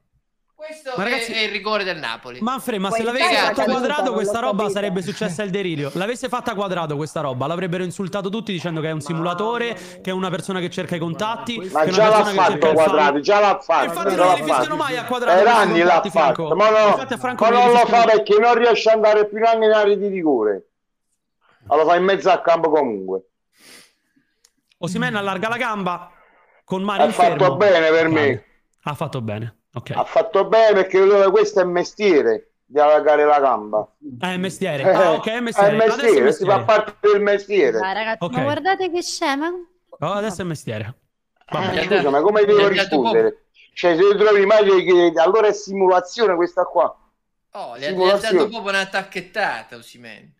Speaker 4: Questo
Speaker 8: Ma ragazzi-
Speaker 4: è, è il rigore del Napoli.
Speaker 8: Manfred, ma se
Speaker 4: Poi
Speaker 8: l'avesse
Speaker 4: spiegate,
Speaker 8: fatta
Speaker 4: non
Speaker 8: quadrato
Speaker 4: lo
Speaker 8: questa roba
Speaker 4: capite.
Speaker 8: sarebbe successa il delirio. L'avesse fatta quadrato questa roba, l'avrebbero insultato tutti dicendo che è un simulatore, che è una persona che cerca i contatti, che è
Speaker 7: Ma
Speaker 8: una
Speaker 7: già l'ha
Speaker 8: persona che cerca
Speaker 7: fatto
Speaker 8: il fallo.
Speaker 7: Quadrati, già l'ha fatto.
Speaker 8: Infatti
Speaker 7: già
Speaker 8: non
Speaker 7: l'ha
Speaker 8: gli fischiano
Speaker 7: fatto.
Speaker 8: mai a Quadrato,
Speaker 7: Per
Speaker 8: non
Speaker 7: anni
Speaker 8: sono
Speaker 7: l'ha
Speaker 8: fatti, Franco.
Speaker 7: fatto, ma no,
Speaker 8: Infatti a Franco
Speaker 7: ma
Speaker 8: non gli
Speaker 7: non lo
Speaker 8: fischiano-
Speaker 7: fa perché non riesce ad andare più neanche in area di rigore. Ma lo fa in mezzo al campo comunque.
Speaker 8: Osimena allarga la gamba con Marin
Speaker 7: Ha fatto
Speaker 8: fermo.
Speaker 7: bene per me.
Speaker 8: Ha fatto bene. Ok.
Speaker 7: Ha fatto bene perché allora questo è mestiere. di allargare la gamba.
Speaker 8: Ah, è mestiere.
Speaker 7: Eh,
Speaker 8: Ah, ok, è mestiere.
Speaker 7: è
Speaker 8: Adesso
Speaker 7: mestiere, si fa parte del mestiere.
Speaker 10: Dai, ragazzi,
Speaker 8: Ok.
Speaker 10: ma guardate che scema.
Speaker 8: Oh, adesso è mestiere.
Speaker 7: Eh, Scusa, ma come devo rispondere? Cioè, se trovi immagini che allora è simulazione questa qua.
Speaker 4: Oh, gli ha, gli ha
Speaker 7: Simulazione.
Speaker 4: dato proprio una tacchettata Osimen.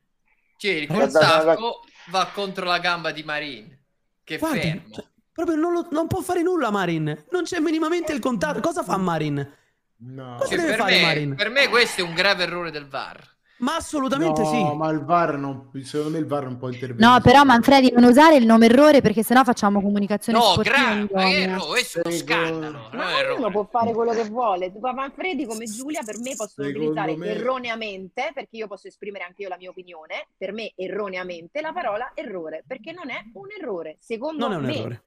Speaker 4: Cioè, il
Speaker 7: ha dato una
Speaker 4: Corsacco va contro la gamba di Marin, che
Speaker 8: Guardi,
Speaker 4: fermo.
Speaker 8: cioè, proprio non, lo- non può fare nulla Marin. Non c'è minimamente il contatto. Cosa fa Marin? Cosa
Speaker 4: Cioè,
Speaker 8: deve
Speaker 4: per,
Speaker 8: fare
Speaker 4: me,
Speaker 8: Marin?
Speaker 4: per me questo è un grave errore del VAR.
Speaker 8: Ma assolutamente
Speaker 13: no,
Speaker 8: sì.
Speaker 13: ma il VAR non, secondo me il VAR non può intervenire.
Speaker 10: No, però Manfredi non usare il nome errore perché sennò facciamo comunicazione
Speaker 5: No,
Speaker 10: sportiva. in
Speaker 5: grave, ma che
Speaker 10: uomini.
Speaker 4: Oh, questo è uno scandalo. no?
Speaker 5: Ma ognuno può fare quello che vuole. Ma Manfredi come Giulia per me possono
Speaker 4: Secondo
Speaker 5: utilizzare
Speaker 4: me-
Speaker 5: erroneamente, perché io posso esprimere anche io la mia opinione, per me erroneamente la parola errore, perché non è un errore, secondo
Speaker 8: Non è un
Speaker 5: me.
Speaker 8: errore.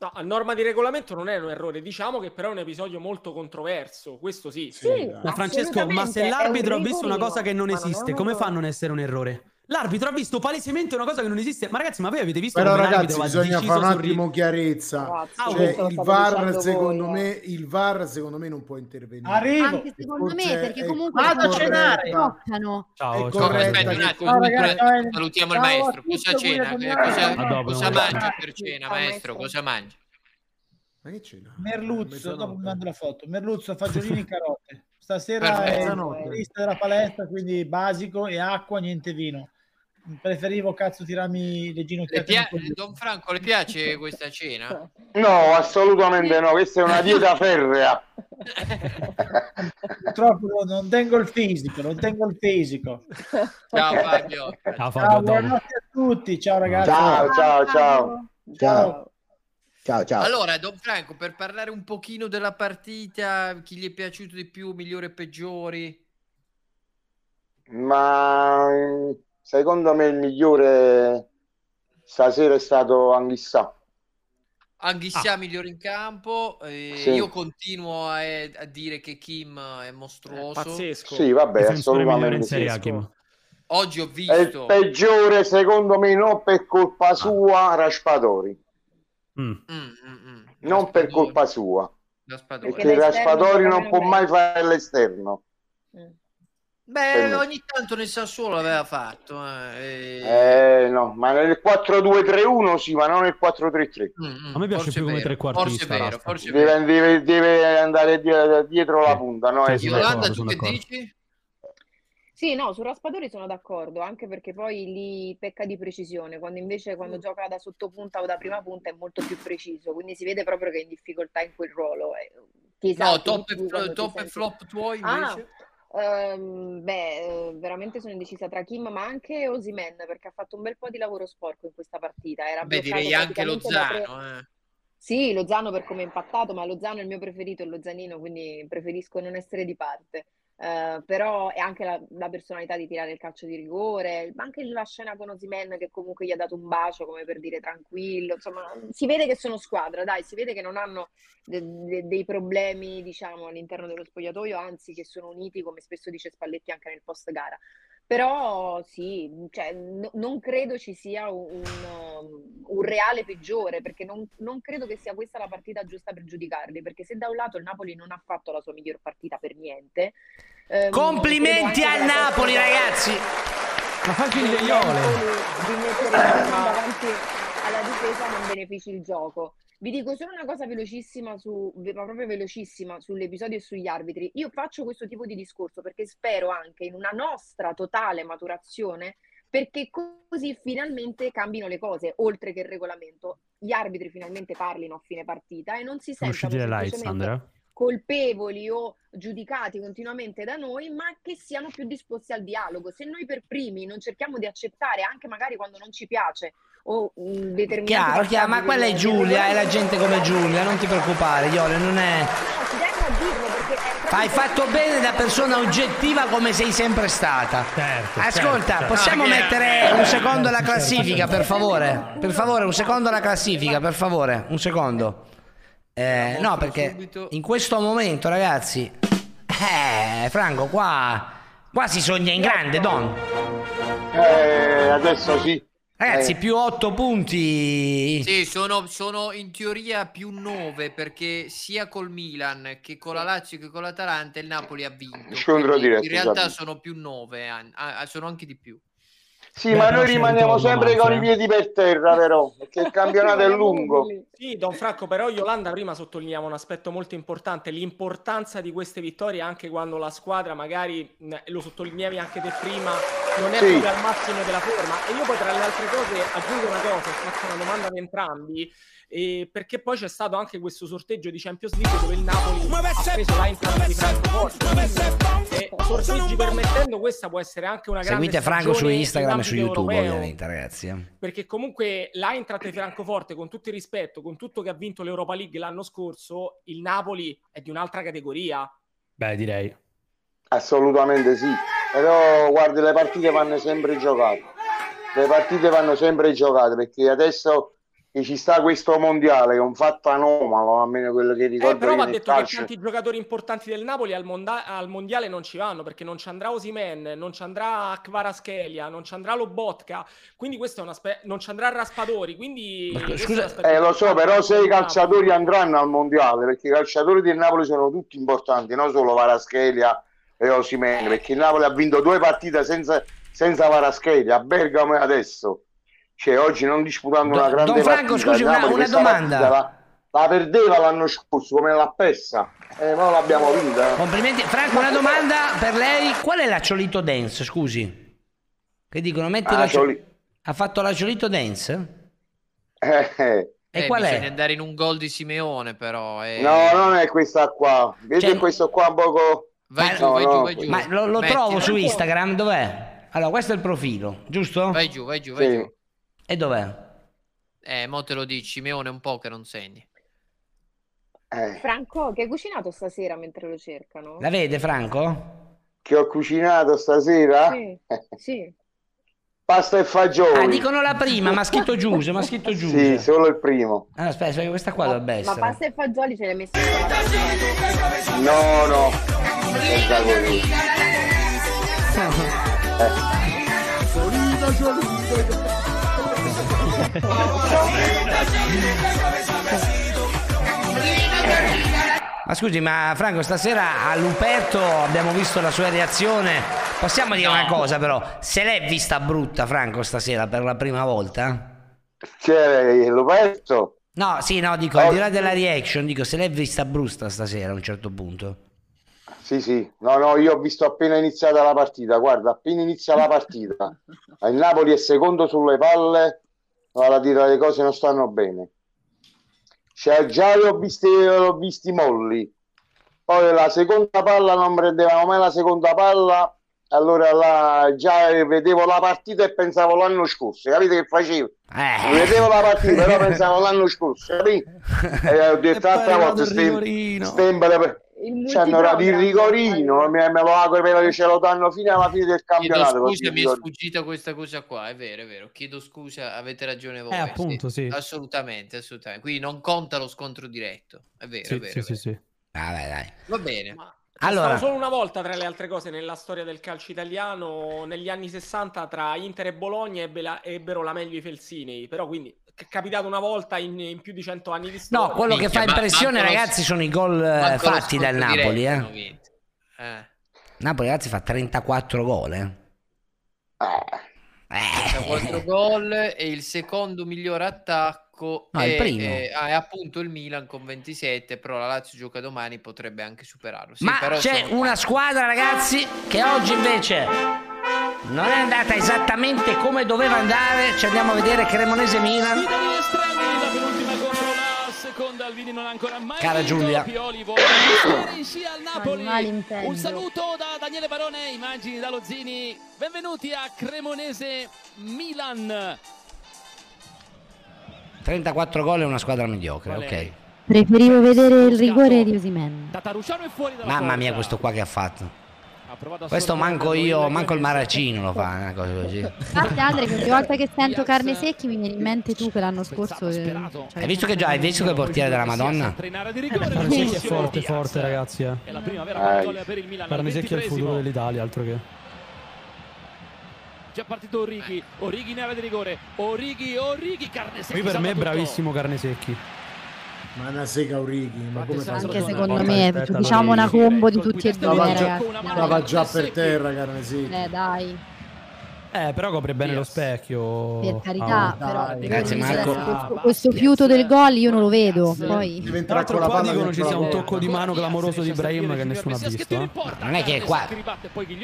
Speaker 9: No, a norma di regolamento non è un errore, diciamo che però è un episodio molto controverso, questo sì.
Speaker 8: Ma Francesco, ma se l'arbitro ha visto una cosa che non esiste, come fa a non essere un errore? L'arbitro ha visto palesemente una cosa che non esiste. Ma ragazzi, ma voi avete visto
Speaker 13: Però
Speaker 8: come
Speaker 13: ragazzi
Speaker 8: l'arbitro ha
Speaker 13: bisogna
Speaker 8: deciso
Speaker 13: fare un
Speaker 8: sul ri-
Speaker 13: attimo chiarezza.
Speaker 8: Ah,
Speaker 13: Cioè,
Speaker 8: questo lo
Speaker 13: il,
Speaker 8: state
Speaker 13: VAR
Speaker 8: dicendo
Speaker 13: secondo
Speaker 8: voi,
Speaker 13: me, il VAR secondo me non può intervenire.
Speaker 6: Arrivo.
Speaker 10: Anche secondo me,
Speaker 13: Forse
Speaker 10: perché
Speaker 13: è-
Speaker 10: comunque
Speaker 13: Vado a
Speaker 10: loro
Speaker 13: cenare.
Speaker 10: toccano.
Speaker 8: Oh,
Speaker 13: Ciao,
Speaker 4: Ciao, aspetta un attimo,
Speaker 6: ragazzi,
Speaker 4: salutiamo il
Speaker 6: ciao a
Speaker 4: maestro.
Speaker 6: tutti,
Speaker 4: Cosa
Speaker 6: auguri
Speaker 4: cena?
Speaker 6: a
Speaker 4: Eh,
Speaker 6: domani.
Speaker 4: Cosa,
Speaker 6: A dopo,
Speaker 4: cosa
Speaker 6: domani.
Speaker 4: mangia per cena,
Speaker 6: Ciao,
Speaker 4: maestro? Cosa mangia?
Speaker 13: Ma che c'è?
Speaker 6: Merluzzo, dopo mi mando la foto. Merluzzo, fagiolini e carote. Stasera
Speaker 4: Perfetto.
Speaker 6: è
Speaker 4: Mezzanotte.
Speaker 6: la lista della palestra, quindi basico e acqua, niente vino. Preferivo cazzo tirarmi le
Speaker 4: Le
Speaker 6: ginocchia.
Speaker 4: pia- Don Franco, le piace questa cena?
Speaker 7: No, assolutamente no, questa è una dieta ferrea.
Speaker 6: Purtroppo non tengo il fisico, non tengo il fisico.
Speaker 4: Ciao
Speaker 7: Eh.
Speaker 4: Fabio.
Speaker 8: Ciao,
Speaker 6: Ciao, buonanotte a tutti, ciao ragazzi.
Speaker 7: Ciao, ciao, ciao.
Speaker 15: Ciao. Ciao, ciao.
Speaker 4: Allora, Don Franco, per parlare un pochino della partita, chi gli è piaciuto di più, migliore e peggiori?
Speaker 7: Ma mm, secondo me il migliore stasera è stato Anghissà.
Speaker 4: Anghissà migliore in campo. eh,
Speaker 7: Ah. Sì.
Speaker 4: Io continuo a, a dire che Kim è mostruoso.
Speaker 9: pazzesco.
Speaker 7: Sì, vabbè,
Speaker 8: Eh, Difensore migliore in
Speaker 7: assolutamente
Speaker 8: Serie A,
Speaker 7: sì.
Speaker 8: Kim.
Speaker 4: Oggi ho
Speaker 7: È il
Speaker 4: visto.
Speaker 7: peggiore, secondo me, non per
Speaker 8: Ah.
Speaker 7: colpa sua, Raspadori.
Speaker 4: Mm, mm, mm.
Speaker 7: Non per colpa sua.
Speaker 4: Raspadori.
Speaker 7: Perché Raspadori non può mai fare l'esterno.
Speaker 4: Beh, ogni tanto nel Sassuolo l'aveva fatto. eh, e-
Speaker 7: Eh no, ma nel 4-2-3-1 sì, ma non nel 4-3-3.
Speaker 4: Mm,
Speaker 8: A me piace più come
Speaker 4: Forse è
Speaker 8: trequartista.
Speaker 4: vero,
Speaker 8: Rasta.
Speaker 4: forse è vero.
Speaker 7: Deve, deve- deve andare di- eh, dietro la punta, no?
Speaker 8: Sì,
Speaker 7: Eh,
Speaker 8: sì,
Speaker 7: sì.
Speaker 4: Yolanda, tu che
Speaker 8: d'accordo.
Speaker 4: dici?
Speaker 5: Sì, no, su Raspadori sono d'accordo, anche perché poi lì pecca di precisione, quando invece
Speaker 8: Mm.
Speaker 5: quando gioca da sottopunta o da prima punta è molto più preciso, quindi si vede proprio che è in difficoltà in quel ruolo. eh, ti
Speaker 4: No,
Speaker 5: esauti di
Speaker 4: top e,
Speaker 5: più
Speaker 4: fl-
Speaker 5: quando ti
Speaker 4: top e
Speaker 5: senti-
Speaker 4: flop tuoi
Speaker 5: Ah,
Speaker 4: invece?
Speaker 5: ehm, beh, eh, veramente sono indecisa tra Kim, ma anche Osimen, perché ha fatto un bel po' di lavoro sporco in questa partita. Era
Speaker 4: Beh,
Speaker 5: bloccato
Speaker 4: direi anche
Speaker 5: praticamente da tre-
Speaker 4: Lozano. eh.
Speaker 5: Sì, Lozano per come è impattato, ma Lozano è il mio preferito, il Lozanino, quindi preferisco non essere di parte. Eh, però è anche la, la personalità di tirare il calcio di rigore, ma anche la scena con Osimhen che comunque gli ha dato un bacio come per dire tranquillo, insomma, si vede che sono squadra, dai, si vede che non hanno de- de- dei problemi, diciamo, all'interno dello spogliatoio, anzi che sono uniti, come spesso dice Spalletti anche nel post gara. Però sì, cioè, no- non credo ci sia un, un- un reale peggiore, perché non, non credo che sia questa la partita giusta per giudicarli, perché se da un lato il Napoli non ha fatto la sua miglior partita per niente. ehm,
Speaker 3: Complimenti
Speaker 5: credo
Speaker 3: al
Speaker 5: anche che la
Speaker 3: Napoli,
Speaker 5: prossima-
Speaker 3: ragazzi.
Speaker 8: Ma fa anche il
Speaker 5: il
Speaker 8: Legnole.
Speaker 5: Napoli
Speaker 13: Eh,
Speaker 5: di mettere la mano davanti alla difesa non benefici il gioco. Vi dico solo una cosa velocissima, su, ve- ma proprio velocissima, sull'episodio e sugli arbitri. Io faccio questo tipo di discorso perché spero anche in una nostra totale maturazione, perché co- così finalmente cambino le cose, oltre che il regolamento. Gli arbitri finalmente parlino a fine partita e non si
Speaker 8: Sono
Speaker 5: sentano
Speaker 8: usciti le lights,
Speaker 5: semplicemente
Speaker 8: Sandra.
Speaker 5: colpevoli o giudicati continuamente da noi, ma che siano più disposti al dialogo. Se noi per primi non cerchiamo di accettare, anche magari quando non ci piace, o mh, determinati
Speaker 3: Chiaro,
Speaker 5: passaggi
Speaker 3: chiaro, ma
Speaker 5: del-
Speaker 3: quella è
Speaker 5: del
Speaker 3: Giulia, è la
Speaker 5: regolamento,
Speaker 3: gente come Giulia, non ti preoccupare, Iole, non è...
Speaker 5: No, ci tengo a dirlo perché è proprio-
Speaker 3: Hai fatto bene da persona oggettiva come sei sempre stata. Ascolta,
Speaker 8: certo.
Speaker 3: possiamo
Speaker 8: Ah,
Speaker 3: mettere
Speaker 8: chiaro.
Speaker 3: un secondo la
Speaker 8: Certo, certo,
Speaker 3: classifica,
Speaker 8: certo.
Speaker 3: per favore? Per favore, un secondo la classifica, per favore, un secondo. Eh, no, perché in questo momento, ragazzi, eh, Franco, qua, qua si sogna in grande, Don.
Speaker 7: Eh, adesso sì.
Speaker 3: Ragazzi, più 8 punti.
Speaker 4: Sì, sono, sono in teoria più 9 perché sia col Milan che con la Lazio che con l'Atalanta il Napoli ha vinto.
Speaker 7: Scontro
Speaker 4: Quindi
Speaker 7: diretto,
Speaker 4: in realtà
Speaker 7: esatto.
Speaker 4: sono più 9, sono anche di più.
Speaker 7: Sì,
Speaker 4: Beh,
Speaker 7: ma
Speaker 4: però
Speaker 7: noi
Speaker 4: c'è un
Speaker 7: rimaniamo
Speaker 4: ritorno,
Speaker 7: sempre con i
Speaker 4: Manfred.
Speaker 7: piedi per terra, però, perché il campionato è lungo.
Speaker 9: Sì, Don Franco, però Yolanda prima sottolineava un aspetto molto importante, l'importanza di queste vittorie anche quando la squadra magari, mh, eh, lo sottolineavi anche te prima, non è
Speaker 7: Sì.
Speaker 9: proprio al massimo della forma. E io poi tra le altre cose aggiungo una cosa, faccio una domanda ad entrambi, eh, perché poi c'è stato anche questo sorteggio di Champions League dove il Napoli ha preso l'Eintracht di Francoforte. Quindi, eh, Sorteggi permettendo, questa può essere anche una grande
Speaker 3: Seguite Franco su
Speaker 9: stagione in
Speaker 3: Instagram e su
Speaker 9: ambito
Speaker 3: YouTube,
Speaker 9: europeo
Speaker 3: ovviamente, ragazzi. eh.
Speaker 9: perché comunque l'Eintracht di Francoforte, con tutto il rispetto, con tutto che ha vinto l'Europa League l'anno scorso, il Napoli è di un'altra categoria.
Speaker 8: Beh, direi.
Speaker 7: Assolutamente sì, però guarda, le partite vanno sempre giocate. Le partite vanno sempre giocate perché adesso che ci sta questo mondiale che è un fatto anomalo, almeno quello che
Speaker 9: Eh,
Speaker 7: ricordo
Speaker 9: però
Speaker 7: io
Speaker 9: va
Speaker 7: nel
Speaker 9: detto che
Speaker 7: calcio.
Speaker 9: tanti giocatori importanti del Napoli al, monda- al mondiale non ci vanno perché non ci andrà Osimen, non ci andrà Kvaraskelia, non ci andrà Lobotka, quindi questo è un aspetto, non ci andrà Raspadori. Quindi questo è un aspetto
Speaker 7: Eh, lo so,
Speaker 9: importante
Speaker 7: però se
Speaker 9: del
Speaker 7: i
Speaker 9: Napoli.
Speaker 7: calciatori andranno al mondiale, perché i calciatori del Napoli sono tutti importanti, non solo Varaschelia e Osimene, perché il Napoli ha vinto due partite senza, senza Varaschelia, a Bergamo e adesso. Cioè, oggi non disputando una grande
Speaker 3: Don Franco,
Speaker 7: partita,
Speaker 3: scusi,
Speaker 7: il
Speaker 3: una-
Speaker 7: Napoli
Speaker 3: una
Speaker 7: questa
Speaker 3: domanda.
Speaker 7: partita La, la perdeva l'anno scorso, come l'ha persa. E noi l'abbiamo vinta.
Speaker 3: Complimenti. Franco, una domanda per lei. Qual è l'acciolito dance, scusi? Che dicono, metti
Speaker 7: Ah,
Speaker 3: l'accio-
Speaker 7: Cioli-
Speaker 3: Ha fatto l'acciolito dance?
Speaker 4: Eh,
Speaker 3: E qual
Speaker 4: bisogna
Speaker 3: è?
Speaker 4: andare in un gol di Simeone però. eh.
Speaker 7: No, non è questa qua. Vedi
Speaker 3: Cioè,
Speaker 7: questo qua un poco...
Speaker 4: Vai giù,
Speaker 7: No,
Speaker 4: vai giù,
Speaker 7: no,
Speaker 4: vai giù.
Speaker 3: Ma lo, lo
Speaker 4: Metti,
Speaker 3: trovo su
Speaker 4: vai giù.
Speaker 3: Instagram, dov'è? Allora, questo è il profilo, giusto?
Speaker 4: Vai giù, vai giù, vai giù.
Speaker 3: E dov'è?
Speaker 4: Eh, mo te lo dici, Simeone è un po' che non segni.
Speaker 7: Eh.
Speaker 5: Franco, che hai cucinato stasera mentre lo cercano?
Speaker 3: La vede Franco?
Speaker 7: Che ho cucinato stasera?
Speaker 5: Sì, sì.
Speaker 7: Pasta e fagioli.
Speaker 3: Ah, dicono la prima, ma ha scritto Giuse, ma ha scritto Giuse.
Speaker 7: Sì, solo il primo.
Speaker 3: Ah, aspetta, perché questa qua dovrebbe
Speaker 5: Ma
Speaker 3: essere.
Speaker 5: pasta e fagioli ce l'hai messi in
Speaker 7: No, no. Pensa così.
Speaker 3: Ma scusi, ma Franco, stasera a Luperto abbiamo visto la sua reazione. Possiamo dire una cosa, però. Se l'è vista brutta, Franco, stasera per la prima volta?
Speaker 7: C'è Roberto.
Speaker 3: No, sì, no, dico, al di là della reaction, dico, se l'è vista brutta stasera a un certo punto.
Speaker 7: Sì, sì. No, no, io ho visto appena iniziata la partita. Guarda, appena inizia la partita. Il Napoli è secondo sulle palle. ma la tira le cose non stanno bene. Cioè, già li ho visti, l'ho visti molli. Poi la seconda palla non prendevamo mai la seconda palla. Allora là, già vedevo la partita e pensavo l'anno scorso. Capite che facevo?
Speaker 3: Eh.
Speaker 7: Vedevo la partita, però pensavo l'anno scorso, capì? E ho detto altra
Speaker 3: arrivato
Speaker 7: volta,
Speaker 3: il
Speaker 7: stem-
Speaker 3: rigorino.
Speaker 7: stempere,
Speaker 5: Il
Speaker 7: ci hanno dato il
Speaker 5: multiprogramma.
Speaker 7: rigorino, me, me lo auguro che ce lo danno fino alla fine del
Speaker 4: Chiedo
Speaker 7: campionato. così,
Speaker 4: scusa, mi è
Speaker 7: rigorino.
Speaker 4: sfuggita questa cosa qua, è vero, è vero. Chiedo scusa, avete ragione voi.
Speaker 8: Eh, appunto, sì.
Speaker 4: Assolutamente, assolutamente. Quindi non conta lo scontro diretto, è vero, è
Speaker 8: Sì,
Speaker 4: vero.
Speaker 8: sì,
Speaker 4: è
Speaker 8: sì,
Speaker 4: vero.
Speaker 8: sì.
Speaker 3: Vabbè, dai.
Speaker 4: Va bene.
Speaker 9: C'è
Speaker 3: Allora.
Speaker 9: stato solo una volta tra le altre cose nella storia del calcio italiano, negli anni 60 tra Inter e Bologna ebbe la- ebbero la meglio i Felsinei, però quindi è capitato una volta in, in più di 100 anni di storia.
Speaker 3: No, quello che fa impressione, ragazzi, sono i gol eh,
Speaker 9: manco lo
Speaker 3: fatti dal
Speaker 9: scontro
Speaker 3: Napoli.
Speaker 9: diretto,
Speaker 3: eh.
Speaker 4: Eh,
Speaker 3: Napoli, ragazzi, fa 34 gol. eh.
Speaker 4: c'ha quattro gol e il secondo miglior attacco
Speaker 3: No,
Speaker 4: è,
Speaker 3: il primo.
Speaker 4: è- ah, è appunto il Milan con 27, però la Lazio gioca domani, potrebbe anche superarlo. Sì,
Speaker 3: Ma
Speaker 4: però
Speaker 3: c'è
Speaker 4: sono-
Speaker 3: una squadra, ragazzi, che oggi invece non è andata esattamente come doveva andare. Ci andiamo a vedere Cremonese Milan. Cara Giulia,
Speaker 10: Animali in peggio.
Speaker 2: Un saluto da Daniele Barone, immagini da Lozzini. Benvenuti a Cremonese Milan.
Speaker 3: 34 gol è una squadra mediocre, ok.
Speaker 2: Valeri.
Speaker 19: Preferivo vedere il rigore di Osimen.
Speaker 2: Tataruciano è fuori dalla
Speaker 3: Mamma mia,
Speaker 2: porta.
Speaker 3: questo qua che ha fatto.
Speaker 2: Ha provato a
Speaker 3: Questo
Speaker 2: sorprendere
Speaker 3: manco io,
Speaker 2: il
Speaker 3: manco il Maracino lo fa, una cosa così.
Speaker 19: Guarda Andre che ogni volta che sento carne secchi mi viene in mente tu che l'anno scorso... eh, cioè-
Speaker 3: Hai visto che già, hai visto che portiere della Madonna?
Speaker 2: Sì.
Speaker 8: Parmisecchi è forte, forte, ragazzi. Eh.
Speaker 2: È la primavera con il gol per il Milan. al
Speaker 8: Parmisecchi è il
Speaker 2: 23esimo.
Speaker 8: futuro dell'Italia, altro che.
Speaker 20: Già partito Origi, Origi in area di rigore, Origi, Origi, carne secca.
Speaker 8: Qui per me è
Speaker 20: salva
Speaker 8: bravissimo Carnesecchi.
Speaker 13: Ma una sega Urighi, ma come fa?
Speaker 10: Anche secondo me, diciamo una combo di tutti e due,
Speaker 13: Stava già,
Speaker 10: ragazzi.
Speaker 13: stava già per terra, carne sì.
Speaker 10: Eh, dai.
Speaker 8: Eh, però copre bene lo specchio.
Speaker 10: Per carità,
Speaker 8: Ah.
Speaker 10: però-
Speaker 3: Oh. Grazie, Marco.
Speaker 10: Questo fiuto del gol io non lo vedo. Poi
Speaker 8: Tra
Speaker 3: Diventerà
Speaker 8: l'altro qua dicono ci sia un tocco di mano clamoroso di Ibrahim che nessuno ha visto. eh.
Speaker 3: Ma non è che è qua.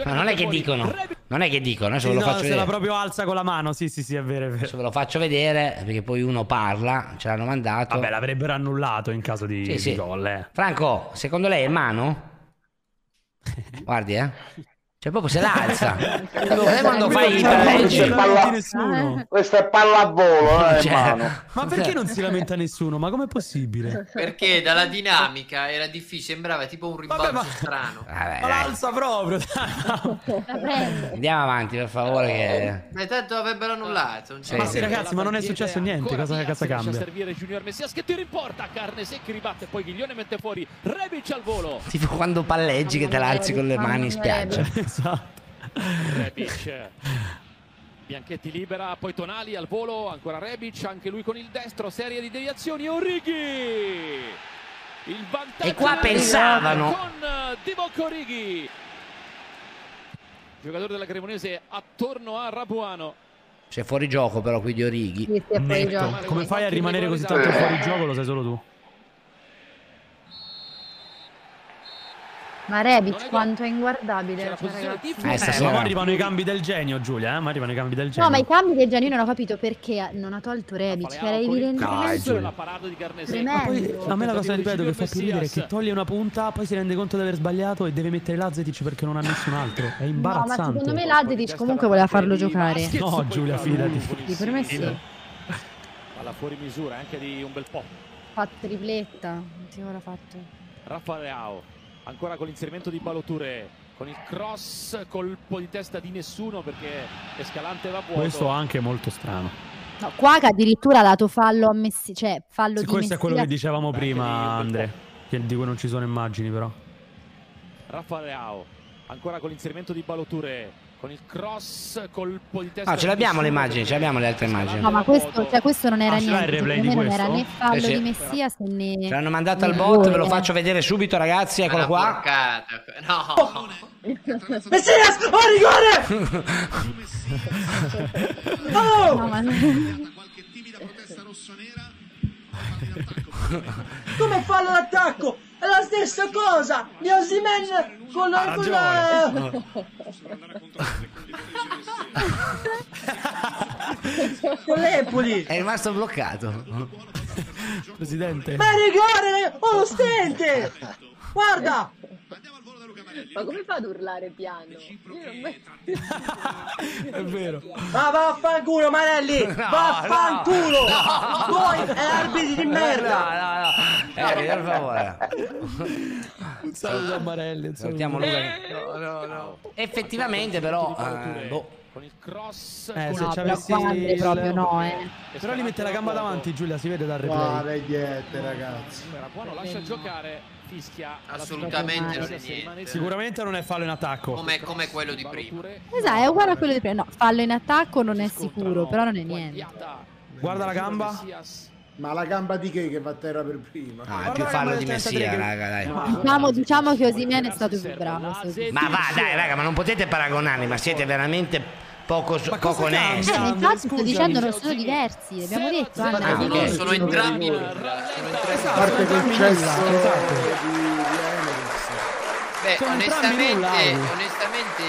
Speaker 3: Ma non è che dicono. Non è che dicono, adesso ve
Speaker 8: Sì,
Speaker 3: lo
Speaker 8: no,
Speaker 3: faccio
Speaker 8: se
Speaker 3: vedere.
Speaker 8: la proprio alza con la mano, sì, sì, sì, è vero, è vero.
Speaker 3: Adesso ve lo faccio vedere perché poi uno parla, ce l'hanno mandato.
Speaker 8: Vabbè, l'avrebbero annullato in caso di,
Speaker 3: Sì,
Speaker 8: di
Speaker 3: sì.
Speaker 8: gol, eh.
Speaker 3: Franco, secondo lei è mano? Guardi, eh. Cioè proprio se l'alza. Sai quando fai i
Speaker 8: eh, Non c'è
Speaker 3: palleggi?
Speaker 8: assolutamente nessuno.
Speaker 21: Questo è pallavolo, eh,
Speaker 8: Cioè,
Speaker 21: mano.
Speaker 8: Ma perché non si lamenta nessuno? Ma com'è possibile?
Speaker 4: Perché dalla dinamica era difficile, sembrava tipo un rimbalzo strano.
Speaker 3: Vabbè,
Speaker 8: Ma
Speaker 3: dai.
Speaker 8: l'alza proprio.
Speaker 3: Andiamo avanti, per favore. Che...
Speaker 4: Ma intanto avrebbero annullato. non c'è
Speaker 8: Ma sì,
Speaker 4: problema.
Speaker 8: ragazzi, ma non è
Speaker 20: eh,
Speaker 8: successo niente. Cosa, cosa
Speaker 20: Lascia
Speaker 8: cambia?
Speaker 20: servire Junior Messias che tira in porta, carne secca ribatte, poi Ghiglione mette fuori, Rebic al volo.
Speaker 3: Tipo quando palleggi che te l'alzi con le mani in spiaggia.
Speaker 8: Esatto.
Speaker 20: Rebic. Bianchetti libera, poi Tonali al volo, ancora Rebic, anche lui con il destro, serie di deviazioni, Origi! Il vantaggio
Speaker 3: E qua
Speaker 20: del
Speaker 3: pensavano.
Speaker 20: Milan con eh, Divock Origi. Giocatore della Cremonese attorno a Rabuano.
Speaker 3: C'è Cioè, fuori gioco però qui di Orighi.
Speaker 8: Netto. Come fai a rimanere così tanto fuori gioco? Lo sai solo tu.
Speaker 10: Ma Rebic quanto è inguardabile. cioè, ragazzi.
Speaker 8: Eh,
Speaker 3: stasera.
Speaker 8: Ma arrivano i cambi del genio, Giulia. Eh? Ma arrivano i cambi del genio.
Speaker 10: No, ma i cambi del Gianni non ho capito perché non ha tolto Rebic, che era
Speaker 8: Dai,
Speaker 10: evidentemente
Speaker 8: Giulia.
Speaker 20: La parata di Carnese.
Speaker 8: Ma poi,
Speaker 10: tremendo.
Speaker 8: a me la cosa ripeto che fa più
Speaker 20: Messias.
Speaker 8: ridere è che toglie una punta, poi si rende conto di aver sbagliato e deve mettere Lazetic perché non ha nessun altro. È
Speaker 10: No, ma
Speaker 8: imbarazzante.
Speaker 10: secondo me Lazetic comunque voleva farlo giocare.
Speaker 8: No, Giulia, fidati.
Speaker 10: Sì, per me sì.
Speaker 20: Palla fuori misura anche di un bel po'.
Speaker 10: Fatto tripletta. Ultima ora fatto.
Speaker 20: Raffareao ancora con l'inserimento di Baloture con il cross colpo di testa di nessuno perché Escalante va buono
Speaker 8: Questo anche è molto strano.
Speaker 10: No, Quaca addirittura ha dato fallo a Messi, cioè fallo
Speaker 8: Sì,
Speaker 10: di
Speaker 8: questo è quello che
Speaker 10: Messias.
Speaker 8: dicevamo prima, Andre. che- Di cui non ci sono immagini, però.
Speaker 20: Raffareao ancora con l'inserimento di Baloture con il cross colpo di testa
Speaker 3: No, Ah, ce
Speaker 20: di
Speaker 3: l'abbiamo le
Speaker 20: nessuno
Speaker 3: immagini, ce l'abbiamo le altre immagini.
Speaker 10: No, ma questo, cioè, questo non era
Speaker 3: Ah, ce l'hai il
Speaker 10: niente,
Speaker 3: replay
Speaker 10: secondo
Speaker 3: di
Speaker 10: me non era né
Speaker 3: questo? Cioè,
Speaker 10: fallo
Speaker 3: Sì, sì.
Speaker 10: di Messias né
Speaker 3: Ce l'hanno mandato
Speaker 10: né
Speaker 3: al bot, ve lo
Speaker 10: rigore.
Speaker 3: faccio vedere subito ragazzi, eccolo qua.
Speaker 4: No.
Speaker 3: Messias, oh rigore!
Speaker 10: No, ma
Speaker 12: Come fallo d'attacco? È la stessa cosa! Di Osimen con la...
Speaker 8: Ha
Speaker 12: con
Speaker 8: ragione.
Speaker 12: la- con l'Epoli!
Speaker 3: È rimasto bloccato.
Speaker 8: Presidente.
Speaker 12: Ma è rigore! Oh, lo stente! Guarda!
Speaker 22: Ma come fa ad urlare piano? Io non me-
Speaker 8: È vero.
Speaker 12: Ma vaffanculo Marelli! vaffanculo!
Speaker 3: no. Eh,
Speaker 12: Voi è arbitri di merda!
Speaker 3: No, no, no. Eh, per favore.
Speaker 8: Un saluto a Marelli. un saluto.
Speaker 3: Salutiamo Luca.
Speaker 4: Eh.
Speaker 3: Effettivamente però... eh, boh.
Speaker 20: con il cross
Speaker 8: Eh,
Speaker 20: colpo di
Speaker 8: se ci
Speaker 20: testa.
Speaker 8: avessi
Speaker 10: Andre proprio no, eh.
Speaker 4: Esatto.
Speaker 8: Però gli mette la gamba davanti, Giulia, si vede dal
Speaker 13: Qua
Speaker 8: replay.
Speaker 13: vediete, ragazzi.
Speaker 20: Era buono lascia giocare fischia
Speaker 4: Assolutamente non è niente.
Speaker 8: Sicuramente non è fallo in attacco.
Speaker 4: Come, come quello di prima.
Speaker 10: Esatto, è uguale a quello di prima. No, fallo in attacco non è sicuro, però non è niente.
Speaker 8: Guarda la gamba.
Speaker 13: Ma la gamba di che che va a terra per prima?
Speaker 3: Ah, è più fallo di Messia, raga, dai.
Speaker 10: Diciamo, diciamo che Osimhen è stato più bravo. se-
Speaker 3: Ma va,
Speaker 10: cioè?
Speaker 3: dai, raga, ma non potete paragonarli, ma siete veramente poco, poco onesti.
Speaker 10: Eh, ma infatti sto dicendo non sono diversi, l'abbiamo detto. Anna.
Speaker 3: Ah, ok.
Speaker 4: Sono entrambi nulla. Sono entrambi
Speaker 13: Parte concesso
Speaker 8: Esatto.
Speaker 4: Beh,
Speaker 8: Sono entrambi
Speaker 4: onestamente,
Speaker 8: nulla.
Speaker 4: onestamente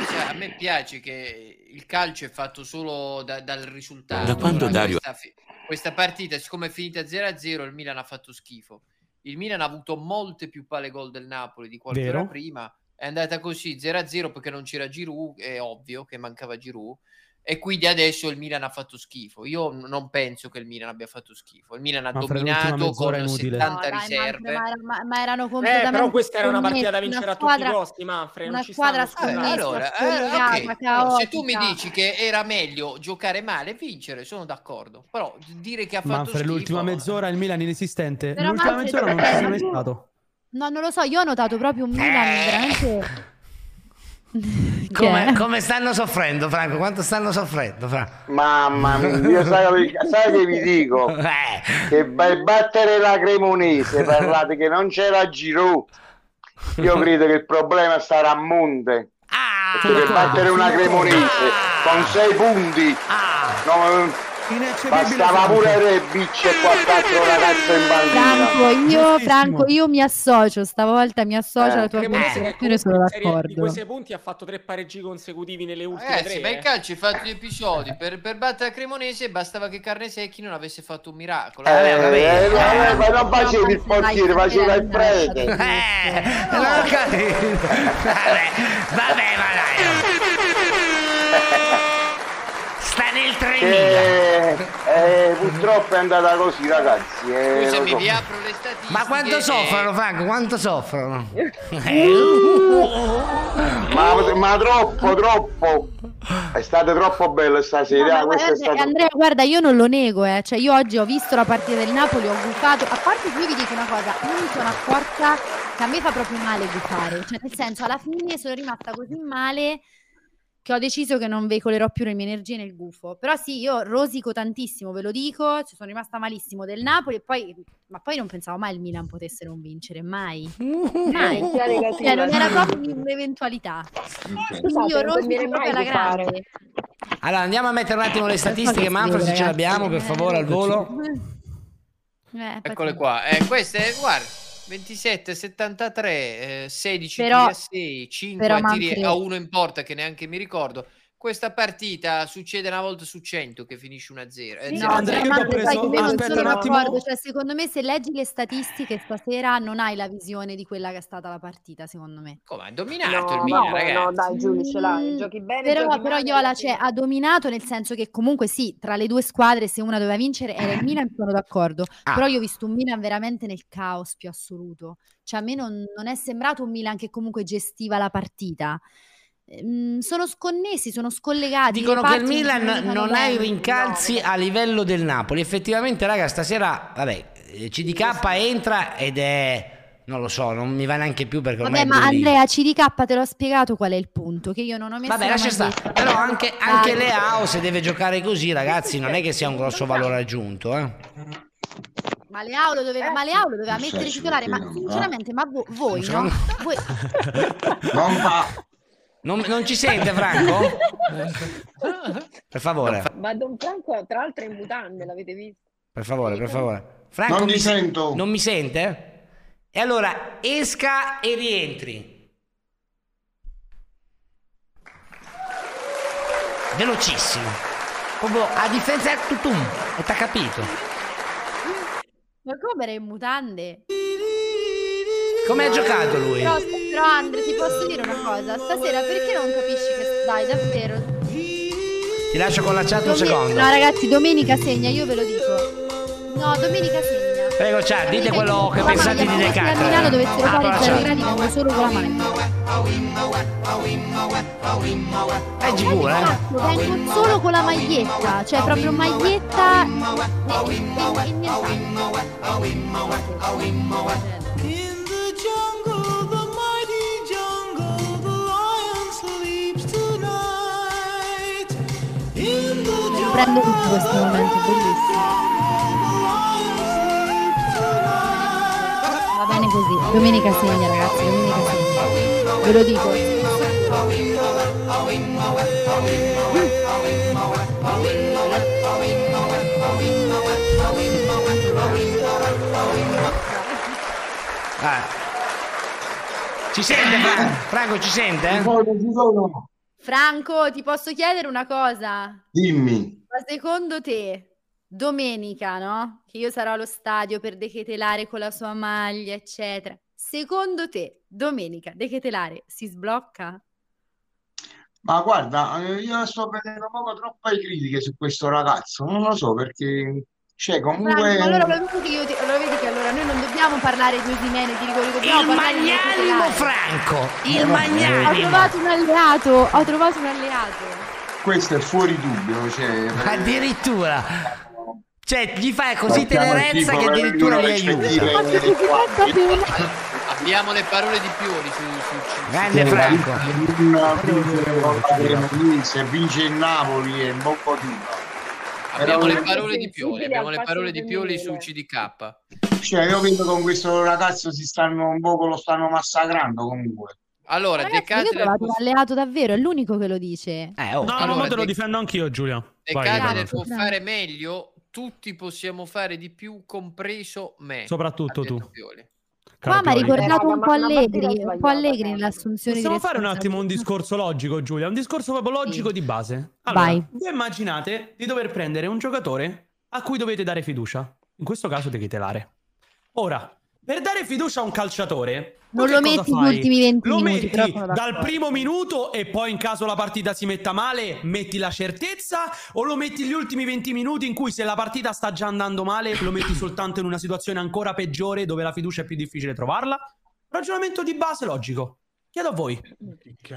Speaker 4: eh, cioè, a me piace che il calcio è fatto solo da- dal risultato.
Speaker 23: Da quando
Speaker 4: Allora,
Speaker 23: Dario-
Speaker 4: questa, fi- questa partita, siccome è finita 0-0, il Milan ha fatto schifo. Il Milan ha avuto molte più palle gol del Napoli di qualche
Speaker 8: Vero.
Speaker 4: ora prima. È andata così 0-0 perché non c'era Giroud, è ovvio che mancava Giroud. E quindi adesso il Milan ha fatto schifo. Io n- non penso che il Milan abbia fatto schifo. Il Milan ha
Speaker 8: Ma fra l'ultima
Speaker 4: dominato
Speaker 8: mezz'ora è
Speaker 4: con
Speaker 8: inutile.
Speaker 4: 70
Speaker 10: No, dai,
Speaker 4: riserve.
Speaker 10: Ma, ma- ma erano
Speaker 4: Eh,
Speaker 10: completamente
Speaker 4: però questa era una partita da
Speaker 10: scommesse,
Speaker 4: vincere
Speaker 10: una
Speaker 4: a tutti i
Speaker 10: squadra-
Speaker 4: costi, Manfred.
Speaker 10: Una
Speaker 4: Non ci
Speaker 10: squadra
Speaker 4: stanno scuole.
Speaker 10: scommessa,
Speaker 4: Allora, eh,
Speaker 10: scollegata,
Speaker 4: ok.
Speaker 10: caotica.
Speaker 4: se tu mi dici che era meglio giocare male e vincere, sono d'accordo. Però d- dire che ha fatto
Speaker 8: Manfred,
Speaker 4: schifo...
Speaker 8: l'ultima mezz'ora il Milan inesistente.
Speaker 10: Però
Speaker 8: l'ultima
Speaker 10: Manfred,
Speaker 8: mezz'ora non
Speaker 10: perché
Speaker 8: c'è mai
Speaker 10: tu-
Speaker 8: stato.
Speaker 4: Eh.
Speaker 10: No, non lo so, io ho notato proprio un Milan veramente
Speaker 3: Come, come stanno soffrendo, Franco? Quanto stanno soffrendo, Franco?
Speaker 7: Mamma mia, io sai, sai che vi dico? Che per battere la Cremonese, parlate che non c'era Giroud. Io credo che il problema sarà a Monte. Perché per battere una Cremonese con 6 punti. non- bastava pure Rebic e 4 ragazze in bandiera.
Speaker 10: Franco, io, Franco, io mi associo, stavolta mi associo
Speaker 7: Eh,
Speaker 10: alla Cioè, tua
Speaker 7: Cremonese
Speaker 10: considerazione,
Speaker 9: che
Speaker 10: sono
Speaker 9: Di
Speaker 10: d'accordo.
Speaker 9: quei sei punti ha fatto tre pareggi consecutivi nelle ultime
Speaker 4: Ragazzi,
Speaker 9: tre.
Speaker 4: ma il
Speaker 9: eh.
Speaker 4: calcio ha fatto gli episodi. Per, per battere la Cremonese bastava che Carnesecchi non avesse fatto un miracolo.
Speaker 7: Eh, eh,
Speaker 4: Eh,
Speaker 7: eh, ma non facevi il portiere, faceva il prete.
Speaker 3: non ho capito.
Speaker 12: Eh.
Speaker 3: Vabbè, vabbè, ma dai. Sta nel 3000.
Speaker 7: Eh, eh, purtroppo è andata così, ragazzi. eh, lo so.
Speaker 3: Ma quanto soffrono, Franco? Quanto soffrono?
Speaker 7: Ma, ma troppo, troppo. È stata troppo bella stasera.
Speaker 10: Ma
Speaker 7: questa è
Speaker 10: guarda,
Speaker 7: stata...
Speaker 10: Andrea, guarda, io non lo nego, eh. cioè io oggi ho visto la partita del Napoli, ho gufato, a parte che io vi dico una cosa, io mi sono accorta che a me fa proprio male gufare, cioè nel senso alla fine sono rimasta così male che ho deciso che non veicolerò più le mie energie nel gufo, però sì, io rosico tantissimo, ve lo dico, ci sono rimasta malissimo del Napoli, e poi, ma poi non pensavo mai il Milan potesse non vincere, mai, mai,
Speaker 5: Energia negativa,
Speaker 10: Cioè, non era
Speaker 5: sì.
Speaker 10: proprio un'eventualità, quindi io
Speaker 5: Scusate, non
Speaker 10: rosico
Speaker 5: conviene mai
Speaker 10: proprio alla
Speaker 5: gufare.
Speaker 10: grande.
Speaker 3: Allora andiamo a mettere un attimo le statistiche, Manfred, se ce l'abbiamo, per favore, al volo.
Speaker 4: Eccole qua. Eh, queste, guarda, 27, 73, eh, 16
Speaker 10: Però-
Speaker 4: tiri a 6, 5
Speaker 10: però,
Speaker 4: tiri
Speaker 10: Manfred-
Speaker 4: a 1 in porta che neanche mi ricordo. Questa partita succede una volta su 100 che finisce 1-0. Eh,
Speaker 10: No,
Speaker 4: 0-0.
Speaker 10: Andrea, ma sai che io non
Speaker 24: aspetta
Speaker 10: sono
Speaker 24: un attimo.
Speaker 10: d'accordo, cioè, secondo me se leggi le statistiche stasera non hai la visione di quella che è stata la partita, secondo me.
Speaker 4: Come ha dominato il
Speaker 5: No,
Speaker 4: Milan,
Speaker 5: no,
Speaker 4: ragazzi.
Speaker 5: no, dai, Giulio, ce l'hai,
Speaker 10: Mm,
Speaker 5: giochi bene,
Speaker 10: Però,
Speaker 5: giochi
Speaker 10: però
Speaker 5: male,
Speaker 10: Iola cioè, ha dominato nel senso che comunque sì, tra le due squadre se una doveva vincere era il Milan, sono d'accordo.
Speaker 3: Eh. Ah.
Speaker 10: Però io ho visto un Milan veramente nel caos più assoluto. Cioè a me non, non è sembrato un Milan che comunque gestiva la partita. Ehm, sono sconnessi, sono scollegati.
Speaker 3: Dicono
Speaker 10: le
Speaker 3: che il
Speaker 10: parti si
Speaker 3: Milan
Speaker 10: comunicano
Speaker 3: non ha i
Speaker 10: bene.
Speaker 3: rincalzi
Speaker 10: eh.
Speaker 3: a livello del Napoli. Effettivamente, raga, stasera, vabbè, eh, CDK entra ed è... Non lo so, non mi va neanche più perché ormai
Speaker 10: Vabbè, ma
Speaker 3: è brulino.
Speaker 10: Andrea CDK te l'ho spiegato qual è il punto, che io non ho messo
Speaker 3: Vabbè,
Speaker 10: la
Speaker 3: lascia
Speaker 10: maglietta.
Speaker 3: stare. Però anche, anche Leao, se deve giocare così, ragazzi, non è che sia un grosso valore aggiunto. Eh.
Speaker 10: Ma Leao lo doveva, ma Leao lo doveva
Speaker 3: Nel
Speaker 10: mettere
Speaker 3: senso,
Speaker 10: titolare, ma
Speaker 3: perché non va?
Speaker 10: sinceramente, ma vo- voi,
Speaker 3: Non
Speaker 10: no? Voi-
Speaker 3: Non non ci sente, Franco? Per favore,
Speaker 5: Ma Don Franco, tra l'altro, è in mutande, l'avete visto?
Speaker 3: per favore, per favore. Franco,
Speaker 7: Non mi
Speaker 3: sen-
Speaker 7: sento.
Speaker 3: Non mi sente? E allora esca Ah, e rientri. Velocissimo. Proprio a difesa tutum. E t'ha capito.
Speaker 10: Ma come era in mutande?
Speaker 3: Come ha giocato lui?
Speaker 10: Però, però Andre, ti posso dire una cosa, stasera perché non capisci che dai, davvero?
Speaker 3: Ti lascio con la chat un
Speaker 10: Domen-
Speaker 3: secondo.
Speaker 10: no, ragazzi, domenica segna, io ve lo dico. No, domenica segna.
Speaker 3: Prego, chat, dite quello che
Speaker 10: Mamma
Speaker 3: pensate di
Speaker 10: mia,
Speaker 3: De
Speaker 10: Se a Milano
Speaker 3: Castro.
Speaker 10: dovessero
Speaker 3: Apro la
Speaker 10: fare 0
Speaker 3: chat.
Speaker 10: gradi, vengo solo con la maglia.
Speaker 3: È sicuro, eh?
Speaker 10: Vengo solo con la maglietta, cioè proprio maglietta e, e- e
Speaker 19: In the jungle, the mighty jungle, the lion sleeps tonight. In the jungle,
Speaker 10: Prendo tutto questo momento, bellissimo. Va bene così. Domenica segna, ragazzi, domenica segna. Ve lo dico.
Speaker 3: eh? Ah. Ci sente, Franco? Franco, ci sente? eh?
Speaker 10: Franco, ti posso chiedere una cosa?
Speaker 7: Dimmi.
Speaker 10: Ma secondo te, domenica, no? Che io sarò allo stadio per Dechetelare con la sua maglia, eccetera. Secondo te, domenica, Dechetelare si sblocca?
Speaker 7: Ma guarda, eh, io sto prendendo poco troppe critiche su questo ragazzo, non lo so perché, cioè,
Speaker 10: Franco,
Speaker 7: comunque...
Speaker 10: allora lo vedi, che io ti- lo vedi che allora noi non dobbiamo parlare di Osimene di rigori, dobbiamo
Speaker 3: Il
Speaker 10: parlare di
Speaker 3: magnanimo
Speaker 10: Dechetelare.
Speaker 3: Franco, il
Speaker 10: Ho
Speaker 3: magnanimo.
Speaker 10: trovato un alleato, ho trovato un alleato.
Speaker 7: Questo è fuori dubbio, cioè...
Speaker 3: Addirittura. Cioè, gli fai così
Speaker 7: Partiamo il
Speaker 3: tenerezza
Speaker 7: tipo,
Speaker 3: che
Speaker 7: per
Speaker 3: addirittura
Speaker 7: dire,
Speaker 3: gli
Speaker 7: cioè,
Speaker 3: aiuta.
Speaker 7: dire- Ma che ti fa
Speaker 4: Abbiamo le parole di Pioli su, su- su-
Speaker 3: Grande
Speaker 4: su-
Speaker 3: Franco.
Speaker 7: Se vince il Napoli è un buon motivo.
Speaker 4: Abbiamo
Speaker 7: Era
Speaker 4: le
Speaker 7: un-
Speaker 4: parole di Pioli, abbiamo le
Speaker 7: al
Speaker 4: parole di
Speaker 7: fascino
Speaker 4: Pioli su CDK.
Speaker 7: Cioè, io vedo con questo ragazzo si stanno un poco lo stanno massacrando comunque.
Speaker 4: Allora,
Speaker 19: Ragazzi,
Speaker 4: De
Speaker 19: io
Speaker 4: Catri
Speaker 19: ho trovato un alleato davvero, è l'unico che lo dice.
Speaker 8: No, no,
Speaker 4: Eh, oh, Allora,
Speaker 8: ma te lo
Speaker 4: De-
Speaker 8: difendo anch'io, Giulio.
Speaker 4: De
Speaker 8: Vai,
Speaker 4: Catri
Speaker 8: Giulio.
Speaker 4: può fare meglio, tutti possiamo fare di più, compreso me.
Speaker 8: Soprattutto tu.
Speaker 4: Pioli.
Speaker 19: Qua
Speaker 8: Caro
Speaker 19: mi ha
Speaker 8: Pioli.
Speaker 10: Eh,
Speaker 19: ricordato un po'
Speaker 5: ma- eh. ma- ma-
Speaker 19: Allegri, un po' Allegri nell'assunzione
Speaker 8: Possiamo
Speaker 19: di
Speaker 8: fare un attimo un discorso logico, Giulia, un discorso proprio logico di base. Allora,
Speaker 19: Vai.
Speaker 8: voi immaginate di dover prendere un giocatore a cui dovete dare fiducia. In questo caso devi telare. Ora, per dare fiducia a un calciatore,
Speaker 19: Non
Speaker 8: tu
Speaker 19: lo
Speaker 8: che cosa
Speaker 19: metti gli
Speaker 8: fai?
Speaker 19: ultimi 20
Speaker 8: Lo
Speaker 19: minuti, però
Speaker 8: metti
Speaker 19: sono
Speaker 8: dal
Speaker 19: d'accordo.
Speaker 8: primo minuto e poi in caso la partita si metta male, metti la certezza o lo metti gli ultimi 20 minuti in cui se la partita sta già andando male, lo metti soltanto in una situazione ancora peggiore dove la fiducia è più difficile trovarla? Ragionamento di base logico. Chiedo a voi.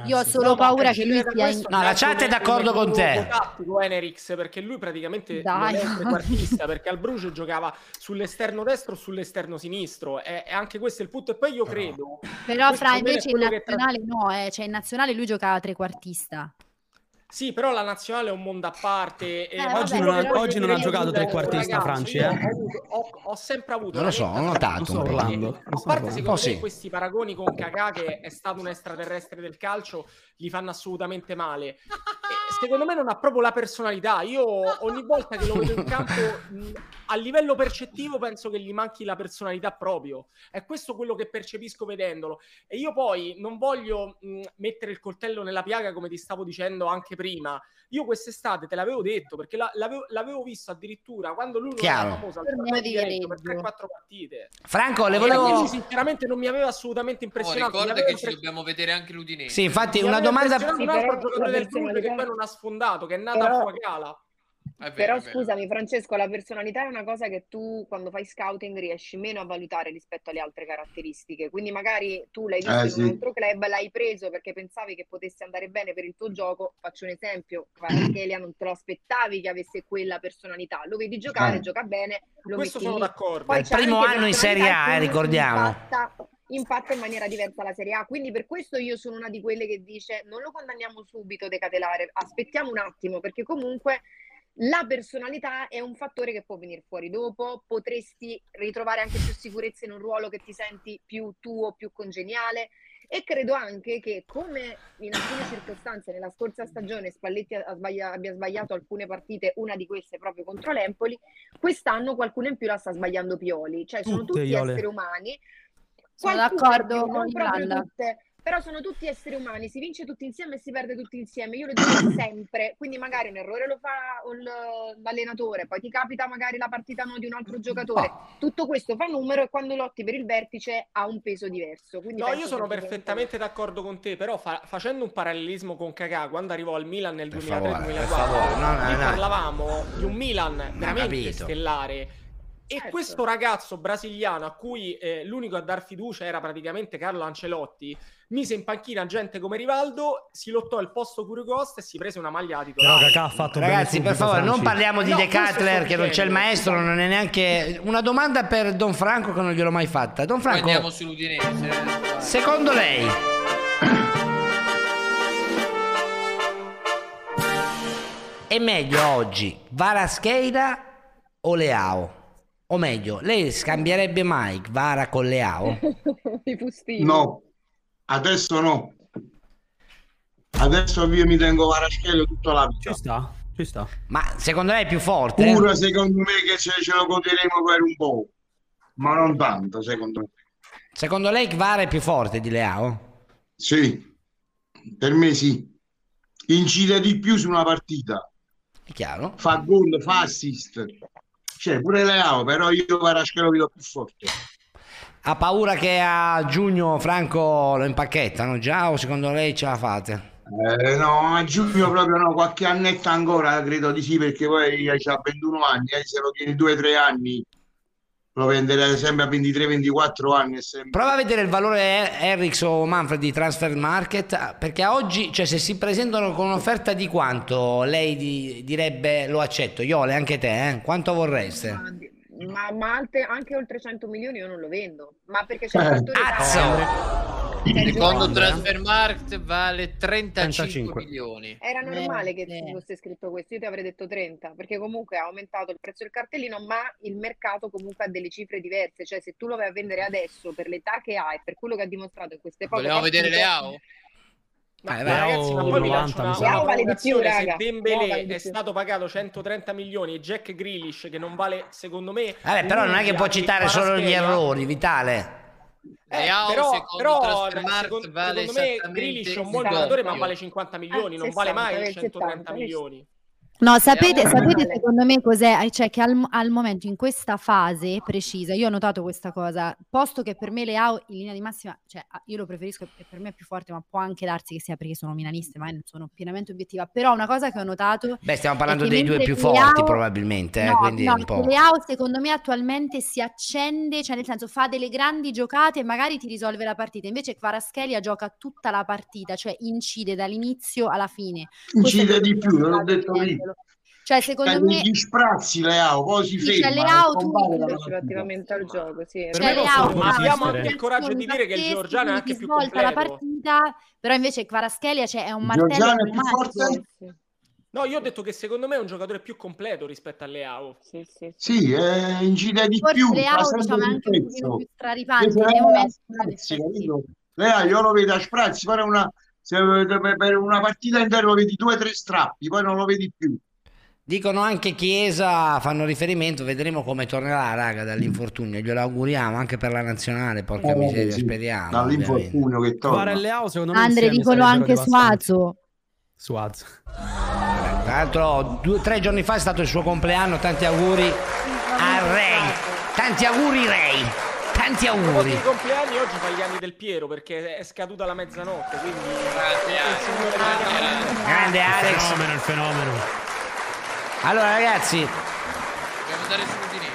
Speaker 19: Io ho solo paura che lui sia in...
Speaker 8: No, la chat è d'accordo con te.
Speaker 9: Un tattico Enerix perché lui praticamente non
Speaker 19: Dai.
Speaker 9: è un trequartista perché al Bruce giocava sull'esterno destro o sull'esterno sinistro e, e anche questo è il punto e poi io credo
Speaker 19: Però
Speaker 9: questo almeno
Speaker 19: fra
Speaker 9: è
Speaker 19: invece in
Speaker 9: quello che tra-
Speaker 19: nazionale no, eh. cioè in nazionale lui giocava trequartista.
Speaker 9: Sì, però la nazionale è un mondo a parte. e-
Speaker 19: Eh,
Speaker 9: ma
Speaker 8: oggi
Speaker 9: quello
Speaker 8: non ha-
Speaker 9: che voglio
Speaker 8: oggi non ha
Speaker 9: dire
Speaker 8: giocato
Speaker 9: io,
Speaker 8: trequartista,
Speaker 9: ragazzi,
Speaker 8: Franci,
Speaker 9: io
Speaker 8: eh.
Speaker 9: Ho, avuto- ho- ho sempre avuto.
Speaker 3: Non lo so,
Speaker 9: la
Speaker 3: ho
Speaker 9: netta-
Speaker 3: notato un po'.
Speaker 9: perché,
Speaker 3: Orlando,
Speaker 9: A parte,
Speaker 3: un
Speaker 9: secondo
Speaker 3: po'
Speaker 9: me,
Speaker 3: sì.
Speaker 9: questi paragoni con Kakà, che è stato un extraterrestre del calcio, gli fanno assolutamente male. E secondo me non ha proprio la personalità. Io ogni volta che lo vedo in campo, mh, a livello percettivo, penso che gli manchi la personalità proprio. È questo quello che percepisco vedendolo. E io poi non voglio mh, mettere il coltello nella piaga, come ti stavo dicendo anche prima. Io quest'estate te l'avevo detto perché la- l'avevo, l'avevo visto addirittura quando lui non
Speaker 3: Chiaro.
Speaker 9: era famoso al
Speaker 19: Torneo
Speaker 9: torneo
Speaker 19: di
Speaker 9: di Viareggio per
Speaker 19: Viareggio.
Speaker 9: 3-4 partite.
Speaker 3: Franco, le
Speaker 9: E
Speaker 3: volevo-
Speaker 9: quindi, sinceramente non mi aveva assolutamente
Speaker 4: Oh,
Speaker 9: impressionato.
Speaker 4: ricorda
Speaker 9: Mi aveva
Speaker 4: che ci
Speaker 9: impre-
Speaker 4: dobbiamo vedere anche l'Udinese.
Speaker 3: Sì, infatti,
Speaker 9: mi
Speaker 3: una
Speaker 9: aveva
Speaker 3: domanda-
Speaker 9: impressionato un
Speaker 5: Sì, però
Speaker 9: altro giocatore
Speaker 5: la
Speaker 9: del Brugge che
Speaker 5: personalità-
Speaker 9: poi non ha sfondato, che è nato
Speaker 5: Però-
Speaker 9: a Fuagala.
Speaker 5: Però scusami Francesco, la personalità è una cosa che tu quando fai scouting riesci meno a valutare rispetto alle altre caratteristiche, quindi magari tu l'hai visto
Speaker 7: Eh,
Speaker 5: in
Speaker 7: sì.
Speaker 5: un altro club, l'hai preso perché pensavi che potesse andare bene per il tuo gioco, faccio un esempio,
Speaker 7: Mm.
Speaker 5: Kvaratskhelia non te lo aspettavi che avesse quella personalità, lo vedi giocare,
Speaker 3: Eh.
Speaker 5: gioca bene, lo
Speaker 9: Questo
Speaker 5: metti
Speaker 9: sono
Speaker 5: lì.
Speaker 9: d'accordo.
Speaker 5: Poi
Speaker 3: Il
Speaker 5: c'è
Speaker 3: primo
Speaker 5: anche
Speaker 3: anno in Serie
Speaker 5: personalità
Speaker 3: A, eh,
Speaker 5: che
Speaker 3: ricordiamo.
Speaker 5: Impatta, impatta Esatto. in maniera diversa la Serie A, quindi per questo io sono una di quelle che dice non lo condanniamo subito Decatelare, aspettiamo un attimo perché comunque la personalità è un fattore che può venire fuori dopo, potresti ritrovare anche più sicurezza in un ruolo che ti senti più tuo, più congeniale e credo anche che come in alcune circostanze nella scorsa stagione Spalletti ha sbaglia- abbia sbagliato alcune partite, una di queste proprio contro l'Empoli, quest'anno qualcuno in più la sta sbagliando Pioli, cioè sono
Speaker 8: Tutte,
Speaker 5: tutti
Speaker 8: Iole.
Speaker 5: esseri umani.
Speaker 19: Sono
Speaker 5: Qualcuno in
Speaker 19: d'accordo
Speaker 5: più, non
Speaker 19: con
Speaker 5: proprio
Speaker 19: Lalla.
Speaker 5: tutte, però sono tutti esseri umani, si vince tutti insieme e si perde tutti insieme. Io lo dico sempre, quindi magari un errore lo fa il- l'allenatore, poi ti capita magari la partita no di un altro giocatore. Tutto questo fa numero e quando lotti per il vertice ha un peso diverso. Quindi
Speaker 9: No,
Speaker 5: penso
Speaker 9: io sono
Speaker 5: che-
Speaker 9: perfettamente d'accordo con te, però fa- facendo un parallelismo con Kakà, quando arrivò al Milan nel
Speaker 3: favore, per favore,
Speaker 9: 2003-2004,
Speaker 3: no, no,
Speaker 9: lì
Speaker 3: no.
Speaker 9: parlavamo di un Milan veramente
Speaker 3: capito.
Speaker 9: stellare. E
Speaker 5: Certo.
Speaker 9: questo ragazzo brasiliano, a cui eh, l'unico a dar fiducia era praticamente Carlo Ancelotti, mise in panchina gente come Rivaldo, si lottò il posto Curi Costa e si prese una maglia di
Speaker 8: Però
Speaker 9: titolare.
Speaker 8: Kakà ha fatto bene
Speaker 3: Ragazzi,
Speaker 8: subito,
Speaker 3: per favore, non
Speaker 8: Franci.
Speaker 3: parliamo di
Speaker 9: No,
Speaker 3: De
Speaker 9: questo
Speaker 3: Cutler,
Speaker 9: sto
Speaker 3: che non c'è il
Speaker 9: dicendo.
Speaker 3: maestro, non è neanche... Una domanda per Don Franco che non gliel'ho mai fatta. Don Franco,
Speaker 4: Andiamo sull'Udinese.
Speaker 3: secondo lei... È meglio oggi Varascheida o Leao? O meglio, lei scambierebbe mai Vara con Leao?
Speaker 5: I fustini.
Speaker 7: No, adesso no. Adesso io mi tengo Varaschello tutta la vita.
Speaker 8: Ci sta, ci sta.
Speaker 3: Ma secondo lei è più forte?
Speaker 7: Pure secondo me che ce, ce lo goderemo per un po', ma non tanto secondo me.
Speaker 3: Secondo lei Vara è più forte di Leao?
Speaker 7: Sì, per me sì. Incide di più su una partita,
Speaker 3: È chiaro?
Speaker 7: fa gol, fa assist. Cioè, pure Leao, però io Varaschello vedo più forte.
Speaker 3: Ha paura che a giugno Franco lo impacchettano già o secondo lei ce la fate?
Speaker 7: Eh, no, a giugno proprio no, qualche annetta ancora credo di sì, perché poi ha 21 anni, eh, se lo tieni 2-3 anni lo venderai sempre a 23-24 anni. È sempre...
Speaker 3: Prova a vedere il valore Er- Erix o Manfred di Transfer Market perché a oggi, cioè se si presentano con un'offerta di quanto lei di- direbbe lo accetto, Iole anche te, eh? quanto vorreste?
Speaker 5: Ma, ma, ma alte- anche oltre 100 milioni io non lo vendo. Ma perché c'è il fattore
Speaker 4: Cazzo!
Speaker 5: Italia. Cioè,
Speaker 4: Secondo
Speaker 5: giuro,
Speaker 4: Transfermarkt vale 35,
Speaker 8: 35.
Speaker 4: milioni.
Speaker 5: Era normale che fosse scritto questo, io ti avrei detto 30, perché comunque ha aumentato il prezzo del cartellino, ma il mercato comunque ha delle cifre diverse, cioè se tu lo vai a vendere adesso per l'età che ha e per quello che ha dimostrato in queste poche
Speaker 4: Vogliamo vedere
Speaker 5: partite-
Speaker 4: le AO?
Speaker 9: Ma
Speaker 8: Eh, beh,
Speaker 9: ragazzi, ma
Speaker 8: oh,
Speaker 9: poi vi
Speaker 8: 90,
Speaker 9: lancio
Speaker 8: mi
Speaker 9: una,
Speaker 8: sa.
Speaker 9: una
Speaker 5: Vale di più,
Speaker 9: provocazione. Se
Speaker 5: raga.
Speaker 9: Dembélé
Speaker 5: No, vale di
Speaker 9: è
Speaker 5: più.
Speaker 9: stato pagato 130 milioni e Jack Grealish, che non vale, secondo me...
Speaker 3: Vabbè, però non è che può citare solo gli errori, Vitale.
Speaker 4: Leao,
Speaker 9: Eh, però,
Speaker 4: secondo
Speaker 9: però,
Speaker 4: Transfermarkt,
Speaker 9: secondo,
Speaker 4: vale
Speaker 9: secondo me
Speaker 4: esattamente
Speaker 9: Grealish è un
Speaker 4: il
Speaker 9: buon
Speaker 4: doppio.
Speaker 9: giocatore, ma vale 50 milioni,
Speaker 5: Ah,
Speaker 9: non vale
Speaker 5: 60,
Speaker 9: mai
Speaker 5: vale
Speaker 9: 130
Speaker 5: 70,
Speaker 9: milioni.
Speaker 10: No, sapete,
Speaker 5: Eh,
Speaker 10: sapete
Speaker 5: male.
Speaker 10: secondo me cos'è? Cioè che al, al momento in questa fase precisa, io ho notato questa cosa, posto che per me Leao in linea di massima, cioè ah, io lo preferisco e per me è più forte, ma può anche darsi che sia perché sono milanista, ma non sono pienamente obiettiva, però una cosa che ho notato...
Speaker 3: Beh, stiamo
Speaker 10: è
Speaker 3: parlando
Speaker 10: che
Speaker 3: dei due
Speaker 10: mentre
Speaker 3: più
Speaker 10: Leao-
Speaker 3: forti, probabilmente. eh,
Speaker 10: No,
Speaker 3: quindi è
Speaker 10: no,
Speaker 3: un po'.
Speaker 10: perché Leao secondo me attualmente si accende, cioè nel senso fa delle grandi giocate e magari ti risolve la partita. Invece Kvaratskhelia gioca tutta la partita, cioè incide dall'inizio alla fine. Questo è
Speaker 7: Incide
Speaker 10: quello
Speaker 7: di
Speaker 10: che
Speaker 7: più,
Speaker 10: mi
Speaker 7: l'ho
Speaker 10: sta
Speaker 7: detto lì.
Speaker 10: vedendolo. Cioè secondo
Speaker 7: Cioè,
Speaker 10: me
Speaker 7: gli sprazzi Leao, poi si
Speaker 10: Sì, c'è
Speaker 7: ferma. eh,
Speaker 10: Leao,
Speaker 7: non
Speaker 10: tu
Speaker 7: compare dalla
Speaker 5: Relativamente
Speaker 7: partita.
Speaker 5: relativamente al gioco, sì.
Speaker 9: Per me
Speaker 10: Cioè,
Speaker 9: possono
Speaker 10: Leao
Speaker 9: ma
Speaker 10: fa
Speaker 9: abbiamo
Speaker 10: delle
Speaker 9: anche il coraggio di
Speaker 10: azioni
Speaker 9: dire che il
Speaker 10: pazzesche,
Speaker 9: Giorgiano è
Speaker 10: quindi
Speaker 9: anche
Speaker 10: ti
Speaker 9: più
Speaker 10: svolta la
Speaker 9: completo.
Speaker 10: partita, però invece Kvaratskhelia cioè, è un martello
Speaker 7: Giorgiano è più
Speaker 10: pneumatico.
Speaker 7: forte?
Speaker 9: No, io ho detto che secondo me è un giocatore più completo rispetto a Leao.
Speaker 7: Sì, eh, incide di
Speaker 10: Forse
Speaker 7: più.
Speaker 10: Leao,
Speaker 7: fa sempre
Speaker 10: diciamo, è
Speaker 7: di
Speaker 10: anche un
Speaker 7: pezzo.
Speaker 10: pochino più straripante,
Speaker 7: Invece
Speaker 10: nei
Speaker 7: Leao è a
Speaker 10: momenti
Speaker 7: sprazzi,
Speaker 10: difensivi.
Speaker 7: capito? Leao io lo vedo a sprazzi, poi è una, se- per una partita intera lo vedi due o tre strappi, poi non lo vedi più.
Speaker 3: Dicono anche Chiesa, fanno riferimento, vedremo come tornerà, raga, dall'infortunio. Glielo auguriamo anche per la nazionale, porca
Speaker 7: Eh,
Speaker 3: miseria,
Speaker 7: sì.
Speaker 3: speriamo.
Speaker 7: Dall'infortunio che
Speaker 8: Guarda,
Speaker 7: torna.
Speaker 8: Leao secondo me
Speaker 10: Andre,
Speaker 8: insieme
Speaker 10: dicono
Speaker 8: sarebbero
Speaker 10: anche
Speaker 8: devastanti.
Speaker 10: Suazo.
Speaker 8: Suazo.
Speaker 3: Tra l'altro, due, tre giorni fa è stato il suo compleanno, tanti auguri a Ray. Tanti auguri Ray, tanti
Speaker 9: A proposito
Speaker 3: auguri.
Speaker 9: di compleanni, oggi fa gli anni del Piero perché è scaduta la mezzanotte, quindi... Il signore della-
Speaker 3: Grande Alex.
Speaker 8: il fenomeno.
Speaker 3: Allora ragazzi,
Speaker 4: Dobbiamo andare sull'Udinese.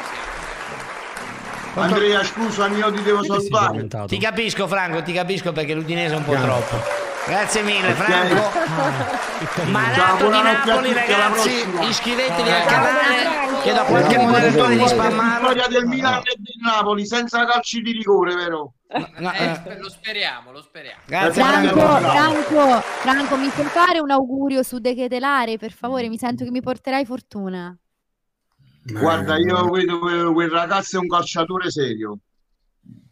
Speaker 7: Andrea, scusa, io ti devo salutare.
Speaker 3: ti capisco Franco, ti capisco perché l'Udinese è un po'
Speaker 7: Grazie.
Speaker 3: troppo. Grazie mille
Speaker 7: Ok.
Speaker 3: Franco.
Speaker 7: Ciao,
Speaker 3: Malato di
Speaker 7: buonanotte a
Speaker 3: Napoli
Speaker 7: tutti, alla
Speaker 3: ragazzi,
Speaker 7: prossima. Eh.
Speaker 3: iscrivetevi al
Speaker 7: Ciao. eh,
Speaker 3: canale, eh, chiedo a qualche
Speaker 7: Grazie.
Speaker 3: moderatore di
Speaker 7: Grazie.
Speaker 3: spammarlo.
Speaker 7: eh, Storia del Milano e del Napoli senza calci di rigore, vero?
Speaker 3: No,
Speaker 4: Eh,
Speaker 3: eh,
Speaker 4: lo speriamo, lo speriamo.
Speaker 3: grazie
Speaker 10: Franco,
Speaker 3: Franco.
Speaker 10: Franco, Franco, mi puoi fare un augurio su De Ketelare, per favore? Mi sento che mi porterai fortuna.
Speaker 7: Guarda, io vedo que- quel ragazzo è un calciatore serio.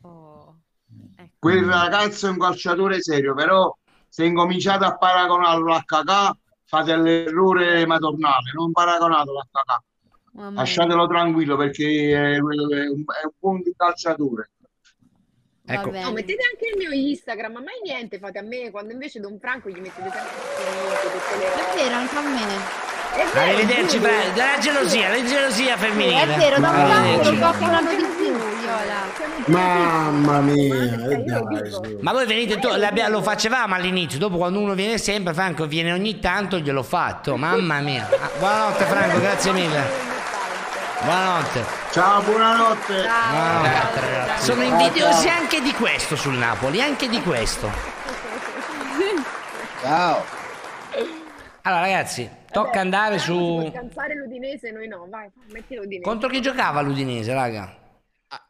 Speaker 10: Oh, ecco.
Speaker 7: Quel ragazzo è un calciatore serio, però se incominciate a paragonarlo a Kakà fate l'errore madornale, non paragonatelo a Kakà.
Speaker 10: Mm. Mamma mia.
Speaker 7: Lasciatelo tranquillo perché è quello che- è un è un buon calciatore.
Speaker 10: Va
Speaker 3: Ecco.
Speaker 10: bene.
Speaker 5: No, mettete anche il mio Instagram, ma mai niente fate a me, quando invece Don Franco gli mettete sempre tutte le note, tutte le
Speaker 10: È
Speaker 5: robe.
Speaker 10: vero, anche a me.
Speaker 5: È vero,
Speaker 3: Arrivederci,
Speaker 5: sì.
Speaker 3: Fra- la gelosia, la gelosia femminile. Eh,
Speaker 10: È vero, da un
Speaker 3: Arrivederci.
Speaker 10: lato lo coccano di più, Viola.
Speaker 15: eh,
Speaker 13: Mamma mia, e dai, su.
Speaker 3: Ma voi venite, to- l'abbia- lo facevamo all'inizio, dopo quando uno viene sempre, Franco viene ogni tanto, gliel'ho fatto, mamma mia. Ah, buonanotte Franco, grazie mille. Buonanotte.
Speaker 7: Ciao, buonanotte.
Speaker 3: Buonanotte, ragazzi. Sono invidiosi anche di questo sul Napoli, anche di questo.
Speaker 15: Ciao.
Speaker 3: Allora ragazzi, tocca andare
Speaker 5: Puoi
Speaker 3: su...
Speaker 5: Cansare l'Udinese, noi no, vai, metti l'Udinese.
Speaker 3: Contro chi giocava l'Udinese, raga?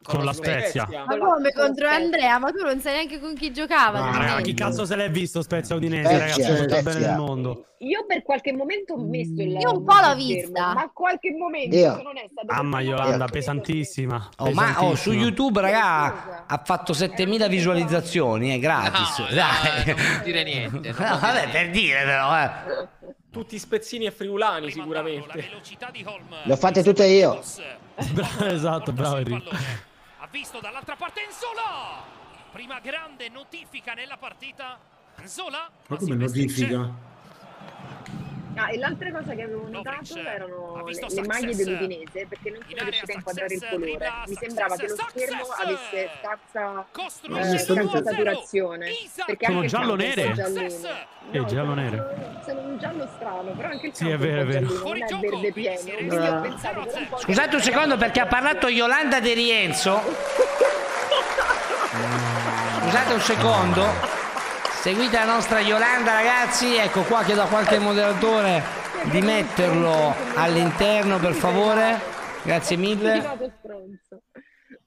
Speaker 8: Con la Spezia.
Speaker 10: Ma come contro Andrea? Ma tu non sai neanche con chi giocava.
Speaker 8: Ma raga, chi
Speaker 10: veramente.
Speaker 8: cazzo se l'è visto Spezia Udinese,
Speaker 15: Spezia,
Speaker 8: ragazzi? È molto
Speaker 15: Spezia.
Speaker 8: bene del mondo.
Speaker 5: Io per qualche momento ho messo il
Speaker 10: Io un po' l'ho
Speaker 5: il fermo,
Speaker 10: vista.
Speaker 5: ma qualche momento,
Speaker 15: Io.
Speaker 5: sono onesta, dopo
Speaker 8: Mamma Yolanda, pesantissima.
Speaker 3: Oh, ma oh, su
Speaker 8: pesantissima.
Speaker 3: YouTube, raga, ha fatto 7000 visualizzazioni, è gratis.
Speaker 4: No, no,
Speaker 3: Dai.
Speaker 4: eh, non vuol dire niente, non vuol
Speaker 3: No,
Speaker 4: dire
Speaker 3: vabbè,
Speaker 4: niente.
Speaker 3: per dire però, eh.
Speaker 9: Tutti spezzini e friulani sicuramente.
Speaker 15: L'ho fatte tutte io.
Speaker 8: Bra- esatto, bravo Enrico.
Speaker 17: Ha visto dall'altra parte Nzola. Prima grande notifica nella partita. Nzola.
Speaker 13: Ma come notifica?
Speaker 5: Ah, e l'altra cosa che avevo notato erano le, le maglie dell'Udinese perché non sono riuscita a inquadrare il colore. Mi sembrava che lo schermo avesse scarsa, eh, scarsa saturazione. Perché
Speaker 8: Sono
Speaker 5: anche il campo
Speaker 8: giallo-nere?
Speaker 5: è giallino.
Speaker 8: Eh, giallo-nero.
Speaker 5: Sono- Sono un giallo strano, però anche il
Speaker 8: Sì,
Speaker 5: campo
Speaker 8: è vero,
Speaker 5: un po'
Speaker 8: è vero.
Speaker 5: giallino, non è verde pieno. Quindi ho pensato per un po' che-
Speaker 3: Scusate un secondo perché ha parlato Yolanda De Rienzo. Scusate un secondo. Seguite la nostra Yolanda ragazzi, ecco qua chiedo a qualche moderatore di metterlo all'interno per favore. Grazie
Speaker 5: Sono
Speaker 3: mille.
Speaker 5: diventato stronzo.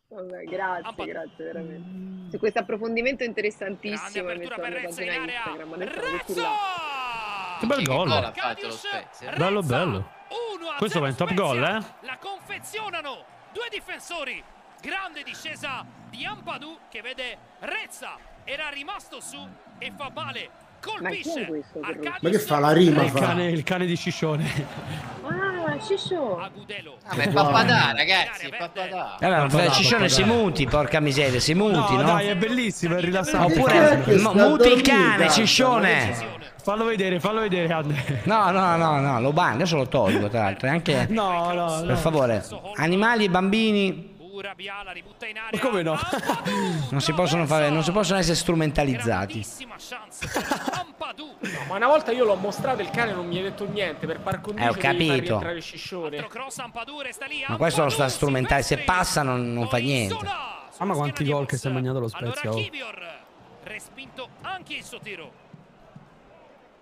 Speaker 5: Vabbè, grazie, grazie veramente. Su questo approfondimento interessantissimo. Grande apertura per Rezza in area.
Speaker 8: Che bel gol.
Speaker 4: gol ha fatto lo Spezia?
Speaker 8: Bello, bello. Questo va in top goal, eh?
Speaker 17: La confezionano due difensori. Grande discesa di Ampadu che vede Rezza. Era rimasto su e fa male. Colpisce. Arcadius.
Speaker 25: Ma che fa la rima?
Speaker 8: Il
Speaker 25: fa?
Speaker 8: cane, il cane di Sciscione.
Speaker 5: Ah, Shisho.
Speaker 4: Vabbè, Papadà, Ah, ragazzi, Papadà.
Speaker 3: Allora,
Speaker 8: Papà,
Speaker 3: Ciccione,
Speaker 8: papà,
Speaker 3: si
Speaker 8: dai.
Speaker 3: muti, porca miseria, si muti, no?
Speaker 8: dai, è bellissimo, è rilassante.
Speaker 3: Oppure
Speaker 8: Perché
Speaker 3: mo-
Speaker 8: sta
Speaker 3: muti il
Speaker 8: dormendo.
Speaker 3: cane, Ciccione.
Speaker 8: Fallo vedere, fallo vedere, Andre.
Speaker 3: No, no, no, no, lo ban, adesso lo tolgo, tra l'altro, e anche...
Speaker 8: No, no, no.
Speaker 3: Per favore, animali e bambini
Speaker 8: Ma come no?
Speaker 3: non si possono fare, non si possono essere strumentalizzati.
Speaker 9: No, ma una volta io l'ho mostrato e il cane non mi ha detto niente per par condicio
Speaker 3: Eh, ho
Speaker 9: devi far
Speaker 3: capito.
Speaker 9: rientrare Sciscione.
Speaker 3: Ma questo lo sta strumentale, se passa non, non fa niente.
Speaker 8: Ah, ma quanti gol che si è mangiato lo Spezia. oh.
Speaker 17: Respinto anche il suo tiro.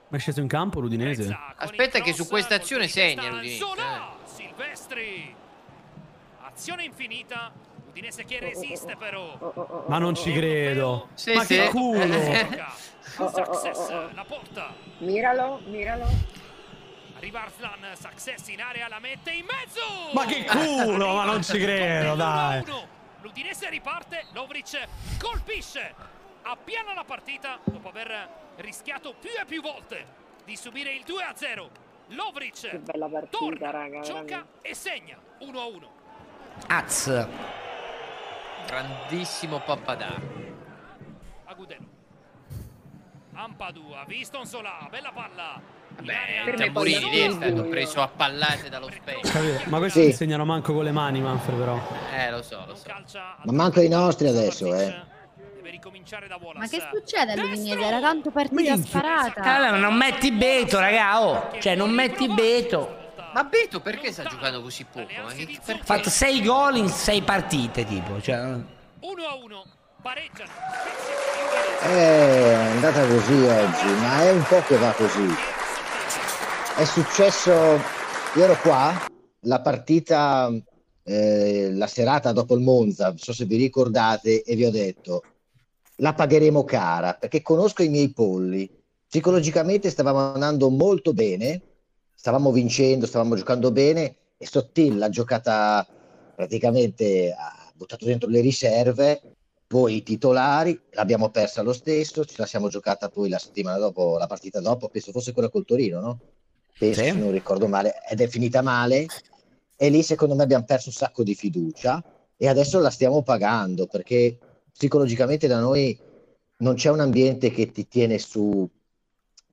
Speaker 8: Ma è sceso in campo l'Udinese.
Speaker 4: Aspetta che su questa azione segna cioè. l'Udinese.
Speaker 17: Zola! Silvestri. Azione infinita. Udinese
Speaker 5: Oh,
Speaker 17: che resiste però.
Speaker 8: Ma non ci credo.
Speaker 17: Sì,
Speaker 8: ma
Speaker 17: sì.
Speaker 8: che culo. eh.
Speaker 5: Oh,
Speaker 17: Success, la porta.
Speaker 5: Miralo, miralo.
Speaker 17: Arriva Arslan, Success in area, la mette in mezzo!
Speaker 8: ma che culo, ma non ci credo, dai.
Speaker 17: L'Udinese riparte, Lovric colpisce, appiana la partita dopo aver rischiato più e più volte di subire il 2-0. Lovric
Speaker 5: Che bella partita, raga.
Speaker 17: gioca
Speaker 5: veramente.
Speaker 17: e segna 1-1.
Speaker 3: Az.
Speaker 4: Grandissimo Papadà.
Speaker 17: Agudelo. Ampadu ha visto un Solà, bella palla.
Speaker 4: Vabbè, Tamburini lì è stato preso a pallate dallo Spezia.
Speaker 8: Capito? Ma questi
Speaker 15: Sì.
Speaker 8: non segnano manco con le mani, Manfred, però.
Speaker 4: Eh, lo so, lo so.
Speaker 15: Ma manco i nostri adesso, eh.
Speaker 10: Ma che succede all'Udinese? Era tanto partita sparata.
Speaker 3: Allora, non metti Beto, raga, oh. Cioè, non metti Beto.
Speaker 4: Ma Beto perché sta giocando così poco? Ma che,
Speaker 3: Ha
Speaker 4: perché?
Speaker 3: fatto 6 gol in 6 partite, tipo. Cioè,
Speaker 17: 1-1, pareggiano.
Speaker 15: È andata così oggi, ma è un po' che va così. È successo, io ero qua, la partita, eh, la serata dopo il Monza, non so se vi ricordate, e vi ho detto, la pagheremo cara, perché conosco i miei polli. Psicologicamente stavamo andando molto bene, stavamo vincendo, stavamo giocando bene, e Sottil l'ha giocata praticamente, ha buttato dentro le riserve, poi i titolari, l'abbiamo persa lo stesso, ce la siamo giocata poi la settimana dopo, la partita dopo, penso fosse quella col Torino, no? Penso, se non ricordo male, ed è finita male e lì secondo me abbiamo perso un sacco di fiducia e adesso la stiamo pagando perché psicologicamente da noi non c'è un ambiente che ti tiene su,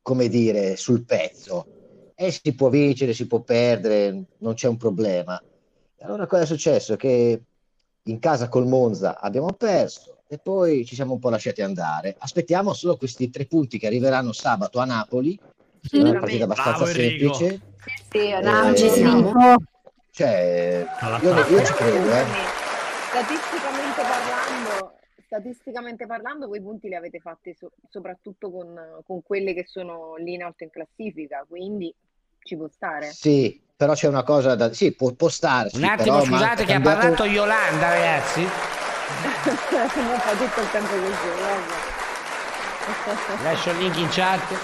Speaker 15: come dire, sul pezzo e si può vincere, si può perdere, non c'è un problema. Allora cosa è successo? Che in casa col Monza abbiamo perso e poi ci siamo un po' lasciati andare. Aspettiamo solo questi tre punti che arriveranno sabato a Napoli. È una partita abbastanza
Speaker 8: Bravo, Enrico.
Speaker 15: semplice.
Speaker 5: Sì,
Speaker 15: Eh,
Speaker 5: no,
Speaker 15: ci
Speaker 5: siamo.
Speaker 15: Cioè, io, io ci credo, eh.
Speaker 5: Statisticamente parlando, statisticamente parlando, voi punti li avete fatti so- soprattutto con, con quelle che sono lì in alto in classifica, quindi ci può stare.
Speaker 15: Sì, però c'è una cosa da... Sì, può, può starci.
Speaker 3: un attimo,
Speaker 15: però
Speaker 3: scusate,
Speaker 15: manca-
Speaker 3: che ha
Speaker 15: cambiato-
Speaker 3: parlato Yolanda, ragazzi.
Speaker 5: non fa tutto il tempo così, guarda.
Speaker 3: Lascio il link in chat.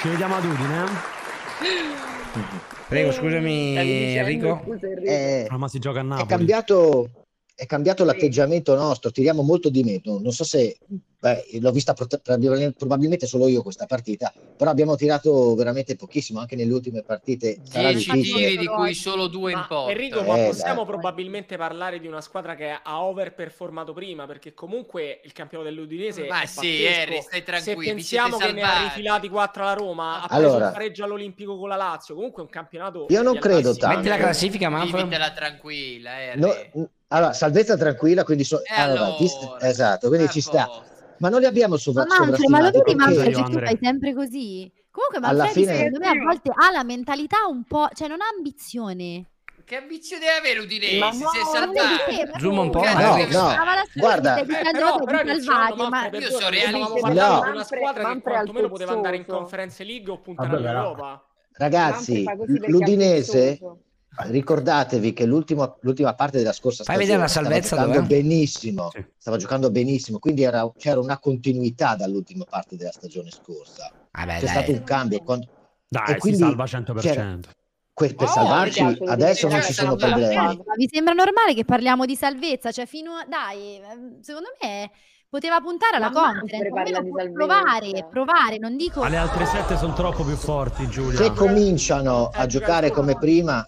Speaker 8: Ci vediamo ad Udine. eh?
Speaker 3: Prego, scusami, Stavi dicendo, Enrico.
Speaker 15: Eh,
Speaker 8: Ah, ma si gioca a Napoli.
Speaker 15: È cambiato, è cambiato l'atteggiamento nostro, tiriamo molto di meno. Non so se beh, l'ho vista prot- probabil- probabilmente solo io questa partita, però abbiamo tirato veramente pochissimo anche nelle ultime partite. Sarà
Speaker 4: 10 tiri
Speaker 15: difficile.
Speaker 4: di cui solo due in porta.
Speaker 9: Enrico, ma
Speaker 15: Eh,
Speaker 9: possiamo
Speaker 15: dai.
Speaker 9: probabilmente parlare di una squadra che ha overperformato prima, perché comunque il campionato dell'Udinese
Speaker 4: Ma
Speaker 9: è
Speaker 4: sì,
Speaker 9: pazzesco.
Speaker 4: Eri, stai
Speaker 9: Se
Speaker 4: tranquilli, vi
Speaker 9: pensiamo
Speaker 4: siete
Speaker 9: che ne ha
Speaker 4: salvati.
Speaker 9: rifilati 4 alla Roma, ha preso
Speaker 15: Allora.
Speaker 9: il pareggio all'Olimpico con la Lazio, comunque è un campionato
Speaker 15: Io non
Speaker 9: di
Speaker 15: credo
Speaker 9: altissimo-
Speaker 15: tanto. Metti la classifica, Manfred.
Speaker 4: Vivetela tranquilla, Eri.
Speaker 15: No, mh, allora, salvezza tranquilla, quindi so- allora,
Speaker 4: allora,
Speaker 15: vist- esatto, quindi ci sta. Ma non li abbiamo sovra-
Speaker 10: Ma Manfred, ma lo
Speaker 15: sovrastimati.
Speaker 10: vedi Manfred
Speaker 15: perché-
Speaker 10: che tu fai sempre così? Comunque
Speaker 15: Alla
Speaker 10: Manfred
Speaker 15: fine-
Speaker 10: secondo me a volte ha la mentalità un po', cioè non ha ambizione.
Speaker 4: Che ambizione deve avere l'Udinese?
Speaker 10: Ma
Speaker 4: si
Speaker 10: no,
Speaker 4: è Cioè,
Speaker 10: non
Speaker 4: saltato.
Speaker 10: è vero.
Speaker 3: Zoom un po'.
Speaker 4: Cazzo,
Speaker 3: No,
Speaker 4: che-
Speaker 3: no.
Speaker 10: Ma la storia
Speaker 3: Guarda.
Speaker 10: che stai
Speaker 9: Eh,
Speaker 10: dicendo
Speaker 9: però-
Speaker 10: voi
Speaker 9: però
Speaker 10: vi salvate,
Speaker 9: diciamo,
Speaker 10: ma...
Speaker 9: Manfred,
Speaker 4: Io
Speaker 9: per
Speaker 4: sono
Speaker 9: forza, stavamo
Speaker 4: realista.
Speaker 9: parlando di
Speaker 5: No.
Speaker 9: una squadra che
Speaker 5: Manfred al
Speaker 9: quantomeno poteva andare in
Speaker 5: pozzoso.
Speaker 9: Conference League o puntare
Speaker 25: Vabbè, però-
Speaker 9: all'Europa.
Speaker 15: Ragazzi,
Speaker 12: Dante fa così perché è
Speaker 15: l'Udinese,
Speaker 12: affettuoso.
Speaker 15: ricordatevi che l'ultima, l'ultima parte della scorsa
Speaker 3: Fai
Speaker 15: stagione
Speaker 3: vedere la
Speaker 15: stava
Speaker 3: salvezza
Speaker 15: giocando
Speaker 3: dov'è?
Speaker 15: benissimo, stava giocando benissimo, quindi era- c'era una continuità dall'ultima parte della stagione scorsa. C'è
Speaker 3: Ah dai.
Speaker 15: stato un cambio. quando-
Speaker 8: Dai,
Speaker 15: e quindi
Speaker 8: si salva
Speaker 15: c'era-
Speaker 8: 100%.
Speaker 15: que- per
Speaker 8: Oh,
Speaker 15: salvarci
Speaker 8: ragazzi,
Speaker 15: adesso non
Speaker 8: eh,
Speaker 15: ci sono
Speaker 8: salva-
Speaker 15: problemi.
Speaker 10: Ma vi sembra normale che parliamo di salvezza? Cioè, fino a... Dai, ehm, secondo me poteva puntare alla
Speaker 12: Ma
Speaker 10: conference,
Speaker 12: sempre parla
Speaker 10: almeno
Speaker 12: di
Speaker 10: può
Speaker 12: salvezza.
Speaker 10: provare, provare, non dico...
Speaker 8: Ma le altre 7 sono troppo più forti, Giulia.
Speaker 15: Se cominciano a giocare come prima,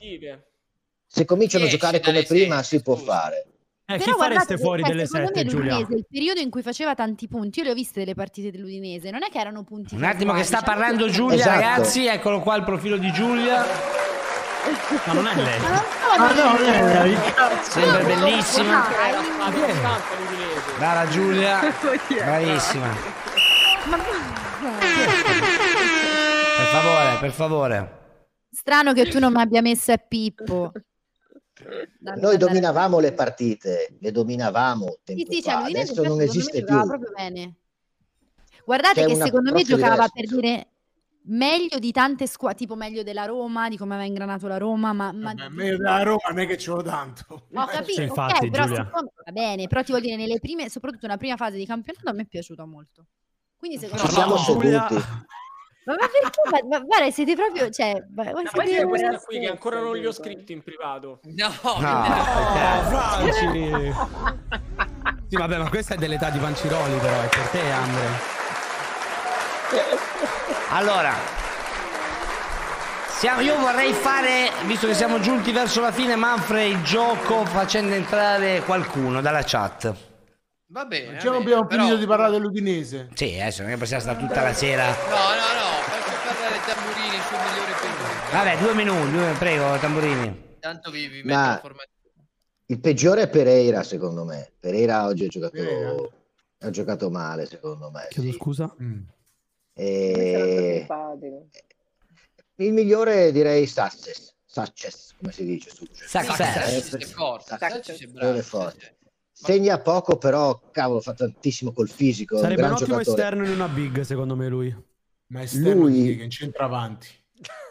Speaker 15: se cominciano a
Speaker 8: Esci
Speaker 15: giocare come prima si può fare.
Speaker 8: Eh, chi
Speaker 10: Però
Speaker 8: fareste
Speaker 10: guardate,
Speaker 8: fuori
Speaker 10: cioè,
Speaker 8: delle
Speaker 10: secondo
Speaker 8: 7,
Speaker 10: me
Speaker 8: Giulia?
Speaker 10: l'Udinese, il periodo in cui faceva tanti punti, io le ho viste delle partite dell'Udinese, non è che erano punti
Speaker 3: Un attimo che sta
Speaker 10: casuali,
Speaker 3: parlando
Speaker 10: cioè-
Speaker 3: Giulia, ragazzi, eccolo qua il profilo di Giulia.
Speaker 8: Ma non è lei.
Speaker 3: Ah, no, non è lei. Sembra
Speaker 20: No,
Speaker 3: bellissima.
Speaker 20: no,
Speaker 9: Era stato costante l'Udinese.
Speaker 3: Brava Giulia. Bravissima. Per favore, per favore.
Speaker 10: Strano che tu non mi abbia messo a Pippo. Dammi
Speaker 15: Noi
Speaker 10: andare-
Speaker 15: dominavamo le partite, le dominavamo tempo
Speaker 10: Sì, sì, cioè,
Speaker 15: fa,
Speaker 10: l'Udinese
Speaker 15: adesso
Speaker 10: infatti,
Speaker 15: non
Speaker 10: secondo me
Speaker 15: esiste
Speaker 10: giocava
Speaker 15: più.
Speaker 10: proprio bene. Guardate
Speaker 15: C'è
Speaker 10: che
Speaker 15: una-
Speaker 10: secondo me
Speaker 15: proprio
Speaker 10: giocava
Speaker 15: diverso,
Speaker 10: per dire meglio di tante squadre, tipo meglio della Roma, di come aveva ingranato la Roma, ma, ma
Speaker 13: A me da Roma non è che ce l'ho tanto. Eh,
Speaker 10: Ho capito, ok, però siccome- va bene, però ti voglio dire, nelle prime, soprattutto nella prima fase di campionato, a me è piaciuta molto. Quindi secondo
Speaker 15: Ci
Speaker 10: me...
Speaker 15: siamo
Speaker 9: Giulia.
Speaker 15: seduti.
Speaker 10: Ma, ma perché? Ma, ma guarda, siete proprio... Cioè, ma- ma
Speaker 9: Ma
Speaker 10: siete-
Speaker 9: è questa qui che ancora non gli ho scritto in privato.
Speaker 4: No,
Speaker 3: Ah,
Speaker 8: Franci. Sì, vabbè, ma questa è dell'età di Panciroli, però è per te, Andre.
Speaker 3: Allora, siamo- io vorrei fare, visto che siamo giunti verso la fine, Manfred, il gioco facendo entrare qualcuno dalla chat.
Speaker 4: Va bene.
Speaker 13: Già
Speaker 4: va
Speaker 13: non
Speaker 4: bene.
Speaker 13: abbiamo finito di parlare dell'Udinese.
Speaker 3: Sì, adesso non è che possiamo stare tutta la sera.
Speaker 4: No, no, no, faccio parlare Tamburini sui migliori peggiori.
Speaker 3: Vabbè, due minuti, due- prego, tamburini.
Speaker 4: Tanto vi, vi metto
Speaker 15: Ma
Speaker 4: la formazione.
Speaker 15: il peggiore è Pereira, secondo me. Pereira oggi ha giocato, ha giocato male, secondo me.
Speaker 8: Chiedo scusa.
Speaker 15: E... Il migliore direi Sasses, Sasses, come si dice? Eh, Succes.
Speaker 3: Success.
Speaker 4: Sacchi è forte, Sacchi è bravo.
Speaker 15: Quello è forte. Segna poco, però cavolo, fa tantissimo col fisico. è un
Speaker 8: Sarebbe un
Speaker 15: gran
Speaker 8: ottimo
Speaker 15: giocatore.
Speaker 8: esterno in una big, secondo me, lui.
Speaker 13: Ma
Speaker 15: esterno Lui- di che?
Speaker 13: In centravanti.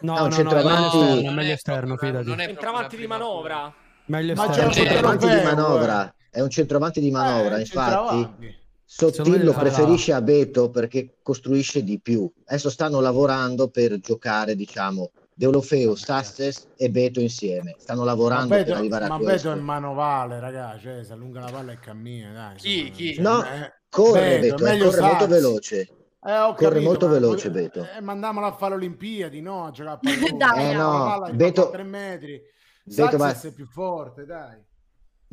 Speaker 8: No,
Speaker 15: No,
Speaker 8: no, no,
Speaker 15: centravanti-
Speaker 8: meglio esterno, meglio esterno, fidati.
Speaker 9: Centravanti di manovra.
Speaker 8: Meglio
Speaker 15: Ma c'è
Speaker 8: esterno.
Speaker 15: un centravanti di manovra, è un centravanti di manovra,
Speaker 9: Eh,
Speaker 15: infatti.
Speaker 9: centravanti.
Speaker 8: Secondo me
Speaker 15: Sottil
Speaker 8: lo
Speaker 15: lo
Speaker 8: fa
Speaker 15: preferisce a Beto perché costruisce di più. Adesso stanno lavorando per giocare, diciamo, Deulofeo, Sasses e Beto insieme. Stanno
Speaker 13: Ma
Speaker 15: lavorando per
Speaker 13: Beto,
Speaker 15: arrivare a
Speaker 13: ma
Speaker 15: questo.
Speaker 13: Beto è manovale, raga, cioè si allunga la palla e cammina, dai.
Speaker 4: Chi, chi?
Speaker 15: No,
Speaker 13: eh,
Speaker 15: corre
Speaker 13: Beto,
Speaker 15: Beto, eh,
Speaker 13: meglio
Speaker 15: corre molto
Speaker 13: Sassi.
Speaker 15: veloce.
Speaker 13: Eh, ho
Speaker 15: Corre
Speaker 13: capito,
Speaker 15: molto
Speaker 13: ma-
Speaker 15: veloce Beto.
Speaker 13: Eh, mandiamolo a fare Olimpiadi, no? A giocare a pallone.
Speaker 15: Dai, Eh, no, Beto-
Speaker 13: 3 metri.
Speaker 15: Beto,
Speaker 13: Beto,
Speaker 15: ma-
Speaker 13: è più forte, dai.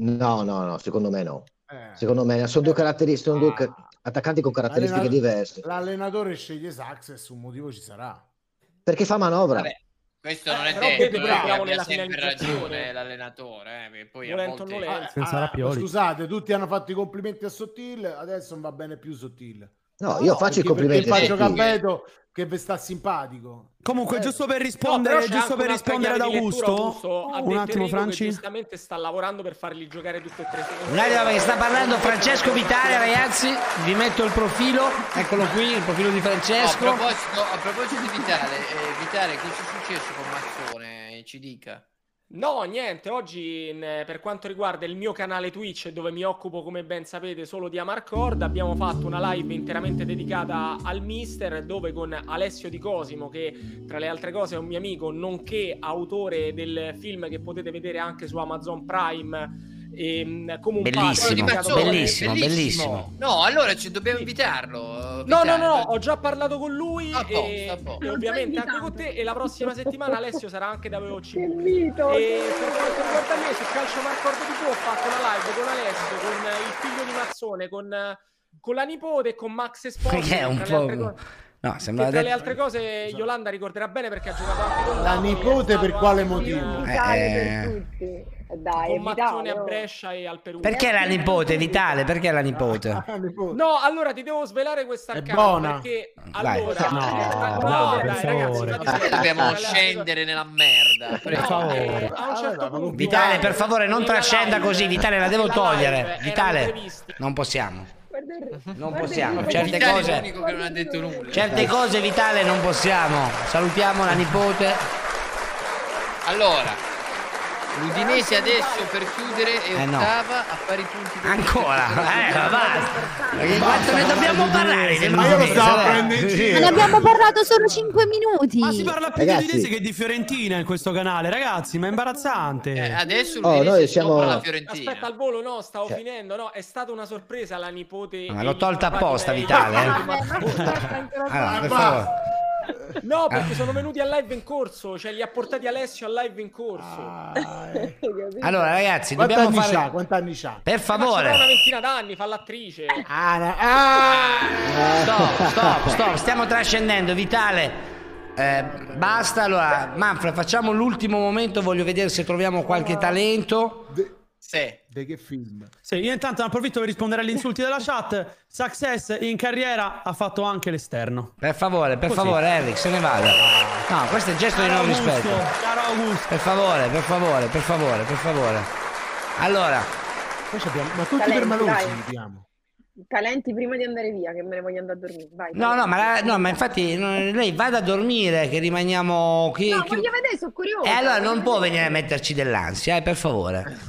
Speaker 15: No, no, no, secondo me no.
Speaker 13: Eh.
Speaker 15: Secondo me sono due, caratteri- sono due ca- attaccanti con caratteristiche
Speaker 13: L'allena-
Speaker 15: diverse.
Speaker 13: L'allenatore sceglie Saxes, un motivo ci sarà.
Speaker 15: Perché fa manovra.
Speaker 4: Questo non è
Speaker 13: però
Speaker 4: detto,
Speaker 13: Beppe
Speaker 4: eh,
Speaker 13: Bravo
Speaker 4: che abbia
Speaker 13: nella
Speaker 4: sempre
Speaker 13: finalizzazione.
Speaker 4: ragione l'allenatore, eh, e poi a
Speaker 9: Volento
Speaker 4: volte...
Speaker 9: o
Speaker 3: Ah,
Speaker 9: nolente.
Speaker 8: Senza
Speaker 4: Ah.
Speaker 8: Rappioli.
Speaker 13: Ah, Scusate, tutti hanno fatto i complimenti a Sottil, adesso non va bene più Sottil.
Speaker 15: No, io faccio i
Speaker 13: perché- perché
Speaker 15: complimenti a
Speaker 13: faccio
Speaker 15: Sottil.
Speaker 13: Capeto che vi sta simpatico. Eh.
Speaker 8: Comunque, giusto per rispondere,
Speaker 9: No, però c'è
Speaker 8: giusto
Speaker 9: anche
Speaker 8: per
Speaker 9: una
Speaker 8: rispondere ad
Speaker 9: tagliata di lettura,
Speaker 8: Augusto,
Speaker 9: Augusto. Ha
Speaker 8: un
Speaker 9: detto
Speaker 8: attimo,
Speaker 9: Enrico Che
Speaker 8: Franci.
Speaker 9: giustamente sta lavorando per farli giocare tutti e tre.
Speaker 3: Un attimo perché sta parlando Francesco Vitale, ragazzi. Vi metto il profilo, eccolo qui, il profilo di
Speaker 4: No, a,
Speaker 3: Francesco.
Speaker 4: proposito, a proposito di Vitale, eh, Vitale,
Speaker 9: Ah,
Speaker 4: cosa è successo con Mazzone? Ci dica.
Speaker 9: No, niente, oggi in- eh, per quanto riguarda il mio canale Twitch, dove mi occupo come ben sapete solo di Amarcord, abbiamo fatto una live interamente dedicata al Mister, dove con Alessio Di Cosimo, che tra le altre cose è un mio amico, nonché autore del film che potete vedere anche su Amazon Prime, ehm, come un
Speaker 3: Bellissimo,
Speaker 9: pazzo, dedicato-
Speaker 3: bellissimo, bellissimo.
Speaker 4: No, allora ci dobbiamo invitarlo. eh,
Speaker 9: No, no,
Speaker 4: Vitale.
Speaker 9: no, ho già parlato con lui
Speaker 4: Ah, boh,
Speaker 9: e,
Speaker 4: ah, boh.
Speaker 9: e ovviamente anche con te e la prossima settimana Alessio sarà anche da VOC. E per quanto riguarda me su Calcio Marcord di Go ho fatto una live con Alessio, con eh, il figlio di Mazzone, con, eh, con la nipote e con Max Esposito.
Speaker 3: Perché è un
Speaker 9: che tra le altre
Speaker 3: po'.
Speaker 9: cose-
Speaker 3: No,
Speaker 9: che
Speaker 3: sembra
Speaker 9: tra le
Speaker 3: detto.
Speaker 9: altre cose Yolanda ricorderà bene perché ha giocato anche con
Speaker 13: La
Speaker 9: Napoli, è
Speaker 13: nipote per
Speaker 9: stato
Speaker 13: quale
Speaker 9: anche con,
Speaker 13: motivo?
Speaker 9: eh,
Speaker 3: Eh, eh.
Speaker 12: Tutti. Dai,
Speaker 9: Con Mazzone a
Speaker 12: evitavo.
Speaker 9: Brescia e al Perù.
Speaker 3: Perché la nipote, Vitale? Perché la nipote?
Speaker 9: No, allora ti devo svelare questa
Speaker 3: È
Speaker 9: arcana,
Speaker 3: buona.
Speaker 9: perché
Speaker 3: Dai.
Speaker 9: allora
Speaker 3: No,
Speaker 9: eh,
Speaker 3: no,
Speaker 9: dai,
Speaker 3: per
Speaker 9: dai, ragazzi,
Speaker 3: favore.
Speaker 9: fate
Speaker 4: Perché
Speaker 9: sentire,
Speaker 4: dobbiamo
Speaker 3: ah.
Speaker 9: dai,
Speaker 4: scendere nella merda?
Speaker 8: Per favore.
Speaker 9: a un certo punto
Speaker 3: Vitale, per favore, non trascenda così. Vitale, la devo
Speaker 9: Nella eh. live
Speaker 3: togliere.
Speaker 9: erano
Speaker 3: Vitale,
Speaker 9: previsti.
Speaker 3: non possiamo. Non possiamo,
Speaker 4: Vitale
Speaker 3: certe
Speaker 4: è
Speaker 3: cose-
Speaker 4: l'unico che non ha detto nulla.
Speaker 3: Certe cose vitale non possiamo. Salutiamo la nipote.
Speaker 4: Allora, l'Udinese adesso per chiudere è
Speaker 3: Eh, no.
Speaker 4: ottava a pari punti. con-
Speaker 3: Ancora, eh, ma basta. Ma che Quanto ne dobbiamo parlare? del
Speaker 13: Ma io lo
Speaker 3: Udinese,
Speaker 13: stavo
Speaker 3: dai?
Speaker 13: prendendo in
Speaker 3: Sì.
Speaker 19: Ma ne abbiamo parlato solo 5 minuti. Ma si
Speaker 8: parla più di Udinese che di Fiorentina in questo canale, ragazzi, ma è imbarazzante.
Speaker 4: adesso
Speaker 15: Oh, noi siamo.
Speaker 9: Mm. Aspetta al volo, no, stavo
Speaker 15: Cioè-
Speaker 9: finendo, no, è stata una sorpresa la nipote.
Speaker 3: Ma l'ho tolta apposta, Vitale. eh. Allora, per favore.
Speaker 9: No, perché
Speaker 3: Ah.
Speaker 9: sono venuti al live in corso, cioè li ha portati Alessio al live in corso.
Speaker 3: Ah, eh. Allora, ragazzi,
Speaker 13: Quanti
Speaker 3: dobbiamo
Speaker 13: anni
Speaker 3: fare-
Speaker 13: c'ha? Quanti anni c'ha?
Speaker 3: Per
Speaker 9: Ma c'ha una
Speaker 3: favore.
Speaker 9: ventina d'anni, fa l'attrice.
Speaker 3: Ah, Stop, stop, stop. Stiamo trascendendo, Vitale. Eh, basta, allora, Manfred, facciamo l'ultimo momento, voglio vedere se troviamo qualche talento.
Speaker 4: Sì.
Speaker 13: Di che film?
Speaker 8: Sì, io intanto ne approfitto per rispondere agli insulti della chat. Success in carriera ha fatto anche l'esterno.
Speaker 3: Per favore, per
Speaker 8: Così. Ah.
Speaker 3: favore, Eric, se ne vada. No, questo è il gesto di
Speaker 8: Caro
Speaker 3: non
Speaker 8: Augusto,
Speaker 3: rispetto.
Speaker 8: caro Augusto.
Speaker 3: Per favore, per favore, per favore, per favore. Allora,
Speaker 13: Poi ci abbiamo- Ma tutti
Speaker 5: Talenti,
Speaker 13: per Maluzzi
Speaker 5: dai.
Speaker 13: li diamo.
Speaker 5: Talenti prima di andare via, che me ne voglio andare a dormire. Vai.
Speaker 3: no, no, ma, la- no, ma infatti no, lei vada a dormire che rimaniamo qui.
Speaker 5: No,
Speaker 3: chi-
Speaker 5: voglio vedere, sono curiosa.
Speaker 3: E allora non può venire a metterci dell'ansia, eh, per favore.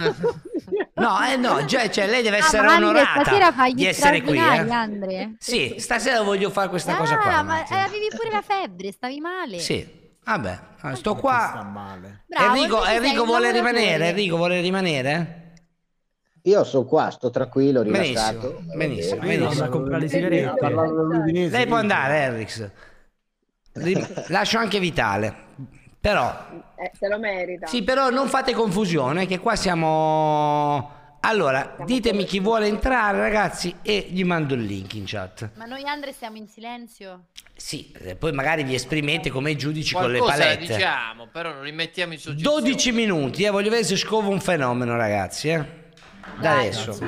Speaker 3: No, eh, no, già- cioè, lei deve essere
Speaker 19: Ah, ma Andre, stasera
Speaker 3: onorata
Speaker 19: fai gli
Speaker 3: di essere qui.
Speaker 19: straordinari,
Speaker 3: eh.
Speaker 19: Andre.
Speaker 3: Sì, stasera voglio fare questa cosa
Speaker 19: Ah,
Speaker 3: qua.
Speaker 19: ma eh, avevi pure la febbre, stavi male.
Speaker 3: Sì, vabbè, allora, sto qua.
Speaker 19: Bravo,
Speaker 3: Enrico,
Speaker 19: invece sei
Speaker 3: Enrico
Speaker 19: un
Speaker 3: vuole
Speaker 19: lavoratore.
Speaker 3: rimanere, Enrico vuole rimanere?
Speaker 15: Io sono qua, sto tranquillo, rilassato.
Speaker 3: Benissimo, benissimo.
Speaker 15: Io vado a comprare le sigarette. Parlavo dell'Udinese,
Speaker 3: Lei può
Speaker 15: quindi.
Speaker 3: andare, Erix. Ri- Lascio anche Vitale. Però,
Speaker 5: Eh, se lo merita.
Speaker 3: sì, però non fate confusione che qua siamo... Allora, ditemi chi vuole entrare, ragazzi, e gli mando il link in chat.
Speaker 19: Ma noi Andre stiamo in silenzio.
Speaker 3: Sì, eh, poi magari vi esprimete come i giudici con
Speaker 4: Qualcosa
Speaker 3: le
Speaker 4: la
Speaker 3: palette.
Speaker 4: diciamo, però non li mettiamo in soggetto.
Speaker 3: 12 minuti, eh, voglio vedere se scovo un fenomeno, ragazzi. Eh. Da
Speaker 4: Dai.
Speaker 3: adesso.
Speaker 4: Cazzo,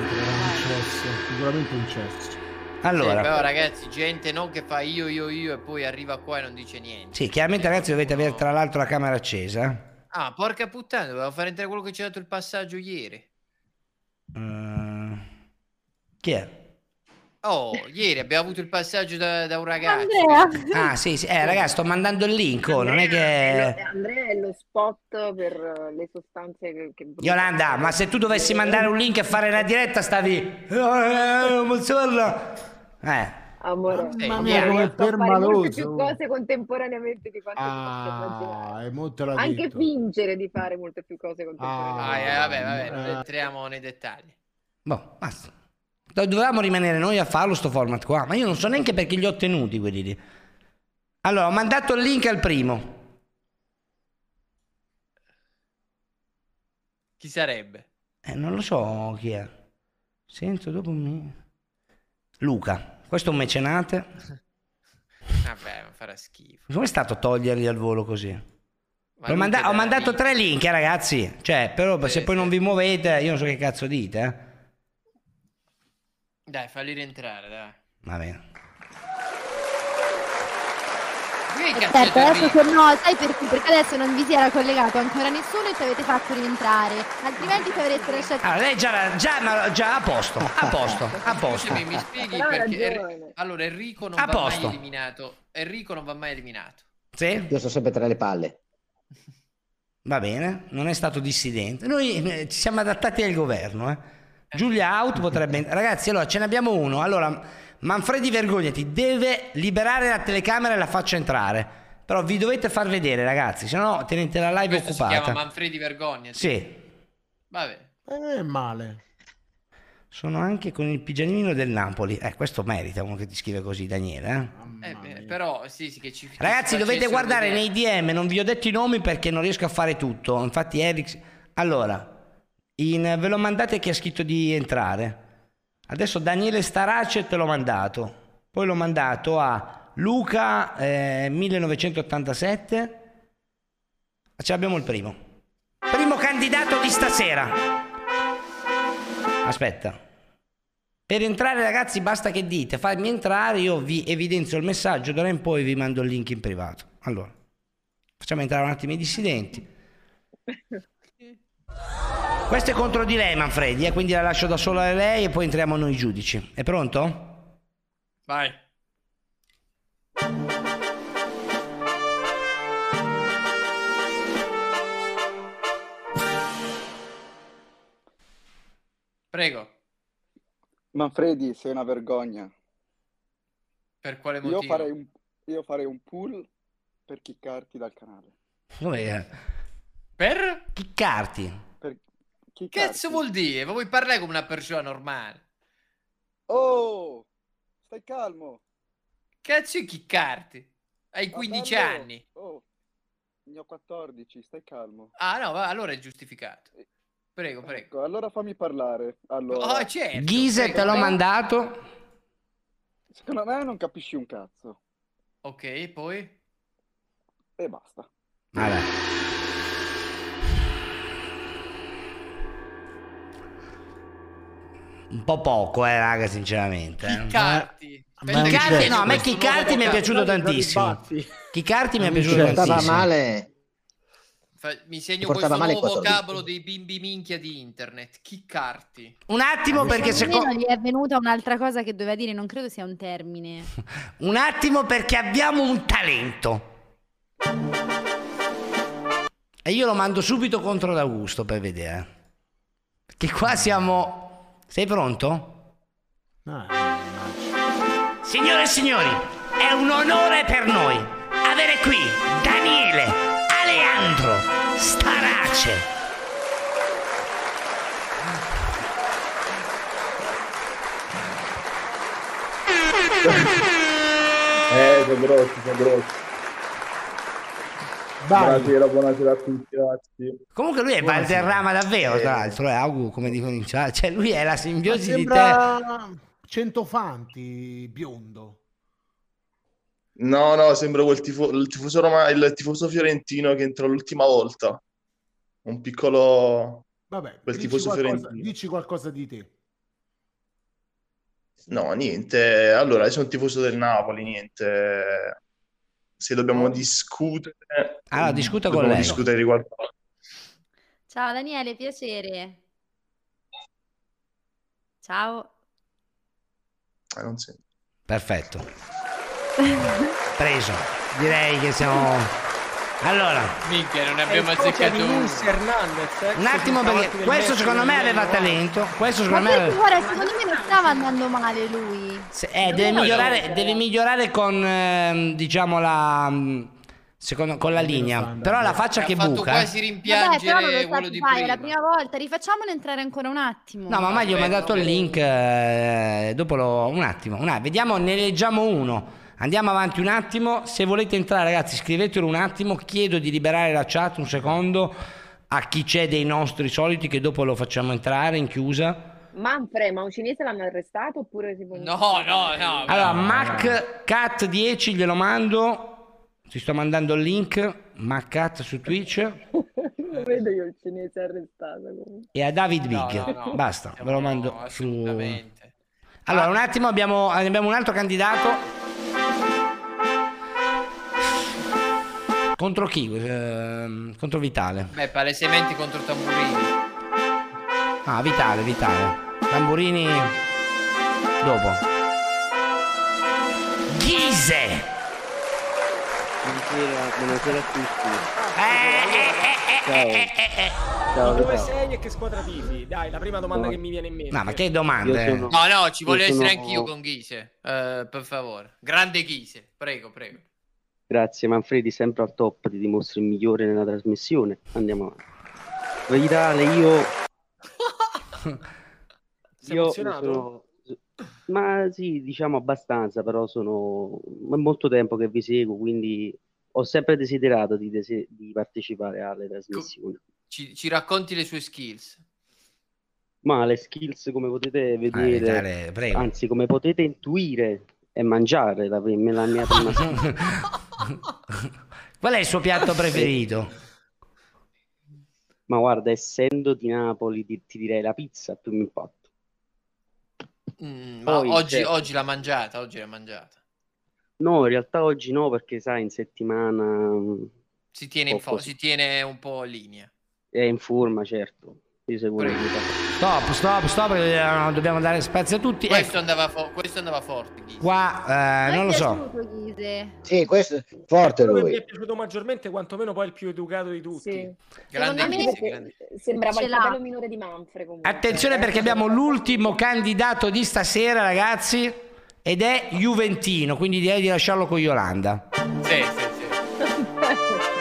Speaker 13: Sicuramente un cesso.
Speaker 3: Allora.
Speaker 4: Eh, però ragazzi, gente non che fa io, io, io e poi arriva qua e non dice niente.
Speaker 3: Sì, chiaramente ragazzi dovete avere tra l'altro la camera accesa. eh.
Speaker 4: Ah, porca puttana, dovevo far entrare quello che ci ha dato il passaggio ieri.
Speaker 3: Mm. Chi è?
Speaker 4: Oh, ieri abbiamo avuto il passaggio da, da un ragazzo.
Speaker 3: Ah, sì, sì. Eh, ragazzi, sto mandando il link, oh, non è
Speaker 5: Lo-
Speaker 3: che...
Speaker 5: Andrea è lo spot per eh, le sostanze che, che bruciano.
Speaker 3: Yolanda, ma se tu dovessi mandare un link e fare la diretta stavi... Eh, mozzarella. Eh.
Speaker 5: Amore,
Speaker 13: Mamma mia, come
Speaker 5: riesco a fare
Speaker 13: permaloso.
Speaker 5: molte più cose contemporaneamente di quanto
Speaker 13: Ah, è molto la
Speaker 5: posso anche fingere di fare molte più cose contemporaneamente.
Speaker 4: Ah, eh, vabbè, vabbè, non entriamo nei dettagli.
Speaker 3: Boh, basta. Do- Dovevamo rimanere noi a farlo sto format qua, ma io non so neanche perché li ho tenuti quelli lì. Allora, ho mandato il link al primo.
Speaker 4: Chi sarebbe?
Speaker 3: Eh, non lo so chi è. Sento dopo me. Luca, questo è un mecenate.
Speaker 4: Vabbè, ma farà schifo.
Speaker 3: Come è stato toglierli al volo così?
Speaker 4: Ma
Speaker 3: Ho,
Speaker 4: lui
Speaker 3: manda-
Speaker 4: che
Speaker 3: ho
Speaker 4: dà-
Speaker 3: mandato tre link, eh, ragazzi. Cioè, però se poi non vi muovete, io non so che cazzo dite. Eh.
Speaker 4: Dai, falli rientrare, dai.
Speaker 3: Va bene.
Speaker 4: Che cazzo
Speaker 19: Aspetta,
Speaker 4: è
Speaker 19: adesso
Speaker 4: Enrico?
Speaker 19: se no, sai perché? Perché adesso non vi si era collegato ancora nessuno e ci avete fatto rientrare, altrimenti ci avreste lasciato.
Speaker 3: Allora, lei già, già, già a posto, a posto, a posto.
Speaker 4: Scusami, mi spieghi
Speaker 19: Però ha
Speaker 4: perché Er-
Speaker 19: ragione.
Speaker 4: allora Enrico non
Speaker 3: A
Speaker 4: va
Speaker 3: posto.
Speaker 4: mai eliminato. Enrico non va mai eliminato.
Speaker 3: Sì?
Speaker 15: Io sto sempre tra le palle.
Speaker 3: Va bene, non è stato dissidente. Noi eh, ci siamo adattati al governo. eh. Giulia Out potrebbe... Ragazzi, allora ce n'abbiamo uno. Allora, Manfredi Vergognati deve liberare la telecamera e la faccio entrare. Però vi dovete far vedere, ragazzi, se no tenete la live
Speaker 4: Questo si
Speaker 3: occupata.
Speaker 4: chiama Manfredi eh, Vergogna.
Speaker 3: Sì,
Speaker 4: Vabbè.
Speaker 13: Eh, male.
Speaker 3: sono anche con il pigiamino del Napoli. Eh, questo merita uno che ti scrive così, Daniele. eh.
Speaker 4: Eh, beh, però sì, sì, che ci che
Speaker 3: Ragazzi,
Speaker 4: ci
Speaker 3: dovete
Speaker 4: facessero
Speaker 3: guardare
Speaker 4: vedere.
Speaker 3: nei DM, non vi ho detto i nomi perché non riesco a fare tutto. Infatti, Eric. Allora, in- ve lo mandate chi ha scritto di entrare. Adesso Daniele Starace te l'ho mandato. Poi l'ho mandato a Luca eh, 1987. Ce l'abbiamo il primo. Primo candidato di stasera. Aspetta. Per entrare ragazzi basta che dite fammi entrare, io vi evidenzio il messaggio, d'ora in poi vi mando il link in privato. Allora, facciamo entrare un attimo i dissidenti. Questo è contro di lei, Manfredi, eh, quindi la lascio da sola a lei e poi entriamo noi giudici. È pronto?
Speaker 4: Vai. Prego,
Speaker 26: Manfredi, sei una vergogna.
Speaker 4: per quale
Speaker 26: Io
Speaker 4: motivo?
Speaker 26: farei, un, io farei un pull per chiccarti dal canale.
Speaker 3: Dov'è?
Speaker 4: Per?
Speaker 3: Chiccarti.
Speaker 26: Per
Speaker 4: Cazzo vuol dire? Ma vuoi parlare come una persona normale?
Speaker 26: Oh, stai calmo.
Speaker 4: Cazzo è chiccarti? Hai 15
Speaker 26: Vabbè,
Speaker 4: anni.
Speaker 26: Oh, ne ho 14, stai calmo.
Speaker 4: Ah no, va- allora è giustificato. Prego, prego.
Speaker 26: Ecco, allora fammi parlare. Allora,
Speaker 4: Oh, certo.
Speaker 3: Ghise te l'ho mandato.
Speaker 26: Secondo me non capisci un cazzo.
Speaker 4: Ok, poi?
Speaker 26: E basta.
Speaker 3: Un po' poco, eh, raga, sinceramente. eh.
Speaker 4: Chiccarti.
Speaker 3: Ma- Chiccarti no, a me Chiccarti mi è piaciuto tantissimo. Chiccarti mi è
Speaker 15: Mi
Speaker 3: piaciuto
Speaker 15: portava
Speaker 3: tantissimo.
Speaker 15: male.
Speaker 4: Fa- mi segno questo
Speaker 15: portava male
Speaker 4: nuovo
Speaker 15: 14.
Speaker 4: vocabolo dei bimbi minchia di internet. Chiccarti.
Speaker 3: Un attimo perché secondo...
Speaker 10: Almeno gli è venuta un'altra cosa che doveva dire, non credo sia un termine.
Speaker 3: Un attimo perché abbiamo un talento. E io lo mando subito contro l'Augusto per vedere. Perché qua siamo... Sei pronto? Signore e signori, è un onore per noi avere qui Daniele Aleandro Starace.
Speaker 12: Eh, sono grossi, sono grossi. Buonasera, buonasera a tutti, ragazzi.
Speaker 3: Comunque lui è Valderrama davvero, tra l'altro, è Augu, come dicono in chat. Cioè, lui è la simbiosi di
Speaker 13: Sembra Centofanti biondo.
Speaker 12: No, no, sembra quel tifo- il tifoso Roma- il tifoso fiorentino che entrò l'ultima volta. Un piccolo...
Speaker 13: Vabbè,
Speaker 12: Quel
Speaker 13: dici
Speaker 12: tifoso
Speaker 13: qualcosa,
Speaker 12: fiorentino.
Speaker 13: dici qualcosa di te.
Speaker 12: No, niente. Allora, io sono tifoso del Napoli, niente. Se dobbiamo discutere...
Speaker 3: Allora, discuta con
Speaker 12: dobbiamo
Speaker 3: lei.
Speaker 12: discutere riguardo...
Speaker 10: Ciao Daniele, piacere. Ciao.
Speaker 12: Eh, non sento.
Speaker 3: Perfetto. Preso. Direi che siamo... Allora,
Speaker 4: Minchia, non ne abbiamo azzeccato uno.
Speaker 9: eh,
Speaker 3: un attimo perché questo secondo me aveva talento. Questo
Speaker 10: Ma
Speaker 3: secondo me...
Speaker 10: poi,
Speaker 3: aveva-
Speaker 10: guarda, secondo me non stava andando male lui.
Speaker 3: Se- Eh, deve migliorare, deve migliorare con, ehm, diciamo, la... mm, secondo- con la linea. Però la faccia che buca... eh.
Speaker 10: Vabbè, però non lo sa- dai, è la prima volta, rifacciamolo entrare ancora un attimo.
Speaker 3: No, ma ormai gli ho mandato il link. eh, dopo lo. Un attimo, un attimo, vediamo, ne leggiamo uno. Andiamo avanti un attimo. Se volete entrare, ragazzi, scrivetelo un attimo. Chiedo di liberare la chat un secondo a chi c'è dei nostri soliti, che dopo lo facciamo entrare in chiusa.
Speaker 5: Manfre, ma un cinese l'hanno arrestato oppure si può...
Speaker 4: No, Eh, no, no.
Speaker 3: Allora, MacCat10 glielo mando. Ti sto mandando il link. MacCat su Twitch.
Speaker 5: Non vedo io il cinese arrestato. comunque.
Speaker 3: E a David
Speaker 5: No,
Speaker 3: Big.
Speaker 5: no, Ah. no.
Speaker 3: Basta, ve lo mando su. Allora, un attimo, abbiamo, abbiamo un altro candidato. Contro chi? Ehm, contro Vitale.
Speaker 4: Beh, palesemente contro Tamburini.
Speaker 3: Ah, Vitale, Vitale. Tamburini dopo. Ghise!
Speaker 14: Buonasera, buonasera a tutti.
Speaker 3: Eh, eh, eh, eh, eh, eh.
Speaker 14: Ciao,
Speaker 9: Di dove
Speaker 14: ciao.
Speaker 9: sei e che squadra tifi? Dai, la prima domanda
Speaker 14: No.
Speaker 9: che mi viene in mente.
Speaker 3: No, ma che domande?
Speaker 14: Io sono-
Speaker 4: No, no, ci
Speaker 14: io
Speaker 4: voglio essere
Speaker 14: sono-
Speaker 4: anch'io con Ghise. Eh, per favore. Grande Ghise. Prego, prego.
Speaker 14: Grazie Manfredi, sempre al top, ti dimostri il migliore nella trasmissione. Andiamo avanti. Vitale, io...
Speaker 9: Sei emozionato?
Speaker 14: Ma sì, diciamo abbastanza, però sono... È molto tempo che vi seguo, quindi ho sempre desiderato di, dese- di partecipare alle trasmissioni.
Speaker 4: Ci, ci racconti le sue skills.
Speaker 14: Ma le skills, come potete vedere,
Speaker 3: Vitale, prego.
Speaker 14: anzi, come potete intuire, è mangiare la, me- la mia prima
Speaker 3: Qual è il suo piatto preferito?
Speaker 14: Ma guarda, essendo di Napoli, ti, ti direi la pizza più mi impatto.
Speaker 4: Mm, ma
Speaker 14: Poi,
Speaker 4: oggi,
Speaker 14: certo.
Speaker 4: oggi l'ha mangiata, oggi l'ha mangiata.
Speaker 14: No, in realtà oggi no, perché sai, in settimana mm,
Speaker 4: Si tiene, in
Speaker 14: Ho
Speaker 4: fo-
Speaker 14: così.
Speaker 4: si tiene un po' in linea.
Speaker 14: è in forma, certo, di sicurezza.
Speaker 3: Stop, stop, stop, perché, eh, dobbiamo dare spazio a tutti.
Speaker 4: Questo andava, fo- questo andava forte. Ghisa.
Speaker 3: Qua, eh, non lo so.
Speaker 15: Sì, questo è forte
Speaker 9: Quello che mi
Speaker 15: lui.
Speaker 9: è piaciuto maggiormente, quantomeno poi il più educato di tutti.
Speaker 5: Secondo me perché sembrava
Speaker 10: Ce
Speaker 5: il
Speaker 10: l'ha.
Speaker 5: fratello minore di Manfred comunque.
Speaker 3: Attenzione perché abbiamo l'ultimo candidato di stasera, ragazzi, ed è Juventino, quindi direi di lasciarlo con Yolanda.
Speaker 4: Sì, sì, sì.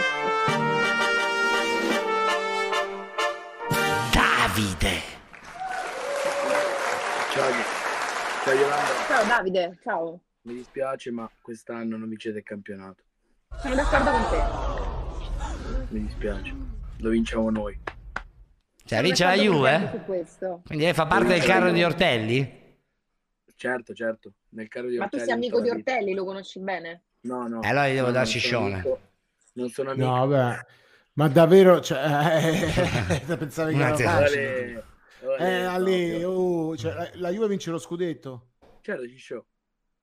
Speaker 3: Davide.
Speaker 27: Ciao, ciao Yolanda,
Speaker 5: Ciao Davide, ciao.
Speaker 27: mi dispiace ma quest'anno non vincete il campionato,
Speaker 5: Sono d'accordo con te.
Speaker 3: Cioè,
Speaker 27: mi dispiace, lo vinciamo noi.
Speaker 3: Cioè, vince la
Speaker 5: Sono d'accordo
Speaker 3: Juve?
Speaker 5: con te su questo.
Speaker 3: Quindi lei fa parte del carro di Ortelli?
Speaker 27: Certo, certo, nel carro di
Speaker 5: Ma tu
Speaker 27: Ortelli
Speaker 5: sei amico
Speaker 27: tutta
Speaker 5: di
Speaker 27: la vita.
Speaker 5: Ortelli, lo conosci bene?
Speaker 27: No, no.
Speaker 3: Eh, allora gli devo
Speaker 27: No,
Speaker 3: dare
Speaker 27: non sono
Speaker 3: sciscione.
Speaker 27: amico- Non sono amico.
Speaker 13: No, vabbè. Ma davvero, cioè, pensavi che
Speaker 27: Un
Speaker 13: era
Speaker 27: attimo.
Speaker 13: facile.
Speaker 27: Olè, olè,
Speaker 13: Eh, Ale, oh, cioè, la, la Juve vince lo scudetto.
Speaker 27: Certo, Ciscio.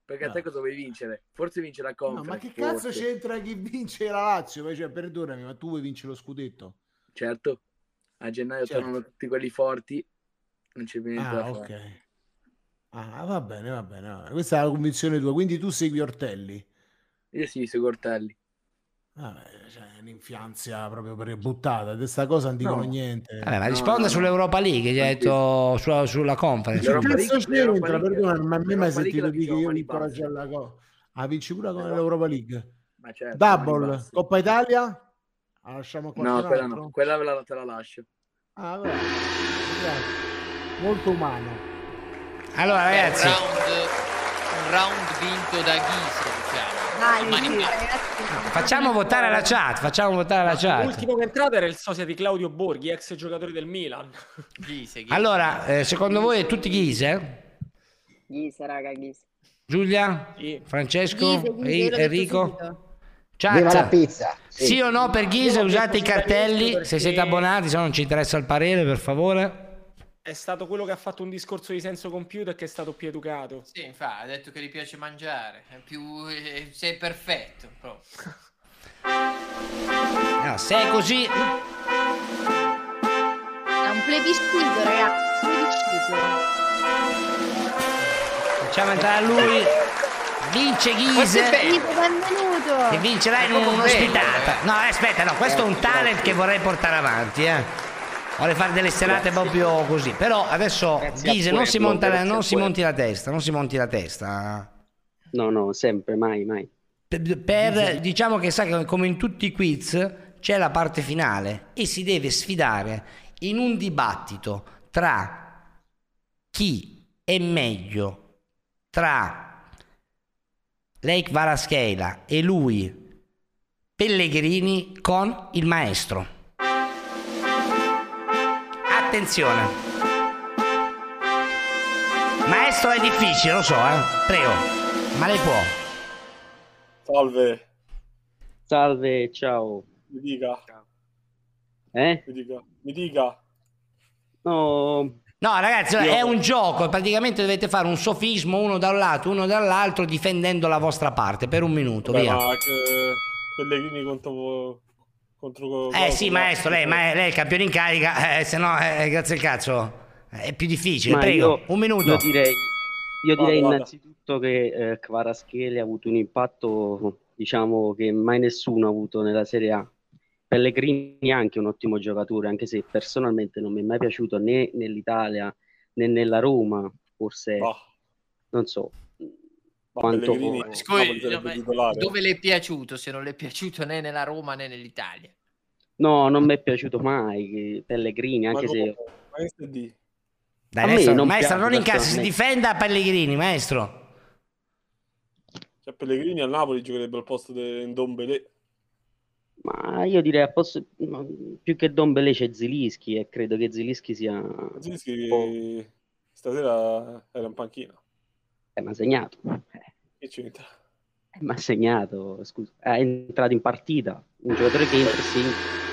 Speaker 27: Perché a
Speaker 13: No.
Speaker 27: te cosa vuoi vincere? Forse vince la
Speaker 13: No,
Speaker 27: conference.
Speaker 13: ma che cazzo
Speaker 27: forse.
Speaker 13: c'entra chi vince la Lazio? Ma, Cioè, perdonami, ma tu vuoi vincere lo scudetto?
Speaker 27: Certo. A gennaio
Speaker 13: Certo.
Speaker 27: tornano tutti quelli forti. Non c'è più niente
Speaker 13: Ah,
Speaker 27: da
Speaker 13: ok.
Speaker 27: fare.
Speaker 13: Ah, va bene, va bene, va bene. Questa è la convinzione tua, quindi tu segui Ortelli.
Speaker 27: Io sì, sui Cortelli.
Speaker 13: Vabbè, cioè, è un'infianzia proprio per buttata, di sta cosa non dicono
Speaker 27: No.
Speaker 13: niente.
Speaker 3: Vabbè, ma risponda sull'Europa League, gli ha detto sulla, sulla conference.
Speaker 13: Che cazzo
Speaker 27: l'Europa
Speaker 13: c'entra?
Speaker 27: League-
Speaker 13: Perdona, ma a
Speaker 27: l'Europa
Speaker 13: me mai
Speaker 27: League la
Speaker 13: sentito dire che
Speaker 27: vinciamo
Speaker 13: io
Speaker 27: a mani
Speaker 13: vinco la
Speaker 27: basse.
Speaker 13: Galla Co. Ah, vinci pure con l'Europa League.
Speaker 27: Ma certo, a mani
Speaker 13: Double,
Speaker 27: basse.
Speaker 13: Coppa Italia? La Ah, lasciamo qua.
Speaker 27: No, quella no. Quella ve la- te la lascio.
Speaker 13: Ah, vabbè. Molto umano.
Speaker 3: Allora,
Speaker 4: Un round, un round vinto da Ghisa, diciamo.
Speaker 10: Dai,
Speaker 4: Mani
Speaker 10: sì,
Speaker 4: basse.
Speaker 10: ragazzi.
Speaker 3: Facciamo votare la chat, facciamo votare la chat.
Speaker 9: L'ultimo che è entrato era il sosia di Claudio Borghi, ex giocatore del Milan.
Speaker 3: Allora, eh, secondo voi è tutti Ghise?
Speaker 5: Ghisa, raga, Ghisa.
Speaker 3: Giulia? Francesco?
Speaker 5: Ghise, Ghise,
Speaker 3: Ri-
Speaker 5: io l'ho detto
Speaker 3: Enrico?
Speaker 15: Viva la
Speaker 3: Chat?
Speaker 15: pizza.
Speaker 3: Sì. o no per Ghise
Speaker 9: Io ho
Speaker 3: usate i
Speaker 9: detto
Speaker 3: cartelli,
Speaker 9: Spalletti
Speaker 3: se siete
Speaker 9: perché-
Speaker 3: abbonati, se no non ci interessa il parere, per favore.
Speaker 9: È stato quello che ha fatto un discorso di senso compiuto e che è stato più educato.
Speaker 4: Sì, infatti, ha detto che gli piace mangiare. È più. eh, sei perfetto. proprio.
Speaker 3: No, Ah, se è così,
Speaker 10: È un plebiscito, ragazzi. Plebiscito.
Speaker 3: facciamo entrare a lui. Vince
Speaker 10: Questo
Speaker 3: Ghise
Speaker 10: è bello. benvenuto.
Speaker 3: e vincerà in
Speaker 10: proprio eh.
Speaker 3: un'ospitata. No, aspetta, no, questo è
Speaker 9: Eh,
Speaker 3: un talent che vorrei portare avanti, eh. Vorrei fare delle serate proprio così. Però adesso
Speaker 14: a
Speaker 3: Ghise non, si,
Speaker 14: Pueblo,
Speaker 3: monta-
Speaker 14: grazie
Speaker 3: non
Speaker 14: a
Speaker 3: si monti la testa, non si monti la testa.
Speaker 14: No, no, sempre, mai, mai.
Speaker 3: Per- per- diciamo che sa che come in tutti i quiz c'è la parte finale e si deve sfidare in un dibattito tra chi è meglio tra Lake Varascheila e lui Pellegrini con il maestro. Attenzione. Maestro è difficile, lo so, eh. Prego. Ma lei può.
Speaker 28: Salve,
Speaker 14: Salve, ciao.
Speaker 28: mi dica,
Speaker 14: Eh?
Speaker 28: mi dica, mi dica.
Speaker 14: No.
Speaker 3: No, ragazzi,
Speaker 14: Io-
Speaker 3: è un gioco. Praticamente dovete fare un sofismo uno da un lato, uno dall'altro, difendendo la vostra parte per un minuto.
Speaker 28: Vabbè,
Speaker 3: via.
Speaker 28: ma che Pellegrini contro... contro
Speaker 3: Eh sì, maestro, lei, ma- lei è il campione in carica, eh, se no, eh, grazie al cazzo. È più difficile,
Speaker 14: Ma
Speaker 3: prego.
Speaker 14: io-
Speaker 3: un minuto.
Speaker 14: Io direi, io
Speaker 3: Vada,
Speaker 14: direi
Speaker 3: vada.
Speaker 14: innanzitutto che eh, Kvaratskhelia ha avuto un impatto, diciamo, che mai nessuno ha avuto nella Serie A. Pellegrini è anche un ottimo giocatore, anche se personalmente non mi è mai piaciuto né nell'Italia né nella Roma, forse non so
Speaker 4: Boh,
Speaker 14: quanto
Speaker 4: Scusi, no, ma dove le è piaciuto? Se non le è piaciuto né nella Roma né nell'Italia.
Speaker 14: No, non mi è piaciuto mai che Pellegrini, anche
Speaker 28: Ma
Speaker 14: se
Speaker 28: Maestro di...
Speaker 14: a
Speaker 3: Dai,
Speaker 14: me
Speaker 3: maestro,
Speaker 14: non
Speaker 3: maestro,
Speaker 14: piace
Speaker 3: non in casa, si
Speaker 14: personalmente.
Speaker 3: difenda Pellegrini, maestro.
Speaker 28: Cioè, Pellegrini al Napoli giocherebbe al posto di Ndombele.
Speaker 14: Ma io direi a posto- ma più che Don Belé c'è Zilischi e credo che Zilischi sia eh,
Speaker 28: Zinsky stasera era in panchina.
Speaker 14: eh, ma ha segnato,
Speaker 28: Che c'entra?
Speaker 14: eh, ma ha segnato, scusa, è entrato in partita, un giocatore che entra e segna.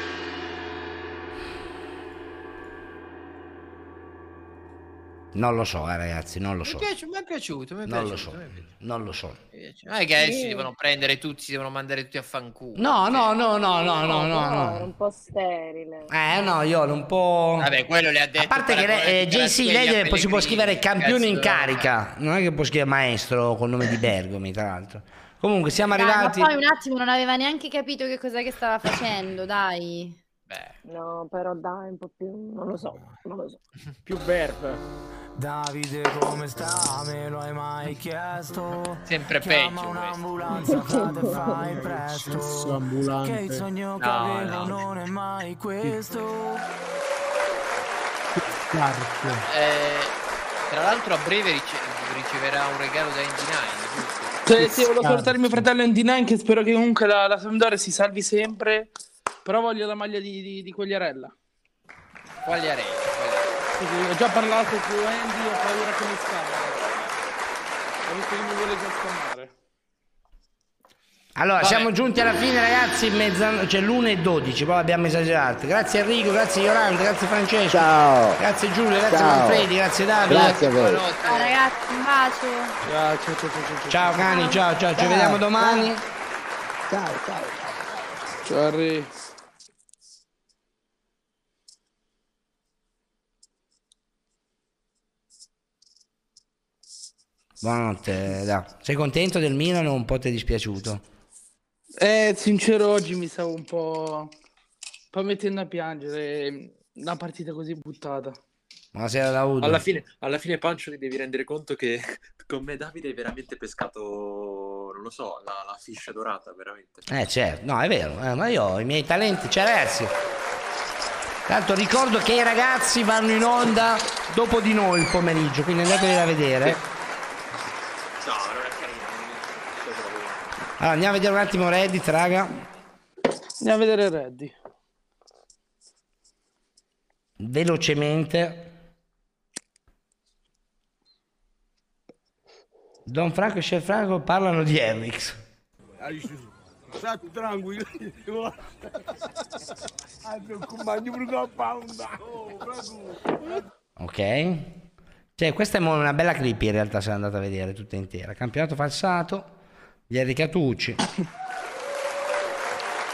Speaker 3: Non lo so, eh, ragazzi, non lo
Speaker 4: Mi
Speaker 3: so.
Speaker 4: piace, mi è piaciuto, mi è
Speaker 3: Non lo
Speaker 4: piaciuto,
Speaker 3: so,
Speaker 4: mi è
Speaker 3: non lo so.
Speaker 4: piaciuto. Non è che adesso
Speaker 29: Sì.
Speaker 4: si devono prendere tutti, si devono mandare tutti a fanculo. Cioè,
Speaker 3: No, no, no, no, no, no, no,
Speaker 29: però
Speaker 3: no.
Speaker 29: era un po' sterile.
Speaker 3: Eh no, io ero un po'...
Speaker 4: Vabbè, quello le ha detto.
Speaker 3: A parte che lei, eh, JC, lei deve- si può scrivere campione in carica, non è che può scrivere maestro col nome di Bergomi, tra l'altro. Comunque siamo
Speaker 30: Dai, ma
Speaker 3: arrivati...
Speaker 30: poi un attimo non aveva neanche capito che cos'è che stava facendo, dai.
Speaker 29: No, però dai, un po' più, non lo so, non lo so.
Speaker 31: Più verve.
Speaker 12: Davide come sta? Me lo hai mai chiesto?
Speaker 4: Sempre
Speaker 12: Chiama
Speaker 4: peggio
Speaker 12: un'ambulanza, frate, fai presto.
Speaker 32: ambulante.
Speaker 12: Eh, Che il sogno che
Speaker 4: No,
Speaker 12: avevo
Speaker 4: no.
Speaker 12: non è mai questo.
Speaker 4: Eh, tra l'altro a breve rice- riceverà un regalo da Indy9, giusto?
Speaker 8: Cioè, sì, volevo salutare mio fratello Andy9 che spero che comunque la, la Sampdoria si salvi sempre. Però voglio la maglia di, di, di Quagliarella.
Speaker 4: Quagliarella,
Speaker 8: Sì, sì, Ho già parlato con Andy, ho paura che mi scappa. Ho visto che mi vuole già scammare.
Speaker 3: Allora, siamo giunti alla fine, ragazzi. Mezzanotte, cioè l'una e 12, poi abbiamo esagerato. Grazie Enrico, grazie Iolanda, grazie Francesco.
Speaker 15: Ciao.
Speaker 3: Grazie Giulio, grazie
Speaker 15: Ciao.
Speaker 3: Manfredi, grazie Davide.
Speaker 15: Grazie a voi.
Speaker 30: Ciao ragazzi, un bacio.
Speaker 3: Ciao, ciao, ciao, ciao, ciao. Ciao cani, ciao, ciao, ci vediamo domani.
Speaker 15: Ciao, ciao.
Speaker 8: Ciao Henry.
Speaker 3: Buonanotte, da. Sei contento del Milan o un po' ti è dispiaciuto?
Speaker 8: Eh, sincero, oggi mi stavo un po'... un po' mettendo a piangere. Una partita così buttata.
Speaker 3: Buonasera Daudo.
Speaker 20: Alla fine, alla fine, Pancio, ti devi rendere conto che con me Davide hai veramente pescato, non lo so, la, la fiscia dorata, veramente.
Speaker 3: Eh certo, no è vero, eh, ma io ho i miei talenti, cioè ragazzi. Tanto ricordo che i ragazzi vanno in onda dopo di noi il pomeriggio, quindi andateli a vedere.
Speaker 20: No, non è carino.
Speaker 3: Allora, andiamo a vedere un attimo Reddit, raga.
Speaker 8: Andiamo a vedere Reddy.
Speaker 3: velocemente. Don Franco e Chef Franco parlano di Hendrix.
Speaker 7: Sta tranquillo. Hanno un compagno brutto a paura.
Speaker 3: Ok. Cioè, questa è mo- una bella clip in realtà se andate a vedere tutta intera. Campionato falsato di Enrica Tucci.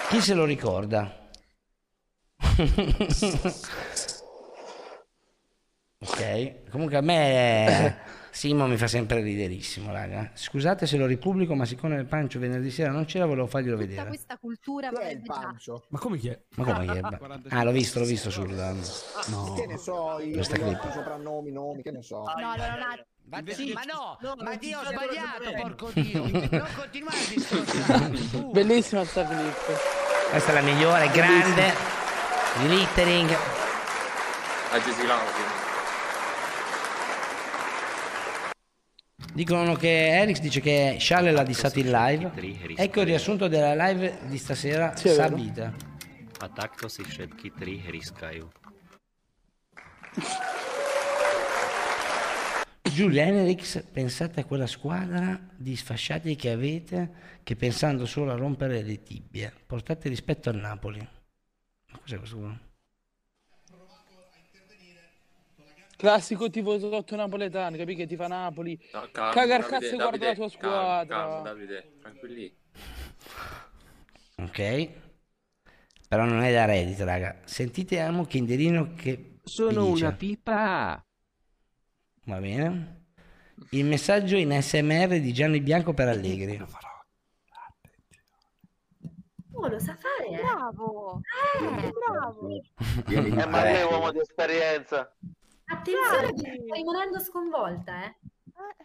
Speaker 3: Chi se lo ricorda? ok. Comunque a me Simo mi fa sempre riderissimo, raga. Scusate se lo ripubblico, ma siccome il pancio venerdì sera non c'era, volevo farglielo
Speaker 33: Tutta
Speaker 3: vedere.
Speaker 33: questa cultura
Speaker 32: pancio?
Speaker 34: Ma come chi è?
Speaker 3: Ma come che è? Ah, l'ho visto, l'ho visto sul... um,
Speaker 12: Ah,
Speaker 3: No.
Speaker 9: Che ne so, io
Speaker 3: Questa clip.
Speaker 9: soprannomi, nomi, che ne so.
Speaker 33: No, allora un attimo.
Speaker 3: Ma, ma no,
Speaker 33: ma Dio ho sbagliato, porco
Speaker 3: Dio. Non
Speaker 33: continuare a
Speaker 8: Bellissima sta clip.
Speaker 3: Questa è la migliore, grande. Glittering.
Speaker 20: A Gesilano,
Speaker 3: Dicono che Eric dice che Charles l'ha dissato in live. Ecco il riassunto della live di stasera,
Speaker 8: Sì, è vero.
Speaker 3: Sabita.
Speaker 17: A takto si všetky tri hryskajú.
Speaker 3: Giulia Henrix, pensate a quella squadra di sfasciati che avete che pensando solo a rompere le tibie. Portate rispetto al Napoli. Ma cos'è questo qua?
Speaker 8: Classico tifoso napoletano, capi che ti fa Napoli.
Speaker 20: No, calmo,
Speaker 8: Caga il
Speaker 20: Davide,
Speaker 8: cazzo e guarda la
Speaker 20: Davide,
Speaker 8: tua
Speaker 20: calmo,
Speaker 8: squadra.
Speaker 20: calmo, Davide, tranquilli.
Speaker 3: Ok. Però non è da Reddit, raga. Sentite Amo Kinderino che
Speaker 17: Sono
Speaker 3: dice.
Speaker 17: una pipa.
Speaker 3: Va bene. Il messaggio in SMR di Gianni Bianco per Allegri.
Speaker 10: Oh, lo sa fare. Bravo. bravo.
Speaker 13: Eh, ma lei è uomo di esperienza.
Speaker 10: Attenzione che stai rimanendo sconvolta, eh.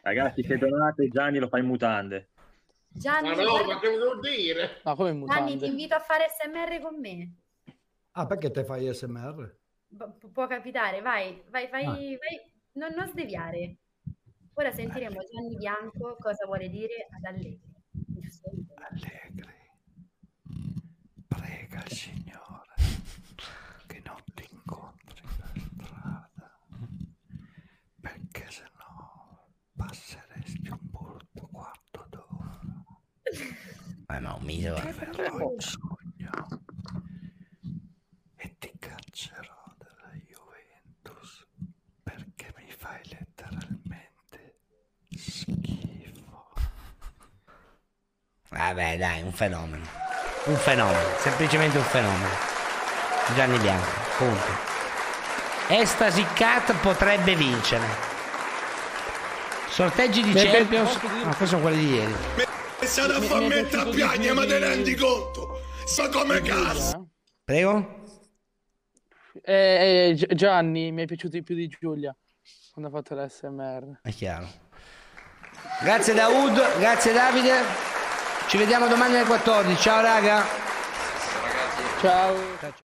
Speaker 35: Ragazzi, se donate Gianni lo fa in mutande.
Speaker 10: Gianni, guarda-
Speaker 13: che devo dire?
Speaker 8: Ma come
Speaker 10: Gianni, ti invito a fare SMR con me.
Speaker 36: Ah, perché te fai SMR?
Speaker 10: Bu- pu- può capitare, vai, vai, vai,
Speaker 36: Ah.
Speaker 10: vai. Non, non sdeviare. Ora sentiremo Gianni Bianco cosa vuole dire ad Allegri. Giusto?
Speaker 17: Prega il Signore che non ti incontri per strada, perché se no passeresti un brutto quarto d'ora.
Speaker 3: Eh, ma un mito.
Speaker 17: Ti verrò in sogno e ti caccerò dalla Juventus perché mi fai le
Speaker 3: Vabbè, dai, un fenomeno. Un fenomeno, semplicemente un fenomeno. Gianni Bianco, punto. Estasi Cat potrebbe vincere. Sorteggi di
Speaker 13: Beh, beh,
Speaker 3: Champions.
Speaker 13: posso dire-
Speaker 3: No, questi sono quelli di ieri.
Speaker 13: Pensate a far mettere a piagne, ma te ne rendi conto? So come cazzo!
Speaker 3: Prego?
Speaker 12: Eh, eh, Gi- Gianni mi è piaciuto di più di Giulia quando ha fatto l'SMR.
Speaker 3: È chiaro. Grazie Daud, grazie Davide. Ci vediamo domani alle 14. Ciao raga.
Speaker 12: Ciao.